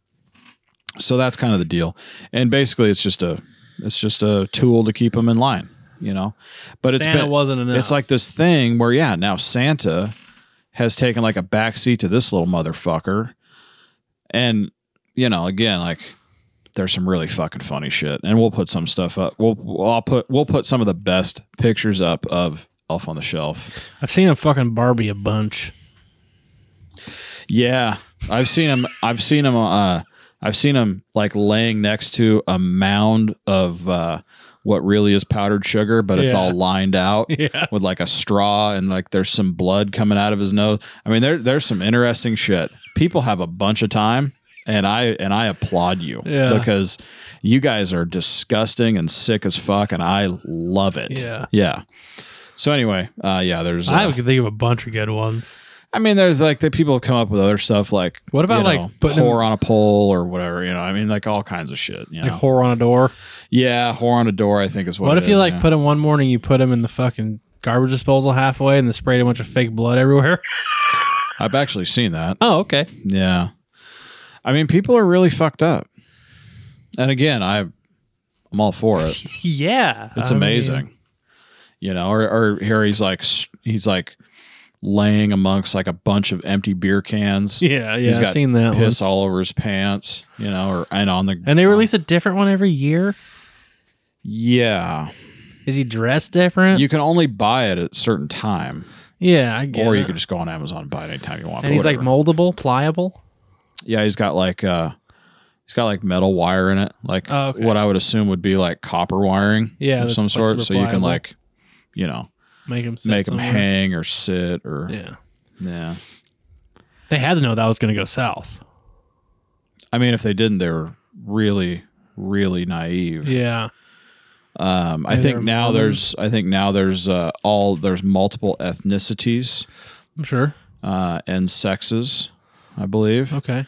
[SPEAKER 2] so that's kind of the deal. And basically, it's just a it's just a tool to keep them in line, you know. But it's
[SPEAKER 1] Santa
[SPEAKER 2] been,
[SPEAKER 1] wasn't enough.
[SPEAKER 2] It's like this thing where yeah, now Santa has taken like a backseat to this little motherfucker, and you know, again, like there's some really fucking funny shit, and we'll put some stuff up. We'll we'll- I'll put we'll put some of the best pictures up of Elf on the Shelf.
[SPEAKER 1] I've seen a fucking Barbie a bunch.
[SPEAKER 2] Yeah, I've seen him. I've seen him. Uh, I've seen him like laying next to a mound of uh, what really is powdered sugar, but it's
[SPEAKER 1] Yeah.
[SPEAKER 2] all lined out
[SPEAKER 1] Yeah.
[SPEAKER 2] with like a straw and like there's some blood coming out of his nose. I mean, there there's some interesting shit. People have a bunch of time. And I and I applaud you
[SPEAKER 1] Yeah.
[SPEAKER 2] because you guys are disgusting and sick as fuck, and I love it.
[SPEAKER 1] Yeah.
[SPEAKER 2] yeah. So anyway, uh, yeah, there's. uh,
[SPEAKER 5] I could think of a bunch of good ones.
[SPEAKER 2] I mean, there's like the people have come up with other stuff like
[SPEAKER 1] What about,
[SPEAKER 2] you
[SPEAKER 1] like,
[SPEAKER 2] know,
[SPEAKER 1] putting
[SPEAKER 2] whore on a pole or whatever? You know, I mean, like all kinds of shit. You know,
[SPEAKER 1] Like whore on a door.
[SPEAKER 2] yeah, whore on a door. I think is what.
[SPEAKER 1] What,
[SPEAKER 2] it
[SPEAKER 1] if you
[SPEAKER 2] is,
[SPEAKER 1] like
[SPEAKER 2] yeah.
[SPEAKER 1] put him one morning, you put him in the fucking garbage disposal halfway, and then sprayed a bunch of fake blood everywhere?
[SPEAKER 2] I've actually seen that.
[SPEAKER 1] oh, okay.
[SPEAKER 2] Yeah, I mean, people are really fucked up. And again, I, I'm all for it.
[SPEAKER 5] Yeah,
[SPEAKER 2] It's
[SPEAKER 5] I mean,
[SPEAKER 2] amazing. you know, or or here he's like s- he's like laying amongst like a bunch of empty beer cans.
[SPEAKER 1] Yeah, yeah.
[SPEAKER 2] He's
[SPEAKER 1] I've
[SPEAKER 2] got
[SPEAKER 1] seen that one.
[SPEAKER 2] piss all over his pants. You know, or and on the
[SPEAKER 1] And they release a different one every year.
[SPEAKER 2] yeah.
[SPEAKER 1] Is he dressed different?
[SPEAKER 2] You can only buy it at a certain time,
[SPEAKER 1] yeah, I get
[SPEAKER 2] or
[SPEAKER 1] it.
[SPEAKER 2] you could just go on Amazon and buy it anytime you want.
[SPEAKER 1] and
[SPEAKER 2] but
[SPEAKER 1] he's like
[SPEAKER 2] whatever.
[SPEAKER 1] moldable, pliable.
[SPEAKER 2] yeah, he's got like uh, he's got like metal wire in it, like
[SPEAKER 1] Oh, okay.
[SPEAKER 2] what I would assume would be like copper wiring,
[SPEAKER 1] Yeah,
[SPEAKER 2] of
[SPEAKER 1] that's,
[SPEAKER 2] some
[SPEAKER 1] like,
[SPEAKER 2] sort.
[SPEAKER 1] super
[SPEAKER 2] So you can
[SPEAKER 1] pliable.
[SPEAKER 2] like, you know,
[SPEAKER 1] Make him sit
[SPEAKER 2] make him
[SPEAKER 1] somewhere.
[SPEAKER 2] hang or sit or yeah.
[SPEAKER 1] Yeah, they had to know that was going to go south.
[SPEAKER 2] I mean, if they didn't, they were really, really naive.
[SPEAKER 1] Yeah,
[SPEAKER 2] Um, I
[SPEAKER 1] Yeah,
[SPEAKER 2] think
[SPEAKER 1] they're
[SPEAKER 2] now
[SPEAKER 1] Mormons.
[SPEAKER 2] there's, I think now there's uh, all there's multiple ethnicities
[SPEAKER 1] I'm sure.
[SPEAKER 2] uh, and sexes, I believe.
[SPEAKER 1] Okay.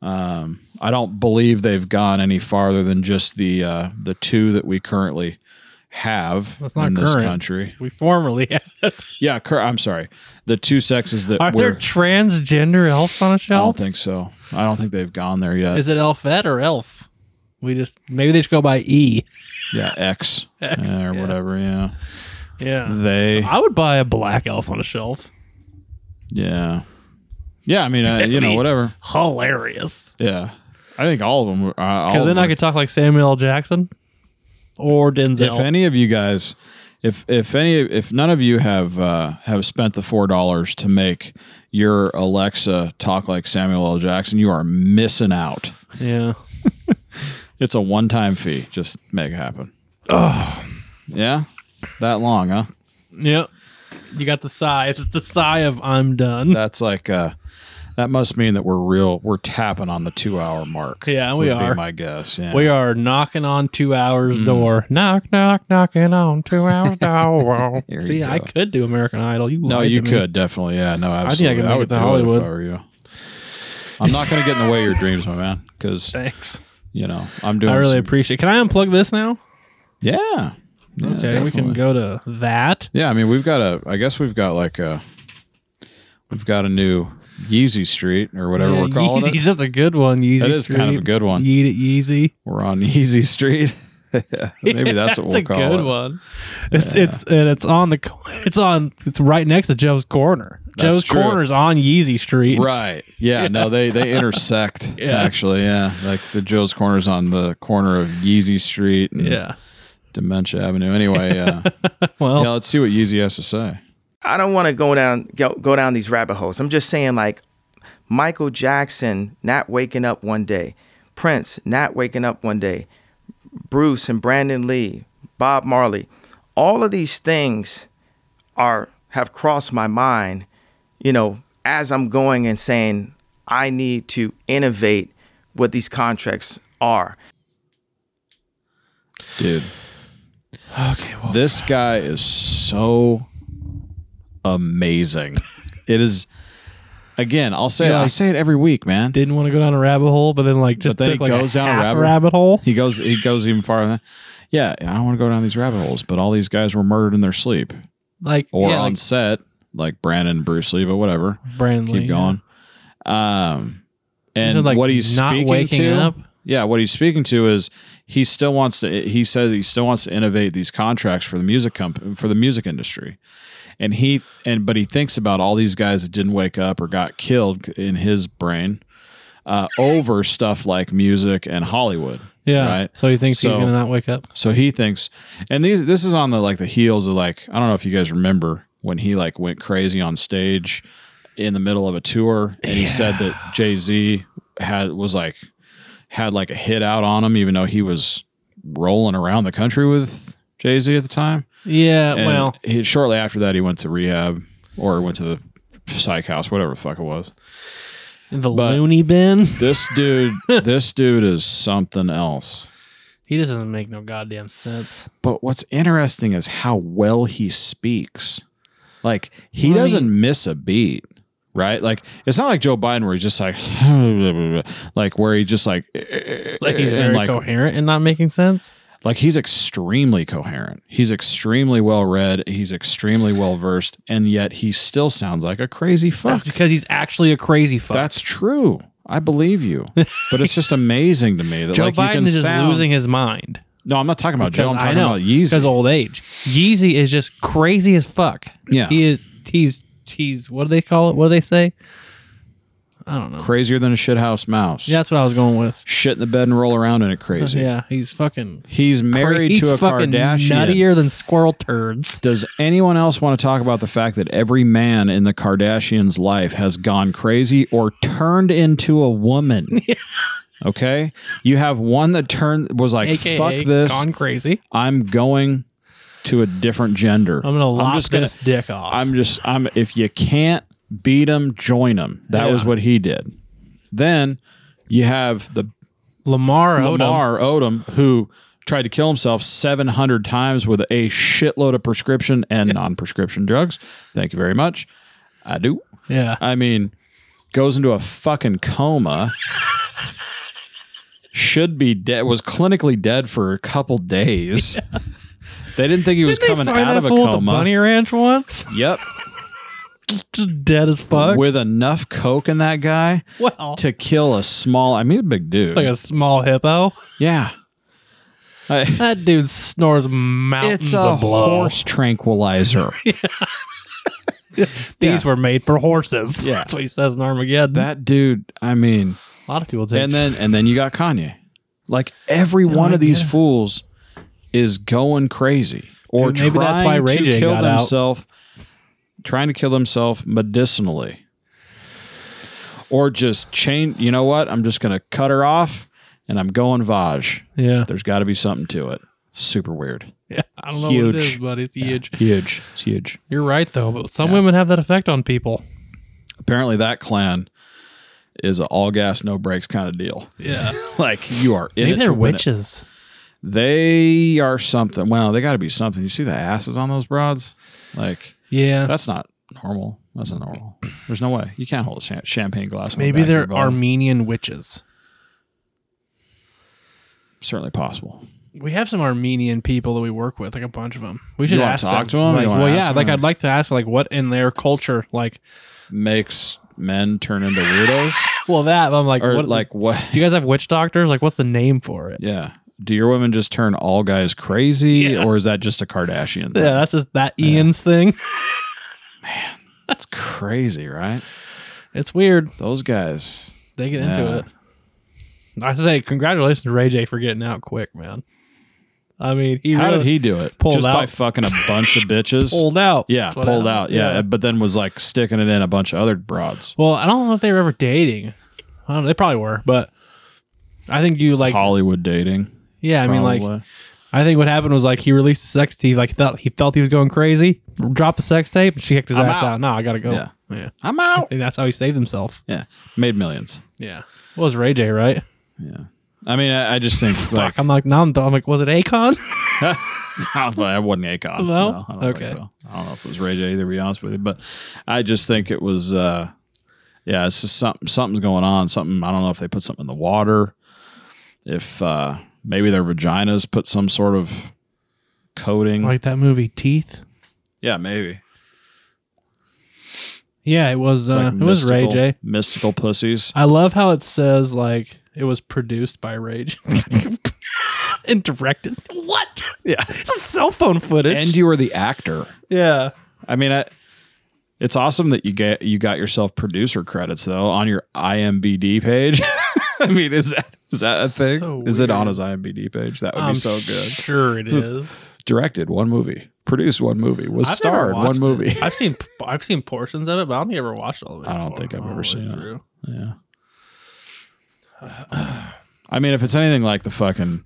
[SPEAKER 2] Um, I don't believe they've gone any farther than just the uh, the two that we currently have
[SPEAKER 1] That's not
[SPEAKER 2] in this
[SPEAKER 1] current.
[SPEAKER 2] country.
[SPEAKER 1] We formerly had.
[SPEAKER 2] Yeah, cur- I'm sorry, the two sexes that
[SPEAKER 5] Are
[SPEAKER 2] we're.
[SPEAKER 5] there transgender elves on a
[SPEAKER 2] I
[SPEAKER 5] shelf?
[SPEAKER 2] don't think so. I don't think they've gone there yet.
[SPEAKER 1] Is it Elfette or Elf? We just maybe they should go by E.
[SPEAKER 2] yeah, X,
[SPEAKER 1] X,
[SPEAKER 2] yeah, or
[SPEAKER 1] yeah.
[SPEAKER 2] whatever. Yeah,
[SPEAKER 1] Yeah.
[SPEAKER 2] they.
[SPEAKER 5] I would buy a black elf on a shelf.
[SPEAKER 2] Yeah, yeah. I mean, uh,
[SPEAKER 1] That'd
[SPEAKER 2] you know,
[SPEAKER 1] be-
[SPEAKER 2] whatever.
[SPEAKER 1] Hilarious.
[SPEAKER 2] Yeah, I think all of them. were- Uh, all
[SPEAKER 5] Because
[SPEAKER 2] of
[SPEAKER 5] then
[SPEAKER 2] them
[SPEAKER 5] I could talk like Samuel L. Jackson or
[SPEAKER 2] were- If
[SPEAKER 5] Denzel.
[SPEAKER 2] any of you guys, if if any if none of you have uh, have spent the four dollars to make your Alexa talk like Samuel L. Jackson, you are missing out.
[SPEAKER 1] Yeah.
[SPEAKER 2] It's a one time fee. Just make it happen. Oh, yeah, that long, huh?
[SPEAKER 1] Yep. You got the sigh. It's the sigh of I'm done.
[SPEAKER 2] That's like uh, that must mean that we're real. We're tapping on the two hour mark.
[SPEAKER 1] Yeah, we
[SPEAKER 2] would be
[SPEAKER 1] are.
[SPEAKER 2] my Mm. guess. Yeah.
[SPEAKER 1] We are knocking on two hours door. Knock, knock, knocking on two hours door.
[SPEAKER 2] Here
[SPEAKER 1] See,
[SPEAKER 2] you
[SPEAKER 1] I
[SPEAKER 2] go.
[SPEAKER 1] could do American Idol. You
[SPEAKER 2] No,
[SPEAKER 1] lied
[SPEAKER 2] you
[SPEAKER 1] to me.
[SPEAKER 2] could definitely. Yeah,
[SPEAKER 1] think
[SPEAKER 2] no,
[SPEAKER 1] I
[SPEAKER 2] absolutely.
[SPEAKER 1] could make it
[SPEAKER 2] would
[SPEAKER 1] to
[SPEAKER 2] do
[SPEAKER 1] Hollywood.
[SPEAKER 2] if I were you. I'm not going to get in the way of your dreams, my man, because
[SPEAKER 1] Thanks.
[SPEAKER 2] you know I'm doing.
[SPEAKER 1] I really
[SPEAKER 2] some-
[SPEAKER 1] appreciate. Can I unplug this now?
[SPEAKER 2] Yeah. Yeah,
[SPEAKER 1] okay, we can
[SPEAKER 2] definitely.
[SPEAKER 1] go to that.
[SPEAKER 2] Yeah, I mean we've got a. I guess we've got like a. We've got a new Yeezy Street or whatever we're calling
[SPEAKER 1] Yeezy's,
[SPEAKER 2] it.
[SPEAKER 1] That's a good one. Yeezy.
[SPEAKER 2] That is kind of a
[SPEAKER 1] Street.
[SPEAKER 2] good one.
[SPEAKER 1] Yeet it Yeezy.
[SPEAKER 2] We're on Yeezy Street. Maybe that's what we'll
[SPEAKER 1] a
[SPEAKER 2] call
[SPEAKER 1] good
[SPEAKER 2] it.
[SPEAKER 1] one. It's it's and it's on the co- it's on it's right next to Joe's Corner.
[SPEAKER 2] That's
[SPEAKER 1] Joe's
[SPEAKER 2] true.
[SPEAKER 1] Corner's on Yeezy Street.
[SPEAKER 2] Right. Yeah, No, they they intersect.
[SPEAKER 1] Yeah.
[SPEAKER 2] Actually, yeah. Like the Joe's Corner's on the corner of Yeezy Street and
[SPEAKER 1] Yeah.
[SPEAKER 2] Dementia Avenue. Anyway, uh,
[SPEAKER 1] Well,
[SPEAKER 2] yeah. Let's see what Yeezy has to say.
[SPEAKER 9] I don't want to go down go, go down these rabbit holes. I'm just saying like Michael Jackson not waking up one day, Prince not waking up one day, Bruce and Brandon Lee, Bob Marley, all of these things are have crossed my mind, you know, as I'm going and saying I need to innovate what these contracts are.
[SPEAKER 2] dude. Okay, well, this guy is so amazing. It is again. I'll say.
[SPEAKER 1] Yeah,
[SPEAKER 2] I
[SPEAKER 1] like-
[SPEAKER 2] say it every week, man.
[SPEAKER 1] didn't want to go down a rabbit hole, but then like just
[SPEAKER 2] But then
[SPEAKER 1] took
[SPEAKER 2] he
[SPEAKER 1] like
[SPEAKER 2] goes
[SPEAKER 1] a
[SPEAKER 2] down a
[SPEAKER 1] half
[SPEAKER 2] rabbit-
[SPEAKER 1] rabbit, hole.
[SPEAKER 2] He goes. He goes even farther. Than, yeah, I don't want to go down these rabbit holes, but all these guys were murdered in their sleep
[SPEAKER 1] Like
[SPEAKER 2] or
[SPEAKER 1] yeah,
[SPEAKER 2] on
[SPEAKER 1] like
[SPEAKER 2] set, like Brandon and Bruce Lee, but whatever.
[SPEAKER 1] Brandon Lee,
[SPEAKER 2] Keep going. Um,
[SPEAKER 1] yeah.
[SPEAKER 2] and
[SPEAKER 1] Isn't, like,
[SPEAKER 2] what he's
[SPEAKER 1] not
[SPEAKER 2] speaking
[SPEAKER 1] waking
[SPEAKER 2] to,
[SPEAKER 1] up.
[SPEAKER 2] Yeah, what he's speaking to is he still wants to. He says he still wants to innovate these contracts for the music comp for the music industry, and he and but he thinks about all these guys that didn't wake up or got killed in his brain uh, over stuff like music and Hollywood.
[SPEAKER 1] Yeah.
[SPEAKER 2] right.
[SPEAKER 1] So he thinks he's
[SPEAKER 2] So-
[SPEAKER 1] gonna not wake up.
[SPEAKER 2] So he thinks, and these this is on the like the heels of like I don't know if you guys remember when he like went crazy on stage in the middle of a tour, and he said that Jay Z had was like had like a hit out on him, even though he was rolling around the country with Jay Z at the time.
[SPEAKER 1] Yeah.
[SPEAKER 2] And
[SPEAKER 1] Uh, well,
[SPEAKER 2] he, shortly after that, he went to rehab or went to the psych house, whatever the fuck it was.
[SPEAKER 1] the
[SPEAKER 2] but-
[SPEAKER 1] loony bin.
[SPEAKER 2] This dude, this dude is something else.
[SPEAKER 1] He just doesn't make no goddamn sense.
[SPEAKER 2] But what's interesting is how well he speaks. Like he
[SPEAKER 1] Well, I
[SPEAKER 2] doesn't miss a beat, right? Like it's not like Joe Biden where he's just like, like where he just like,
[SPEAKER 1] Like he's
[SPEAKER 2] and,
[SPEAKER 1] very
[SPEAKER 2] like,
[SPEAKER 1] coherent and not making sense.
[SPEAKER 2] like he's extremely coherent. He's extremely well read. He's extremely well versed, and yet he still sounds like a crazy fuck.
[SPEAKER 1] That's because he's actually a crazy fuck.
[SPEAKER 2] That's true. I believe you, but it's just amazing to me that
[SPEAKER 1] Joe
[SPEAKER 2] like you
[SPEAKER 1] Biden
[SPEAKER 2] can
[SPEAKER 1] is just
[SPEAKER 2] sound-
[SPEAKER 1] losing his mind.
[SPEAKER 2] No, I'm not talking about Joe. I'm
[SPEAKER 1] I
[SPEAKER 2] talking
[SPEAKER 1] know
[SPEAKER 2] about Yeezy.
[SPEAKER 1] because old age. Yeezy is just crazy as fuck.
[SPEAKER 2] Yeah.
[SPEAKER 1] he is. He's he's what do they call it? What do they say? I don't know.
[SPEAKER 2] crazier than a shithouse mouse.
[SPEAKER 1] Yeah, that's what I was going with.
[SPEAKER 2] shit in the bed and roll around in it crazy.
[SPEAKER 1] Yeah, he's fucking
[SPEAKER 2] He's married
[SPEAKER 1] he's
[SPEAKER 2] to a
[SPEAKER 1] fucking
[SPEAKER 2] Kardashian.
[SPEAKER 1] nuttier than squirrel turds.
[SPEAKER 2] Does anyone else want to talk about the fact that every man in the Kardashians' life has gone crazy or turned into a woman? Okay, you have one that turned was like,
[SPEAKER 1] AKA
[SPEAKER 2] "Fuck this,
[SPEAKER 1] gone crazy.
[SPEAKER 2] I'm going to a different gender.
[SPEAKER 1] I'm gonna lop
[SPEAKER 2] just gonna-
[SPEAKER 1] this dick off.
[SPEAKER 2] I'm just I'm if you can't beat him, join him." That
[SPEAKER 1] Yeah.
[SPEAKER 2] was what he did. Then you have the
[SPEAKER 1] Lamar Odom.
[SPEAKER 2] Lamar Odom, who tried to kill himself 700 times with a shitload of prescription and non prescription drugs. Thank you very much. I do.
[SPEAKER 1] Yeah,
[SPEAKER 2] I mean, goes into a fucking coma. Should be dead. Was clinically dead for a couple days. They didn't think he was
[SPEAKER 1] Didn't they
[SPEAKER 2] coming
[SPEAKER 1] find
[SPEAKER 2] out
[SPEAKER 1] that
[SPEAKER 2] of a
[SPEAKER 1] fool at the
[SPEAKER 2] coma.
[SPEAKER 1] bunny ranch once.
[SPEAKER 2] Yep,
[SPEAKER 1] just dead as fuck.
[SPEAKER 2] with enough coke in that guy
[SPEAKER 1] well,
[SPEAKER 2] to kill a small. I mean, a big dude.
[SPEAKER 1] like a small hippo.
[SPEAKER 2] yeah. I-
[SPEAKER 1] That dude snores mountains
[SPEAKER 2] It's a
[SPEAKER 1] of blow.
[SPEAKER 2] horse tranquilizer.
[SPEAKER 1] These were made for horses.
[SPEAKER 2] Yeah.
[SPEAKER 1] That's what he says in Armageddon.
[SPEAKER 2] that dude, I mean,
[SPEAKER 1] a lot of people take.
[SPEAKER 2] and then and then you got Kanye. Like every one
[SPEAKER 1] I
[SPEAKER 2] of these
[SPEAKER 1] get it.
[SPEAKER 2] fools is going crazy or
[SPEAKER 10] Maybe that's
[SPEAKER 2] trying
[SPEAKER 10] why Ray
[SPEAKER 2] to
[SPEAKER 10] J
[SPEAKER 2] kill
[SPEAKER 10] got out.
[SPEAKER 2] himself, trying to kill himself medicinally, or just chain. You know what? I'm just gonna cut her off, and I'm going Vaj.
[SPEAKER 1] Yeah.
[SPEAKER 2] There's got to be something to it. Super weird.
[SPEAKER 1] yeah. I don't know what it
[SPEAKER 2] Huge.
[SPEAKER 1] is, but it's huge.
[SPEAKER 2] Huge. It's huge.
[SPEAKER 1] You're right though, but some women have that effect on people.
[SPEAKER 2] Apparently, that clan is a all gas, no brakes kind of deal.
[SPEAKER 1] Yeah.
[SPEAKER 2] Like you are in
[SPEAKER 11] Maybe
[SPEAKER 2] it
[SPEAKER 11] they're
[SPEAKER 2] to win it.
[SPEAKER 11] witches.
[SPEAKER 2] They are something. Well, they got to be something. You see the asses on those broads? Like
[SPEAKER 1] Yeah.
[SPEAKER 2] that's not normal. That's not normal. There's no way you can't hold a cha- champagne glass. on the
[SPEAKER 1] Maybe
[SPEAKER 2] back of your
[SPEAKER 1] they're
[SPEAKER 2] body.
[SPEAKER 1] Armenian witches.
[SPEAKER 2] certainly possible.
[SPEAKER 1] We have some Armenian people that we work with, like a bunch of them. We should
[SPEAKER 2] wanna
[SPEAKER 1] ask
[SPEAKER 2] talk
[SPEAKER 1] them.
[SPEAKER 2] to 'em?
[SPEAKER 1] Like,
[SPEAKER 2] You wanna
[SPEAKER 1] well,
[SPEAKER 2] ask
[SPEAKER 1] yeah,
[SPEAKER 2] them?
[SPEAKER 1] like I'd like to ask, like, what in their culture, like,
[SPEAKER 2] Makes men turn into weirdos,
[SPEAKER 11] Well, that but I'm like,
[SPEAKER 2] or
[SPEAKER 11] what,
[SPEAKER 2] like what?
[SPEAKER 11] do you guys have witch doctors? Like, what's the name for it?
[SPEAKER 2] Yeah. Do your women just turn all guys crazy, or is that just a Kardashian? Thing?
[SPEAKER 11] Yeah, that's just that Ian's thing.
[SPEAKER 2] that's crazy, right?
[SPEAKER 1] it's weird.
[SPEAKER 2] Those guys.
[SPEAKER 1] They get
[SPEAKER 2] Yeah.
[SPEAKER 1] into it. I say, congratulations to Ray J for getting out quick, man. I mean, he
[SPEAKER 2] How
[SPEAKER 1] really
[SPEAKER 2] did he do it?
[SPEAKER 1] pulled
[SPEAKER 2] just by
[SPEAKER 1] out.
[SPEAKER 2] fucking a bunch of bitches.
[SPEAKER 1] pulled out?
[SPEAKER 2] Yeah,
[SPEAKER 1] That's what
[SPEAKER 2] pulled out.
[SPEAKER 1] happened.
[SPEAKER 2] Yeah, but then was like sticking it in a bunch of other broads.
[SPEAKER 1] Well, I don't know if they were ever dating. I don't know. They probably were, but I think you like.
[SPEAKER 2] Hollywood dating.
[SPEAKER 1] yeah, I mean, like,
[SPEAKER 2] probably.
[SPEAKER 1] I think what happened was like he released the sex tape. Like thought he felt he was going crazy. Dropped the sex tape. She kicked his ass out. No, I gotta go.
[SPEAKER 2] Yeah.
[SPEAKER 1] yeah.
[SPEAKER 2] I'm out.
[SPEAKER 1] And that's how he saved himself.
[SPEAKER 2] Yeah, made millions.
[SPEAKER 1] Yeah. It was Ray J, right?
[SPEAKER 2] I mean, I, I just think like
[SPEAKER 1] Fuck. I'm like, now I'm, done. I'm like, was it Akon?
[SPEAKER 2] I wasn't Akon.
[SPEAKER 1] No?
[SPEAKER 2] I don't think
[SPEAKER 1] Okay.
[SPEAKER 2] so. I don't know if it was Ray J either. To be honest with you, but I just think it was. uh Yeah, it's just something. Something's going on. Something. I don't know if they put something in the water. If uh maybe their vaginas put some sort of coating.
[SPEAKER 1] like that movie Teeth.
[SPEAKER 2] yeah, maybe.
[SPEAKER 1] Yeah, it was.
[SPEAKER 2] It's
[SPEAKER 1] Uh,
[SPEAKER 2] like
[SPEAKER 1] it was Ray
[SPEAKER 2] mystical-
[SPEAKER 1] J.
[SPEAKER 2] Mystical pussies.
[SPEAKER 1] I love how it says like it was produced by Rage and directed. What?
[SPEAKER 2] Yeah.
[SPEAKER 1] It's cell phone footage.
[SPEAKER 2] And you were the actor.
[SPEAKER 1] yeah.
[SPEAKER 2] I mean, I, it's awesome that you get you got yourself producer credits though on your IMBD page. I mean, is that is that a thing?
[SPEAKER 1] So
[SPEAKER 2] is it on
[SPEAKER 1] weird. Um,
[SPEAKER 2] his IMBD page? That would
[SPEAKER 1] I'm
[SPEAKER 2] be so good.
[SPEAKER 1] Sure, it
[SPEAKER 2] This
[SPEAKER 1] is.
[SPEAKER 2] Directed one movie, produced one movie, was
[SPEAKER 1] I've never
[SPEAKER 2] starred one
[SPEAKER 1] watched it.
[SPEAKER 2] movie.
[SPEAKER 1] I've seen I've seen portions of it, but I don't think I ever watched all of it. Oh,
[SPEAKER 2] I don't think I've ever seen it.
[SPEAKER 1] it.
[SPEAKER 2] Yeah. I mean, if it's anything like the fucking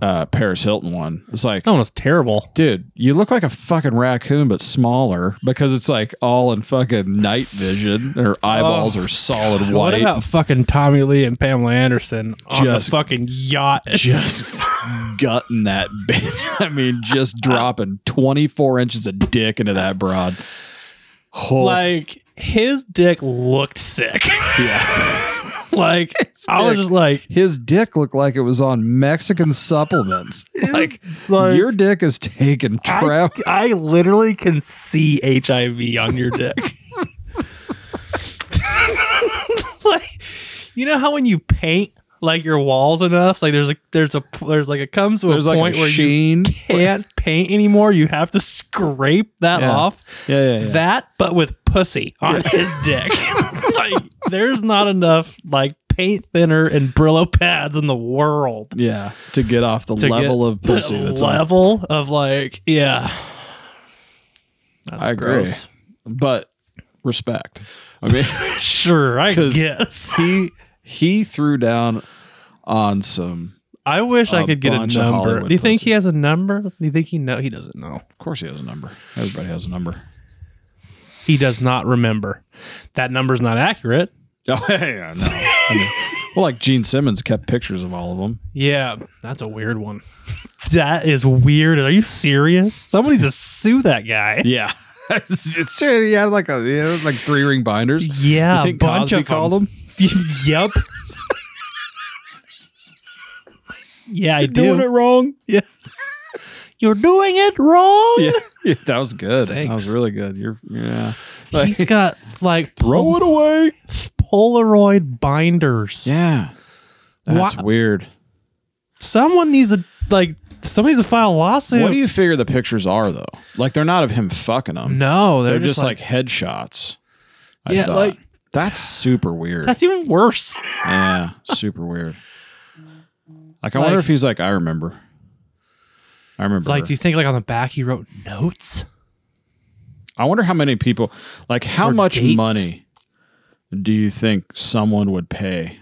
[SPEAKER 2] uh, Paris Hilton one, it's like,
[SPEAKER 1] That one was terrible.
[SPEAKER 2] dude, you look like a fucking raccoon, but smaller because it's like all in fucking night vision. Her eyeballs are solid white.
[SPEAKER 1] Oh, What about fucking Tommy Lee and Pamela Anderson on
[SPEAKER 2] Just-
[SPEAKER 1] the fucking yacht?
[SPEAKER 2] just gutting that bitch. I mean, just dropping 24 inches of dick into that broad. Oh,
[SPEAKER 1] like his dick looked sick.
[SPEAKER 2] yeah.
[SPEAKER 1] like I
[SPEAKER 2] dick.
[SPEAKER 1] was just like,
[SPEAKER 2] His dick looked like it was on Mexican supplements. Like,
[SPEAKER 11] like-
[SPEAKER 2] your dick is taking
[SPEAKER 11] I,
[SPEAKER 2] travel.
[SPEAKER 11] I literally can see HIV on your dick.
[SPEAKER 1] like you know how when you paint like your walls enough, like there's a there's a there's like it comes to
[SPEAKER 2] There's
[SPEAKER 1] a
[SPEAKER 2] like
[SPEAKER 1] point
[SPEAKER 2] a
[SPEAKER 1] where
[SPEAKER 2] sheen.
[SPEAKER 1] you can't paint anymore. You have to scrape that
[SPEAKER 2] Yeah.
[SPEAKER 1] off.
[SPEAKER 2] Yeah, yeah, yeah.
[SPEAKER 1] That, but with pussy on his dick. like there's not enough like paint thinner and Brillo pads in the world.
[SPEAKER 2] yeah, to get off the
[SPEAKER 1] to get
[SPEAKER 2] level of
[SPEAKER 1] the
[SPEAKER 2] pussy. That's on-
[SPEAKER 1] level of like yeah. That's
[SPEAKER 2] I agree.
[SPEAKER 1] gross.
[SPEAKER 2] But respect. I mean,
[SPEAKER 1] Sure, I
[SPEAKER 2] 'Cause-
[SPEAKER 1] guess.
[SPEAKER 2] he he threw down on some.
[SPEAKER 1] I wish
[SPEAKER 2] a
[SPEAKER 1] I could get a
[SPEAKER 2] bunch of
[SPEAKER 1] number.
[SPEAKER 2] Hollywood
[SPEAKER 1] Do you think
[SPEAKER 2] pussy.
[SPEAKER 1] he has a number? Do you think he know? He doesn't know.
[SPEAKER 2] Of course, he has a number. Everybody has a number.
[SPEAKER 1] He does not remember. That number's not accurate.
[SPEAKER 2] Oh yeah, no. I mean, well, like Gene Simmons kept pictures of all of them.
[SPEAKER 1] Yeah, that's a weird one.
[SPEAKER 11] that is weird. Are you serious? Somebody just sue that guy.
[SPEAKER 2] Yeah, it's, it's true. He had like a he had like three ring binders.
[SPEAKER 11] Yeah,
[SPEAKER 2] you
[SPEAKER 11] a
[SPEAKER 2] think
[SPEAKER 11] bunch
[SPEAKER 2] Cosby
[SPEAKER 11] of them.
[SPEAKER 2] called him?
[SPEAKER 11] yep. yeah, I do.
[SPEAKER 2] wrong.
[SPEAKER 11] You're doing it wrong.
[SPEAKER 2] Yeah, yeah, that was good. That was
[SPEAKER 11] Thanks.
[SPEAKER 2] really good. You're yeah. Like,
[SPEAKER 11] He's got like
[SPEAKER 2] throw it away.
[SPEAKER 11] Polaroid binders.
[SPEAKER 2] Yeah, that's
[SPEAKER 11] Wha-
[SPEAKER 2] weird.
[SPEAKER 11] Someone needs to like somebody needs to file a lawsuit.
[SPEAKER 2] What do you figure the pictures are though? Like they're not of him fucking them.
[SPEAKER 1] No,
[SPEAKER 2] they're, just like, headshots. I
[SPEAKER 1] Yeah,
[SPEAKER 2] thought.
[SPEAKER 1] like-
[SPEAKER 2] that's super weird.
[SPEAKER 11] That's even worse.
[SPEAKER 2] yeah, super weird. Like, I wonder
[SPEAKER 1] Mm-hmm. Like-
[SPEAKER 2] if he's like, I remember. I I remember.
[SPEAKER 1] Like, do you think like on the back he wrote notes?
[SPEAKER 2] I wonder how many people, like, how
[SPEAKER 1] Or
[SPEAKER 2] much
[SPEAKER 1] dates.
[SPEAKER 2] money do you think someone would pay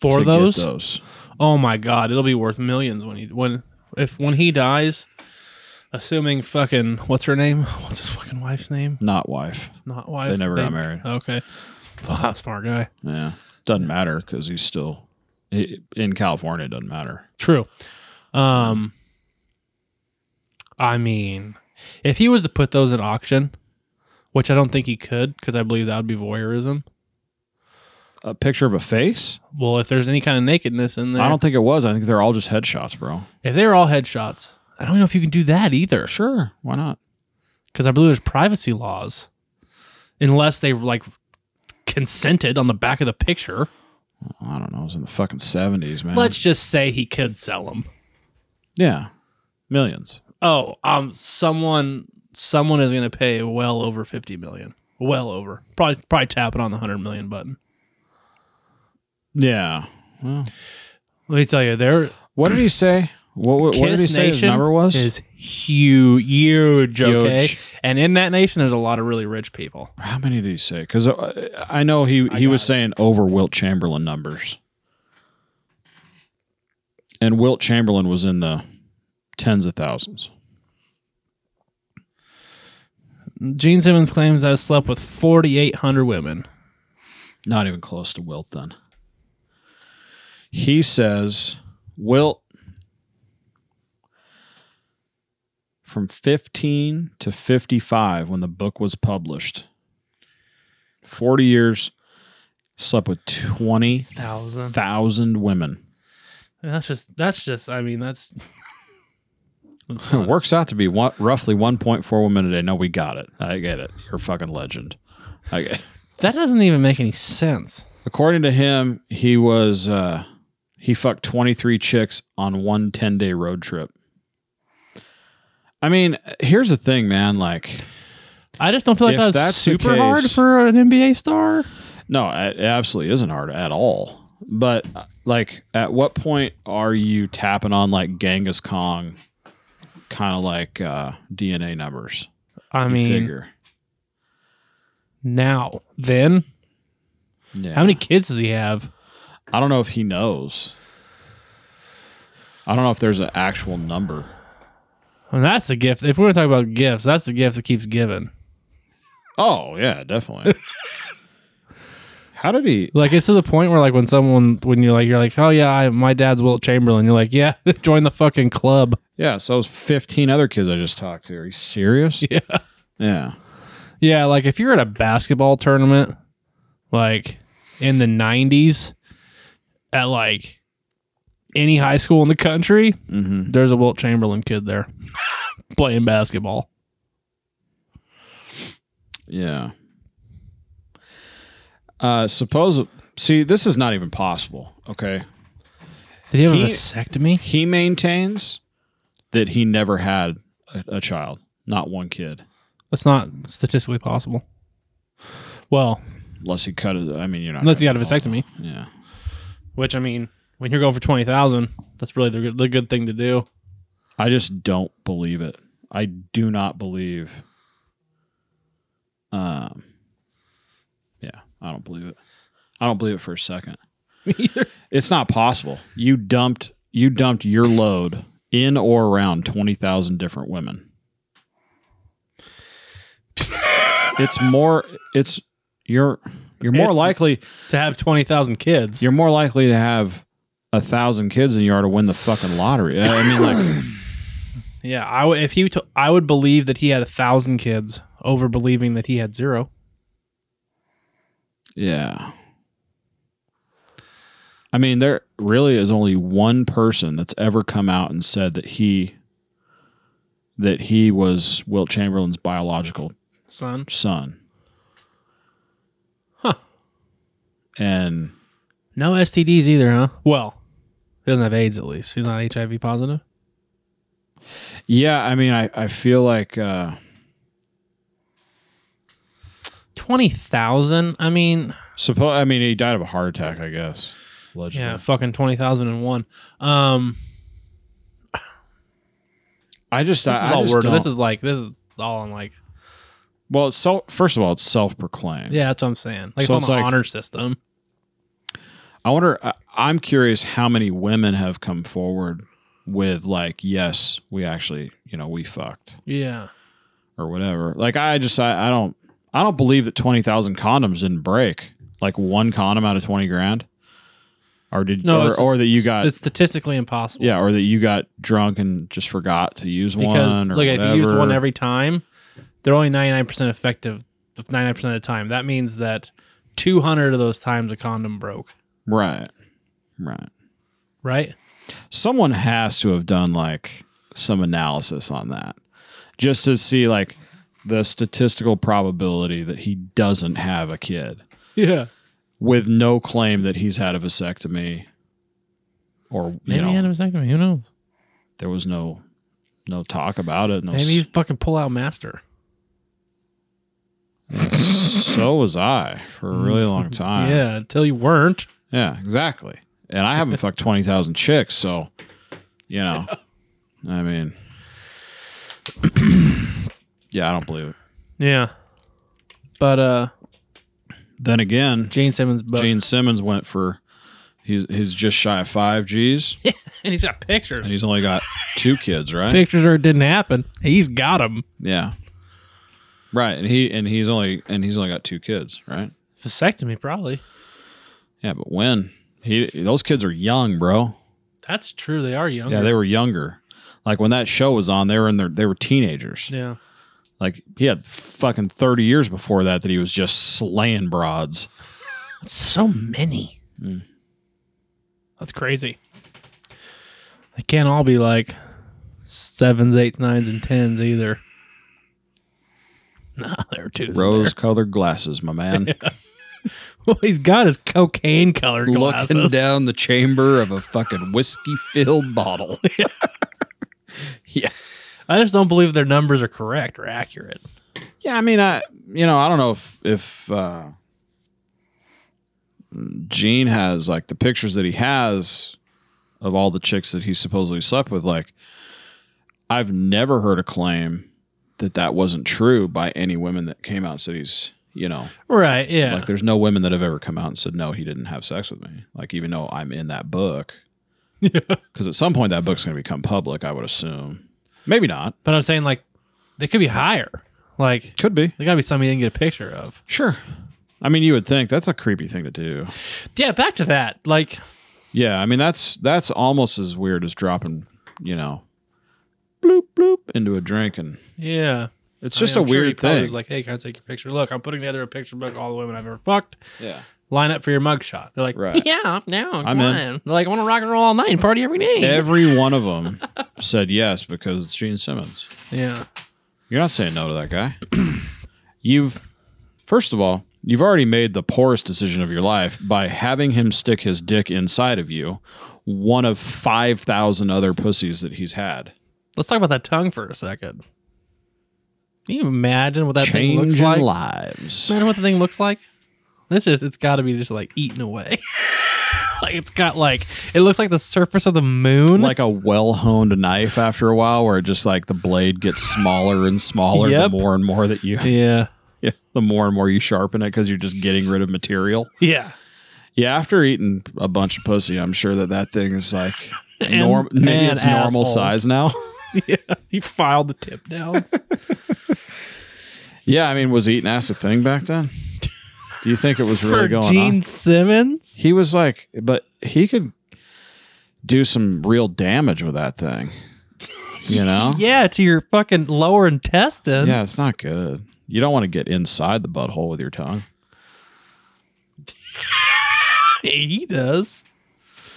[SPEAKER 1] For
[SPEAKER 2] to
[SPEAKER 1] those?
[SPEAKER 2] Get those?
[SPEAKER 1] Oh my god, it'll be worth millions when he when if when he dies, assuming fucking what's her name? What's his fucking wife's name?
[SPEAKER 2] Not wife.
[SPEAKER 1] Not wife.
[SPEAKER 2] They never got married.
[SPEAKER 1] Okay. Fuck, smart guy.
[SPEAKER 2] Yeah, doesn't matter because he's still he, in California. It doesn't matter.
[SPEAKER 1] True. Um I mean, if he was to put those at auction, which I don't think he could because I believe that would be voyeurism.
[SPEAKER 2] A picture of a face?
[SPEAKER 1] Well, if there's any kind of nakedness in there,
[SPEAKER 2] I don't think it was. I think they're all just headshots, bro.
[SPEAKER 1] if they're all headshots, I don't know if you can do that either.
[SPEAKER 2] Sure, why not?
[SPEAKER 1] because I believe there's privacy laws, unless they like consented on the back of the picture.
[SPEAKER 2] I don't know. It was in the fucking seventies, man.
[SPEAKER 1] Let's just say he could sell them.
[SPEAKER 2] yeah, millions.
[SPEAKER 1] Oh, um, someone, someone is going to pay well over fifty million, well over, probably, probably tapping on the hundred million button.
[SPEAKER 2] Yeah.
[SPEAKER 1] Let me tell you, their
[SPEAKER 2] What did he say? What, what, what did he
[SPEAKER 1] Kiss
[SPEAKER 2] say his
[SPEAKER 1] Nation
[SPEAKER 2] number was?
[SPEAKER 1] is huge, huge, okay.
[SPEAKER 2] Huge.
[SPEAKER 1] And in that nation, there's a lot of really rich people.
[SPEAKER 2] How many did he say? Because I, I know he he was saying over Wilt Chamberlain numbers, and Wilt Chamberlain was in the tens of thousands.
[SPEAKER 1] Gene Simmons claims I slept with forty eight hundred women.
[SPEAKER 2] Not even close to Wilt then. He says, Wilt, from 15 to 55, when the book was published, 40 years, slept with 20,000 women.
[SPEAKER 1] And That's just that's just I mean that's
[SPEAKER 2] It works out to be one, roughly 1.4 women a day. No, we got it. I get it. You're a fucking legend. I get it.
[SPEAKER 1] that doesn't even make any sense.
[SPEAKER 2] According to him, he was uh he fucked 23 chicks on one 10-day road trip. I mean, here's the thing, man, like
[SPEAKER 1] I just don't feel like
[SPEAKER 2] If
[SPEAKER 1] that's,
[SPEAKER 2] that's the
[SPEAKER 1] super hard
[SPEAKER 2] case-
[SPEAKER 1] for an NBA star.
[SPEAKER 2] no, it it absolutely isn't hard at all. But uh, like at what point are you tapping on like Genghis Kong kind of like uh DNA numbers?
[SPEAKER 1] I
[SPEAKER 2] you
[SPEAKER 1] mean,
[SPEAKER 2] figure.
[SPEAKER 1] now then,
[SPEAKER 2] Yeah.
[SPEAKER 1] how many kids does he have?
[SPEAKER 2] I don't know if he knows. I don't know if there's an actual number.
[SPEAKER 1] And that's the gift. If we're gonna talk about gifts, that's the gift that keeps giving.
[SPEAKER 2] Oh yeah, definitely. How did he?
[SPEAKER 1] Like it's to the point where like when someone when you're like you're like oh yeah I, my dad's Wilt Chamberlain you're like yeah join the fucking club
[SPEAKER 2] Yeah, so it was fifteen other kids I just talked to. Are you serious? Yeah, yeah.
[SPEAKER 1] yeah like if you're at a basketball tournament like in the 90s at like any high school in the country
[SPEAKER 2] Mm-hmm.
[SPEAKER 1] There's a Wilt Chamberlain kid there playing basketball.
[SPEAKER 2] Yeah. Uh, suppose. See, this is not even possible. Okay,
[SPEAKER 1] Did he have
[SPEAKER 2] He-
[SPEAKER 1] a vasectomy?
[SPEAKER 2] he maintains that he never had a, a child, not one kid,
[SPEAKER 1] That's not statistically possible. Well,
[SPEAKER 2] unless he cut it. I mean, you're not.
[SPEAKER 1] unless he had
[SPEAKER 2] gonna
[SPEAKER 1] a vasectomy,
[SPEAKER 2] call- Yeah.
[SPEAKER 1] which I mean, when you're going for twenty thousand, that's really the good, the good thing to do.
[SPEAKER 2] I just don't believe it. I do not believe. Um. Yeah, I don't believe it. I don't believe it for a second. It's not possible. You dumped you dumped your load in or around twenty thousand different women. it's more. It's you're you're more
[SPEAKER 1] It's-
[SPEAKER 2] likely
[SPEAKER 1] To have twenty thousand kids,
[SPEAKER 2] you're more likely to have a thousand kids than you are to win the fucking lottery. I mean, like.
[SPEAKER 1] yeah. I w- if you t- I would believe that he had a thousand kids over believing that he had zero.
[SPEAKER 2] Yeah. I mean, there really is only one person that's ever come out and said that he that he was Wilt Chamberlain's biological
[SPEAKER 1] Son,
[SPEAKER 2] son. Huh. And
[SPEAKER 1] no STDs either, huh? Well, he doesn't have AIDS at least. He's not HIV positive.
[SPEAKER 2] yeah, I mean, I, I feel like uh,
[SPEAKER 1] Twenty thousand. I mean,
[SPEAKER 2] suppose I mean he died of a heart attack, I guess.
[SPEAKER 1] Yeah,
[SPEAKER 2] Allegedly.
[SPEAKER 1] fucking twenty thousand and one. Um,
[SPEAKER 2] I just
[SPEAKER 1] This
[SPEAKER 2] I,
[SPEAKER 1] is
[SPEAKER 2] I
[SPEAKER 1] all
[SPEAKER 2] just
[SPEAKER 1] word.
[SPEAKER 2] don't-
[SPEAKER 1] This is like this is all I'm like.
[SPEAKER 2] well. It's so first of all, it's self proclaimed.
[SPEAKER 1] Yeah, that's what I'm saying. Like
[SPEAKER 2] So
[SPEAKER 1] it's
[SPEAKER 2] it's
[SPEAKER 1] on the
[SPEAKER 2] like-
[SPEAKER 1] honor system.
[SPEAKER 2] I wonder. I, I'm curious how many women have come forward with like, yes, we actually, you know, we fucked
[SPEAKER 1] Yeah.
[SPEAKER 2] or whatever. Like, I just, I, I don't, I don't believe that twenty thousand condoms didn't break. Like one condom out of twenty grand, or did,
[SPEAKER 1] No,
[SPEAKER 2] or,
[SPEAKER 1] it's,
[SPEAKER 2] or that you got,
[SPEAKER 1] it's statistically impossible.
[SPEAKER 2] yeah, or that you got drunk and just forgot to use
[SPEAKER 1] because
[SPEAKER 2] one. Or
[SPEAKER 1] look, if you use one
[SPEAKER 2] whatever.
[SPEAKER 1] every time, they're only 99 percent effective. 99 percent of the time, that means that 200 of those times a condom broke.
[SPEAKER 2] right, right.
[SPEAKER 1] Right?
[SPEAKER 2] someone has to have done like some analysis on that just to see like the statistical probability that he doesn't have a kid
[SPEAKER 1] Yeah.
[SPEAKER 2] with no claim that he's had a vasectomy or you
[SPEAKER 1] Maybe
[SPEAKER 2] know
[SPEAKER 1] he had a vasectomy. Who knows?
[SPEAKER 2] there was no no talk about it no
[SPEAKER 1] Maybe he's
[SPEAKER 2] s-
[SPEAKER 1] fucking pull out master.
[SPEAKER 2] so was i for a really long time
[SPEAKER 1] yeah. Until you weren't.
[SPEAKER 2] yeah exactly and i haven't fucked 20,000 chicks so you know i mean yeah i don't believe it
[SPEAKER 1] Yeah. But uh,
[SPEAKER 2] then again
[SPEAKER 1] Jane Simmons book.
[SPEAKER 2] Gene Simmons went for he's he's just shy of five G's,
[SPEAKER 1] and he's got pictures.
[SPEAKER 2] and he's only got two kids, right?
[SPEAKER 1] pictures or it didn't happen. He's got them.
[SPEAKER 2] Yeah, right. And he and he's only and he's only got two kids, right?
[SPEAKER 1] Vasectomy, probably.
[SPEAKER 2] Yeah, but when he those kids are young, bro.
[SPEAKER 1] That's true. They are young.
[SPEAKER 2] Yeah, they were younger. Like when that show was on, they were in their they were teenagers.
[SPEAKER 1] yeah.
[SPEAKER 2] Like he had fucking thirty years before that that he was just slaying broads.
[SPEAKER 1] So many.
[SPEAKER 2] Mm.
[SPEAKER 1] That's crazy. They can't all be like sevens, eights, nines, and tens either. Nah, there are two.
[SPEAKER 2] Rose colored glasses, my man.
[SPEAKER 1] Well, he's got his cocaine colored glasses.
[SPEAKER 2] looking down the chamber of a fucking whiskey filled bottle.
[SPEAKER 1] I just don't believe their numbers are correct or accurate.
[SPEAKER 2] Yeah, I mean, I you know, I don't know if if uh, Gene has like the pictures that he has of all the chicks that he supposedly slept with. Like, I've never heard a claim that that wasn't true by any women that came out and said he's you know
[SPEAKER 1] Right? Yeah.
[SPEAKER 2] like there's no women that have ever come out and said no he didn't have sex with me like even though i'm in that book because at some point that book's going to become public i would assume maybe not
[SPEAKER 1] but I'm saying like they could be higher. Like
[SPEAKER 2] could be
[SPEAKER 1] they got to be something you didn't get a picture of.
[SPEAKER 2] sure i mean you would think that's a creepy thing to do
[SPEAKER 1] Yeah. Back to that. Like
[SPEAKER 2] Yeah, I mean that's that's almost as weird as dropping, you know, bloop bloop into a drink, and
[SPEAKER 1] yeah.
[SPEAKER 2] it's
[SPEAKER 1] I
[SPEAKER 2] just
[SPEAKER 1] mean,
[SPEAKER 2] a
[SPEAKER 1] I'm sure he
[SPEAKER 2] weird
[SPEAKER 1] probably
[SPEAKER 2] thing.
[SPEAKER 1] Was like, hey, can I take your picture? Look, I'm putting together a picture book of all the women I've ever fucked.
[SPEAKER 2] yeah,
[SPEAKER 1] Line up for your mugshot. They're like,
[SPEAKER 2] Right.
[SPEAKER 1] yeah, now I'm
[SPEAKER 2] I'm in.
[SPEAKER 1] They're like, I want to rock and roll all night and party every day.
[SPEAKER 2] every one of them said yes because it's Gene Simmons.
[SPEAKER 1] yeah,
[SPEAKER 2] You're not saying no to that guy. you've first of all, you've already made the poorest decision of your life by having him stick his dick inside of you, one of five thousand other pussies that he's had.
[SPEAKER 5] Let's talk about that tongue for a second.
[SPEAKER 1] can you imagine what that thing looks
[SPEAKER 2] Changing
[SPEAKER 1] like?
[SPEAKER 2] lives.
[SPEAKER 1] Imagine what the thing looks like. It's just, it's got to be just like eaten away. like it's got like,
[SPEAKER 5] It looks like the surface of the moon.
[SPEAKER 2] like a well-honed knife after a while where it just like the blade gets smaller and smaller
[SPEAKER 5] Yep.
[SPEAKER 2] the more and more that you
[SPEAKER 1] yeah,
[SPEAKER 2] yeah, the more and more you sharpen it because you're just getting rid of material
[SPEAKER 5] yeah.
[SPEAKER 2] yeah after eating a bunch of pussy i'm sure that that thing is like norm maybe
[SPEAKER 1] and
[SPEAKER 2] it's normal
[SPEAKER 1] assholes.
[SPEAKER 2] size now
[SPEAKER 1] you filed the tip down.
[SPEAKER 2] yeah i mean was eating ass a thing back then do you think it was really
[SPEAKER 5] For
[SPEAKER 2] going
[SPEAKER 5] Gene
[SPEAKER 2] on
[SPEAKER 5] Simmons?
[SPEAKER 2] he was like but he could do some real damage with that thing you know
[SPEAKER 5] Yeah, to your fucking lower intestine.
[SPEAKER 2] Yeah, it's not good. You don't want to get inside the butthole with your tongue.
[SPEAKER 5] He does.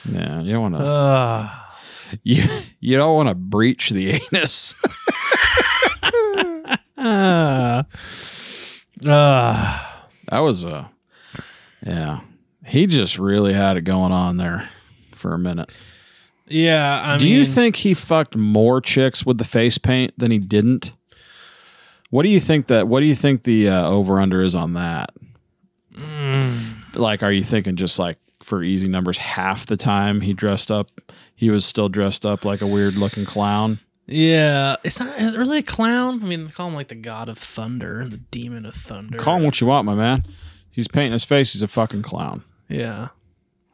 [SPEAKER 2] Yeah, you don't want to.
[SPEAKER 1] Uh,
[SPEAKER 2] you you don't want to breach the anus.
[SPEAKER 1] uh, uh,
[SPEAKER 2] That was a. Yeah, he just really had it going on there for a minute.
[SPEAKER 1] yeah. I
[SPEAKER 2] do
[SPEAKER 1] mean,
[SPEAKER 2] you think he fucked more chicks with the face paint than he didn't? What do you think that? What do you think the uh, over under is on that?
[SPEAKER 1] Mm.
[SPEAKER 2] Like, are you thinking just like for easy numbers, half the time he dressed up, he was still dressed up like a weird looking clown?
[SPEAKER 1] Yeah, it's not is it really a clown. I mean, they call him like the god of thunder, the demon of thunder.
[SPEAKER 2] Call him what you want, my man. He's painting his face. He's a fucking clown.
[SPEAKER 1] Yeah,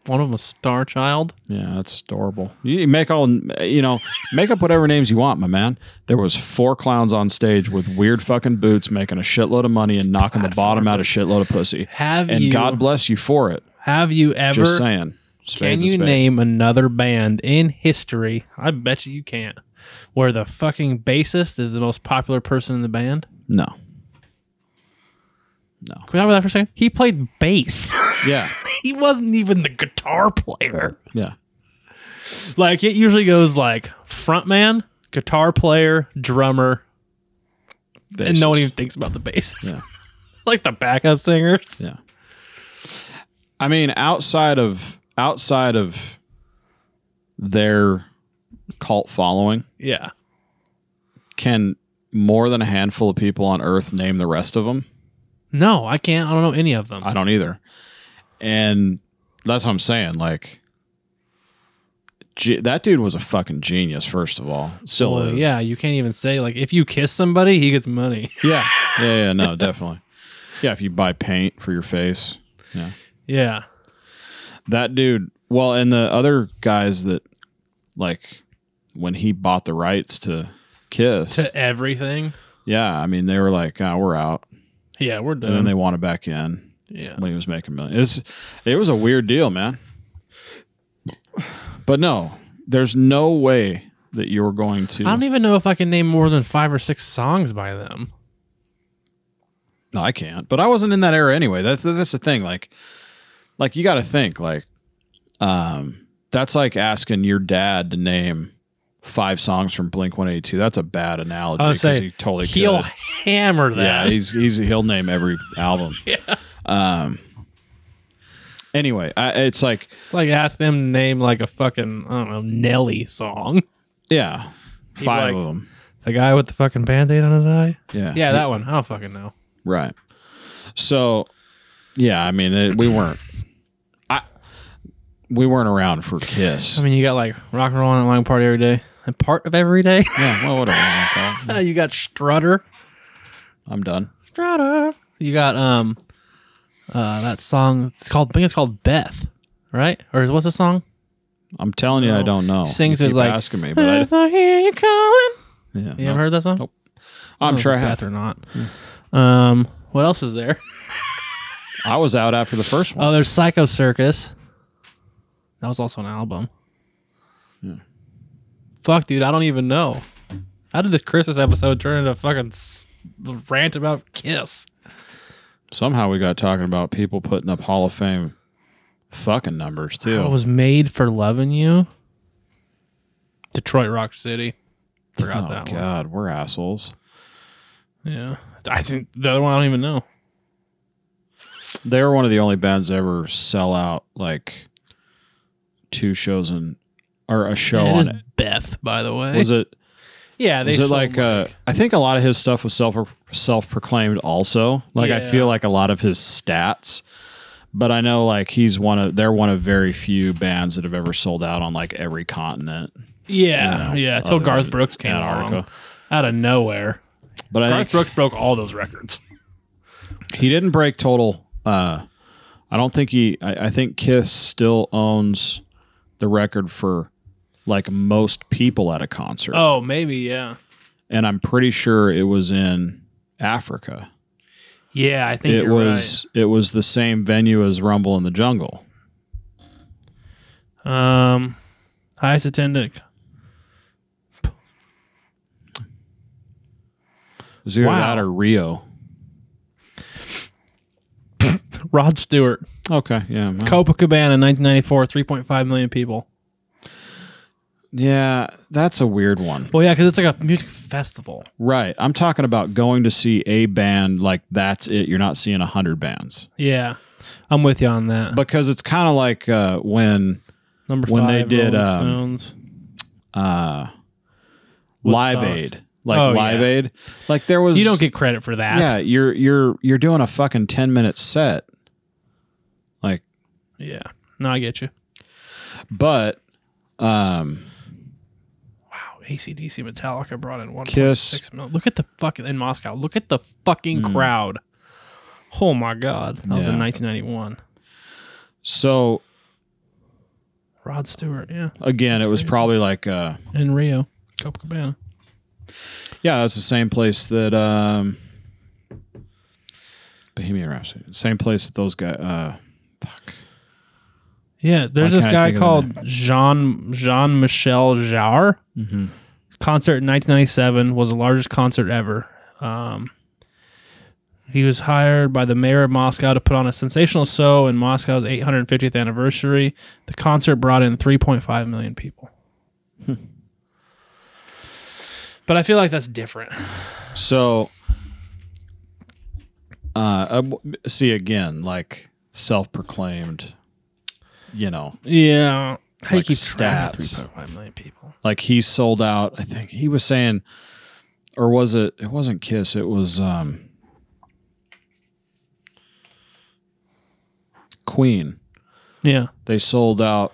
[SPEAKER 1] one of them was Star Child.
[SPEAKER 2] Yeah, that's adorable. You make all you know, make up whatever names you want, my man. There was four clowns on stage with weird fucking boots, making a shitload of money and knocking the bottom out of shitload of pussy.
[SPEAKER 1] Have
[SPEAKER 2] And
[SPEAKER 1] you?
[SPEAKER 2] God bless you for it.
[SPEAKER 1] have you ever?
[SPEAKER 2] Just saying.
[SPEAKER 1] Can
[SPEAKER 2] Spades is
[SPEAKER 1] you
[SPEAKER 2] spades.
[SPEAKER 1] name another band in history? I bet you you can't. Where the fucking bassist is the most popular person in the band.
[SPEAKER 2] No.
[SPEAKER 1] Can we talk about that for a second?
[SPEAKER 12] He played bass.
[SPEAKER 2] Yeah.
[SPEAKER 12] he wasn't even the guitar player.
[SPEAKER 2] Yeah.
[SPEAKER 12] Like it usually goes like frontman, guitar player, drummer,
[SPEAKER 1] And no one
[SPEAKER 2] Bassist.
[SPEAKER 1] even thinks about the bassist.
[SPEAKER 2] Yeah.
[SPEAKER 12] like the backup singers.
[SPEAKER 2] Yeah. I mean, outside of outside of their cult following,
[SPEAKER 12] Yeah.
[SPEAKER 2] can more than a handful of people on earth name the rest of them?
[SPEAKER 1] No, I can't. I don't know any of them.
[SPEAKER 2] I don't either. And that's what I'm saying. Like, ge- that dude was a fucking genius, first of all. Still
[SPEAKER 1] Well,
[SPEAKER 2] is.
[SPEAKER 1] yeah, you can't even say like if you kiss somebody, he gets money.
[SPEAKER 2] Yeah. Yeah. Yeah. No, definitely. Yeah. If you buy paint for your face,
[SPEAKER 1] yeah.
[SPEAKER 2] that dude well and the other guys that like when he bought the rights to kiss
[SPEAKER 1] To everything.
[SPEAKER 2] yeah i mean they were like oh, we're out
[SPEAKER 1] Yeah, we're
[SPEAKER 2] and then
[SPEAKER 1] done.
[SPEAKER 2] they wanted back in
[SPEAKER 1] Mm-hmm. yeah.
[SPEAKER 2] when he was making millions it was a weird deal man but no there's no way that you're going to
[SPEAKER 1] I don't e- even know if I can name more than five or six songs by them.
[SPEAKER 2] No, I can't. But I wasn't in that era anyway. That's that's the thing. Like, like you got to think. Like, um, that's like asking your dad to name five songs from Blink One Eighty Two. That's a bad analogy
[SPEAKER 1] I was saying,
[SPEAKER 2] he totally
[SPEAKER 1] He'll
[SPEAKER 2] could.
[SPEAKER 1] hammer
[SPEAKER 2] Yeah,
[SPEAKER 1] that.
[SPEAKER 2] he's he's he'll name every album. yeah. Um. Anyway, I, it's like
[SPEAKER 1] It's like ask them to name like a fucking I don't know Nelly song.
[SPEAKER 2] yeah, five
[SPEAKER 1] like-
[SPEAKER 2] of them.
[SPEAKER 12] The guy with the fucking band-aid on his eye.
[SPEAKER 2] Yeah.
[SPEAKER 1] Yeah, that one. I don't fucking know.
[SPEAKER 2] Right. So, yeah, I mean, it, we weren't. I we weren't around for Kiss.
[SPEAKER 1] I mean, you got like rock and roll on a long party every day.
[SPEAKER 12] And part of every day.
[SPEAKER 2] Yeah, well, whatever. I'm okay.
[SPEAKER 12] you got Strutter.
[SPEAKER 2] I'm done.
[SPEAKER 1] Strata. You got um, uh, that song. It's called. I think it's called Beth, right? Or what's the song?
[SPEAKER 2] I'm telling you, I don't know.
[SPEAKER 1] He sings
[SPEAKER 2] You
[SPEAKER 1] is
[SPEAKER 2] keep
[SPEAKER 1] like-
[SPEAKER 2] asking me, but I,
[SPEAKER 1] If I hear you calling.
[SPEAKER 2] yeah,
[SPEAKER 1] You
[SPEAKER 2] no.
[SPEAKER 1] ever heard that song?
[SPEAKER 2] Nope. I'm
[SPEAKER 1] know
[SPEAKER 2] sure I
[SPEAKER 1] if it's
[SPEAKER 2] have.
[SPEAKER 1] Beth or not. Um, what else is there?
[SPEAKER 2] I was out after the first one.
[SPEAKER 1] Oh, there's Psycho Circus. That was also an album.
[SPEAKER 12] Fuck, dude, I don't even know. How did this Christmas episode turn into a fucking s- rant about Kiss?
[SPEAKER 2] Somehow we got talking about people putting up Hall of Fame fucking numbers too.
[SPEAKER 1] I was made for loving you. Detroit Rock City. Forgot
[SPEAKER 2] oh
[SPEAKER 1] that one.
[SPEAKER 2] God, we're assholes.
[SPEAKER 1] Yeah, I think the other one I don't even know.
[SPEAKER 2] They were one of the only bands to ever sell out like two shows in or a show
[SPEAKER 1] it
[SPEAKER 2] Oh, on
[SPEAKER 1] is
[SPEAKER 2] it.
[SPEAKER 1] Beth, by the way.
[SPEAKER 2] Was it?
[SPEAKER 1] yeah, they
[SPEAKER 2] Was it
[SPEAKER 1] sold
[SPEAKER 2] like? Uh, I think a lot of his stuff was self self proclaimed. Also, like I
[SPEAKER 1] Yeah.
[SPEAKER 2] feel like a lot of his stats, but I know like he's one of they're one of very few bands that have ever sold out on like every continent
[SPEAKER 1] yeah,
[SPEAKER 2] you know,
[SPEAKER 1] yeah. Until
[SPEAKER 2] other
[SPEAKER 1] Garth
[SPEAKER 2] than
[SPEAKER 1] Brooks came along
[SPEAKER 2] Oh, Antarctica.
[SPEAKER 1] out of nowhere.
[SPEAKER 2] But I
[SPEAKER 1] Garth
[SPEAKER 2] think
[SPEAKER 1] Brooks broke all those records.
[SPEAKER 2] he didn't break total. Uh, I don't think he. I, I think Kiss still owns the record for like most people at a concert,
[SPEAKER 1] Oh, maybe yeah.
[SPEAKER 2] and I'm pretty sure it was in Africa.
[SPEAKER 1] Yeah, I think
[SPEAKER 2] it was it was the same venue as Rumble in the Jungle.
[SPEAKER 1] Um, highest attendant.
[SPEAKER 2] It was either
[SPEAKER 1] Wow.
[SPEAKER 2] that or Rio.
[SPEAKER 1] Rod Stewart,
[SPEAKER 2] Okay, yeah, well,
[SPEAKER 1] Copacabana, 1994, 3.5 million people.
[SPEAKER 2] yeah, that's a weird one,
[SPEAKER 1] Well, yeah, because it's like a music festival.
[SPEAKER 2] right? I'm talking about going to see a band like that's it. You're not seeing a hundred bands
[SPEAKER 1] Yeah, I'm with you on that.
[SPEAKER 2] because it's kind of like uh, when
[SPEAKER 1] Number
[SPEAKER 2] when
[SPEAKER 1] five,
[SPEAKER 2] they did,
[SPEAKER 1] Rolling
[SPEAKER 2] um,
[SPEAKER 1] Stones.
[SPEAKER 2] uh, Live
[SPEAKER 1] Woodstock.
[SPEAKER 2] Aid, like
[SPEAKER 1] Oh,
[SPEAKER 2] Live
[SPEAKER 1] yeah.
[SPEAKER 2] Aid, like there was
[SPEAKER 1] You don't get credit for that.
[SPEAKER 2] yeah, you're you're you're doing a fucking ten minute set, like
[SPEAKER 1] yeah. No, I get you.
[SPEAKER 2] but um
[SPEAKER 1] Wow, ACDC Metallica brought in one
[SPEAKER 2] Kiss.
[SPEAKER 1] six mil. Look at the fucking in Moscow. Look at the fucking crowd. Oh my god, that was in
[SPEAKER 2] Mm. Yeah.
[SPEAKER 1] 1991.
[SPEAKER 2] So
[SPEAKER 1] Rod Stewart, yeah,
[SPEAKER 2] again, it was probably like uh
[SPEAKER 1] in Rio, Copacabana.
[SPEAKER 2] yeah, that's the same place that um Bohemian Rhapsody. Same place that those guys uh fuck.
[SPEAKER 1] Yeah, there's
[SPEAKER 2] Why
[SPEAKER 1] this
[SPEAKER 2] can't
[SPEAKER 1] guy
[SPEAKER 2] I think of the
[SPEAKER 1] called Jean Jean Michel Jarre. Concert in 1997 was the largest concert ever. Um, he was hired by the mayor of Moscow to put on a sensational show in Moscow's 850th anniversary. The concert brought in 3.5 million people. but I feel like that's different.
[SPEAKER 2] So, uh, uh, w- see again, like self-proclaimed, you know,
[SPEAKER 1] Yeah, how
[SPEAKER 2] Like
[SPEAKER 1] you keep track of
[SPEAKER 2] stats.
[SPEAKER 1] 3.5 million people?
[SPEAKER 2] like he sold out. I think he was saying, or was it? It wasn't Kiss. It was um, Queen.
[SPEAKER 1] Yeah,
[SPEAKER 2] They sold out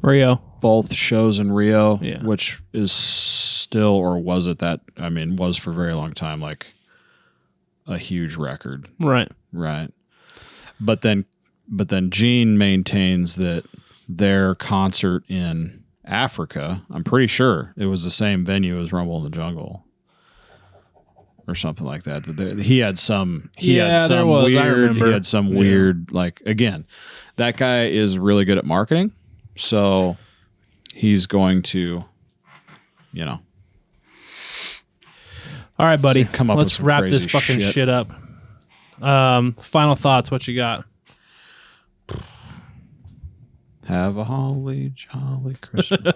[SPEAKER 1] Rio.
[SPEAKER 2] both shows in Rio,
[SPEAKER 1] Yeah.
[SPEAKER 2] which is still, or was it that? I mean, was for a very long time like a huge record.
[SPEAKER 1] Right.
[SPEAKER 2] Right. But then but then Gene maintains that their concert in Africa, I'm pretty sure it was the same venue as Rumble in the Jungle. Or something like that. That there- He had some. He
[SPEAKER 1] Yeah,
[SPEAKER 2] had
[SPEAKER 1] there
[SPEAKER 2] some
[SPEAKER 1] was. I
[SPEAKER 2] weird. He
[SPEAKER 1] remember.
[SPEAKER 2] had some weird. Like again, that guy is really good at marketing, so he's going to, you know,
[SPEAKER 1] All right, buddy.
[SPEAKER 2] come up with
[SPEAKER 1] Let's
[SPEAKER 2] some
[SPEAKER 1] wrap
[SPEAKER 2] crazy
[SPEAKER 1] this fucking
[SPEAKER 2] shit.
[SPEAKER 1] shit, up. Um, final thoughts. What you got?
[SPEAKER 2] have a holly jolly Christmas.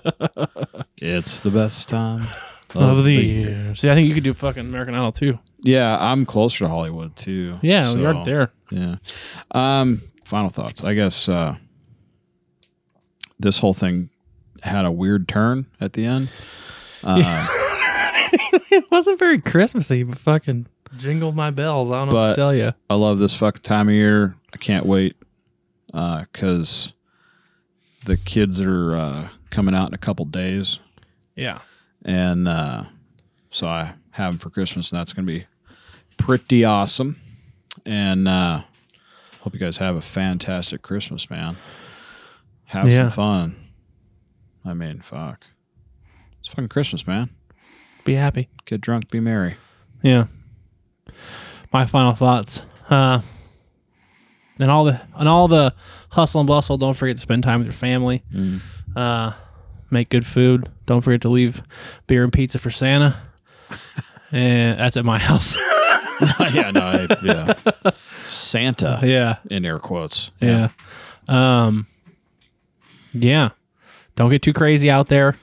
[SPEAKER 2] it's the best time
[SPEAKER 1] Of the year. See, I think you could do fucking American Idol too.
[SPEAKER 2] Yeah, I'm closer to Hollywood too.
[SPEAKER 1] Yeah,
[SPEAKER 2] so,
[SPEAKER 1] we are there.
[SPEAKER 2] Yeah. Um, final thoughts. I guess uh, this whole thing had a weird turn at the end. Uh,
[SPEAKER 13] It wasn't very Christmassy, but fucking jingle my bells. I don't know what
[SPEAKER 2] But-
[SPEAKER 13] to tell you.
[SPEAKER 2] I love this fucking time of year. I can't wait because the kids are uh, coming out in a couple days,
[SPEAKER 1] Yeah.
[SPEAKER 2] and uh, so I have them for Christmas, and that's going to be pretty awesome. And uh, hope you guys have a fantastic Christmas, man. Have
[SPEAKER 1] Yeah.
[SPEAKER 2] some fun. I mean, fuck, it's fucking Christmas, man.
[SPEAKER 1] Be happy.
[SPEAKER 2] Get drunk, be merry.
[SPEAKER 1] Yeah. My final thoughts. Uh, and all the and all the hustle and bustle. Don't forget to spend time with your family. Uh, make good food. Don't forget to leave beer and pizza for Santa. and that's at my house.
[SPEAKER 2] yeah, no, I, yeah. Santa
[SPEAKER 1] yeah.
[SPEAKER 2] in air quotes.
[SPEAKER 1] Yeah. Um Yeah. Don't get too crazy out there.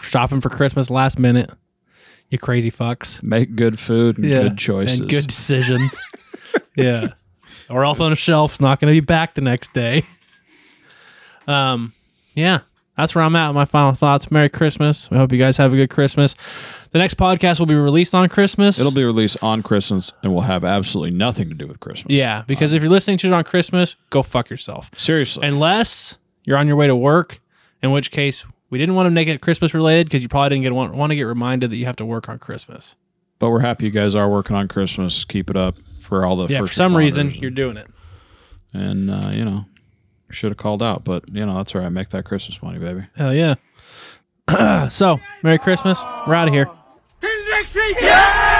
[SPEAKER 1] Shopping for Christmas last minute. You crazy fucks.
[SPEAKER 2] Make good food and good choices.
[SPEAKER 1] And good decisions. yeah. Or else on a shelf's not gonna be back the next day. Um yeah. That's where I'm at with my final thoughts. Merry Christmas. We hope you guys have a good Christmas. The next podcast will be released on Christmas.
[SPEAKER 2] It'll be released on Christmas and will have absolutely nothing to do with Christmas.
[SPEAKER 1] Yeah,
[SPEAKER 2] Uh,
[SPEAKER 1] because if you're listening to it on Christmas, go fuck yourself.
[SPEAKER 2] Seriously.
[SPEAKER 1] unless you're on your way to work, in which case we didn't want to make it Christmas related because you probably didn't get want, want to get reminded that you have to work on Christmas.
[SPEAKER 2] but we're happy you guys are working on Christmas. Keep it up for all the
[SPEAKER 1] Yeah,
[SPEAKER 2] first
[SPEAKER 1] for some
[SPEAKER 2] responders
[SPEAKER 1] reason
[SPEAKER 2] and-
[SPEAKER 1] you're doing it.
[SPEAKER 2] and uh, you know, should have called out, but you know, that's all right. Make that Christmas money, baby.
[SPEAKER 1] Hell yeah! so Merry Christmas. We're out of here.
[SPEAKER 14] Till next week. Yeah!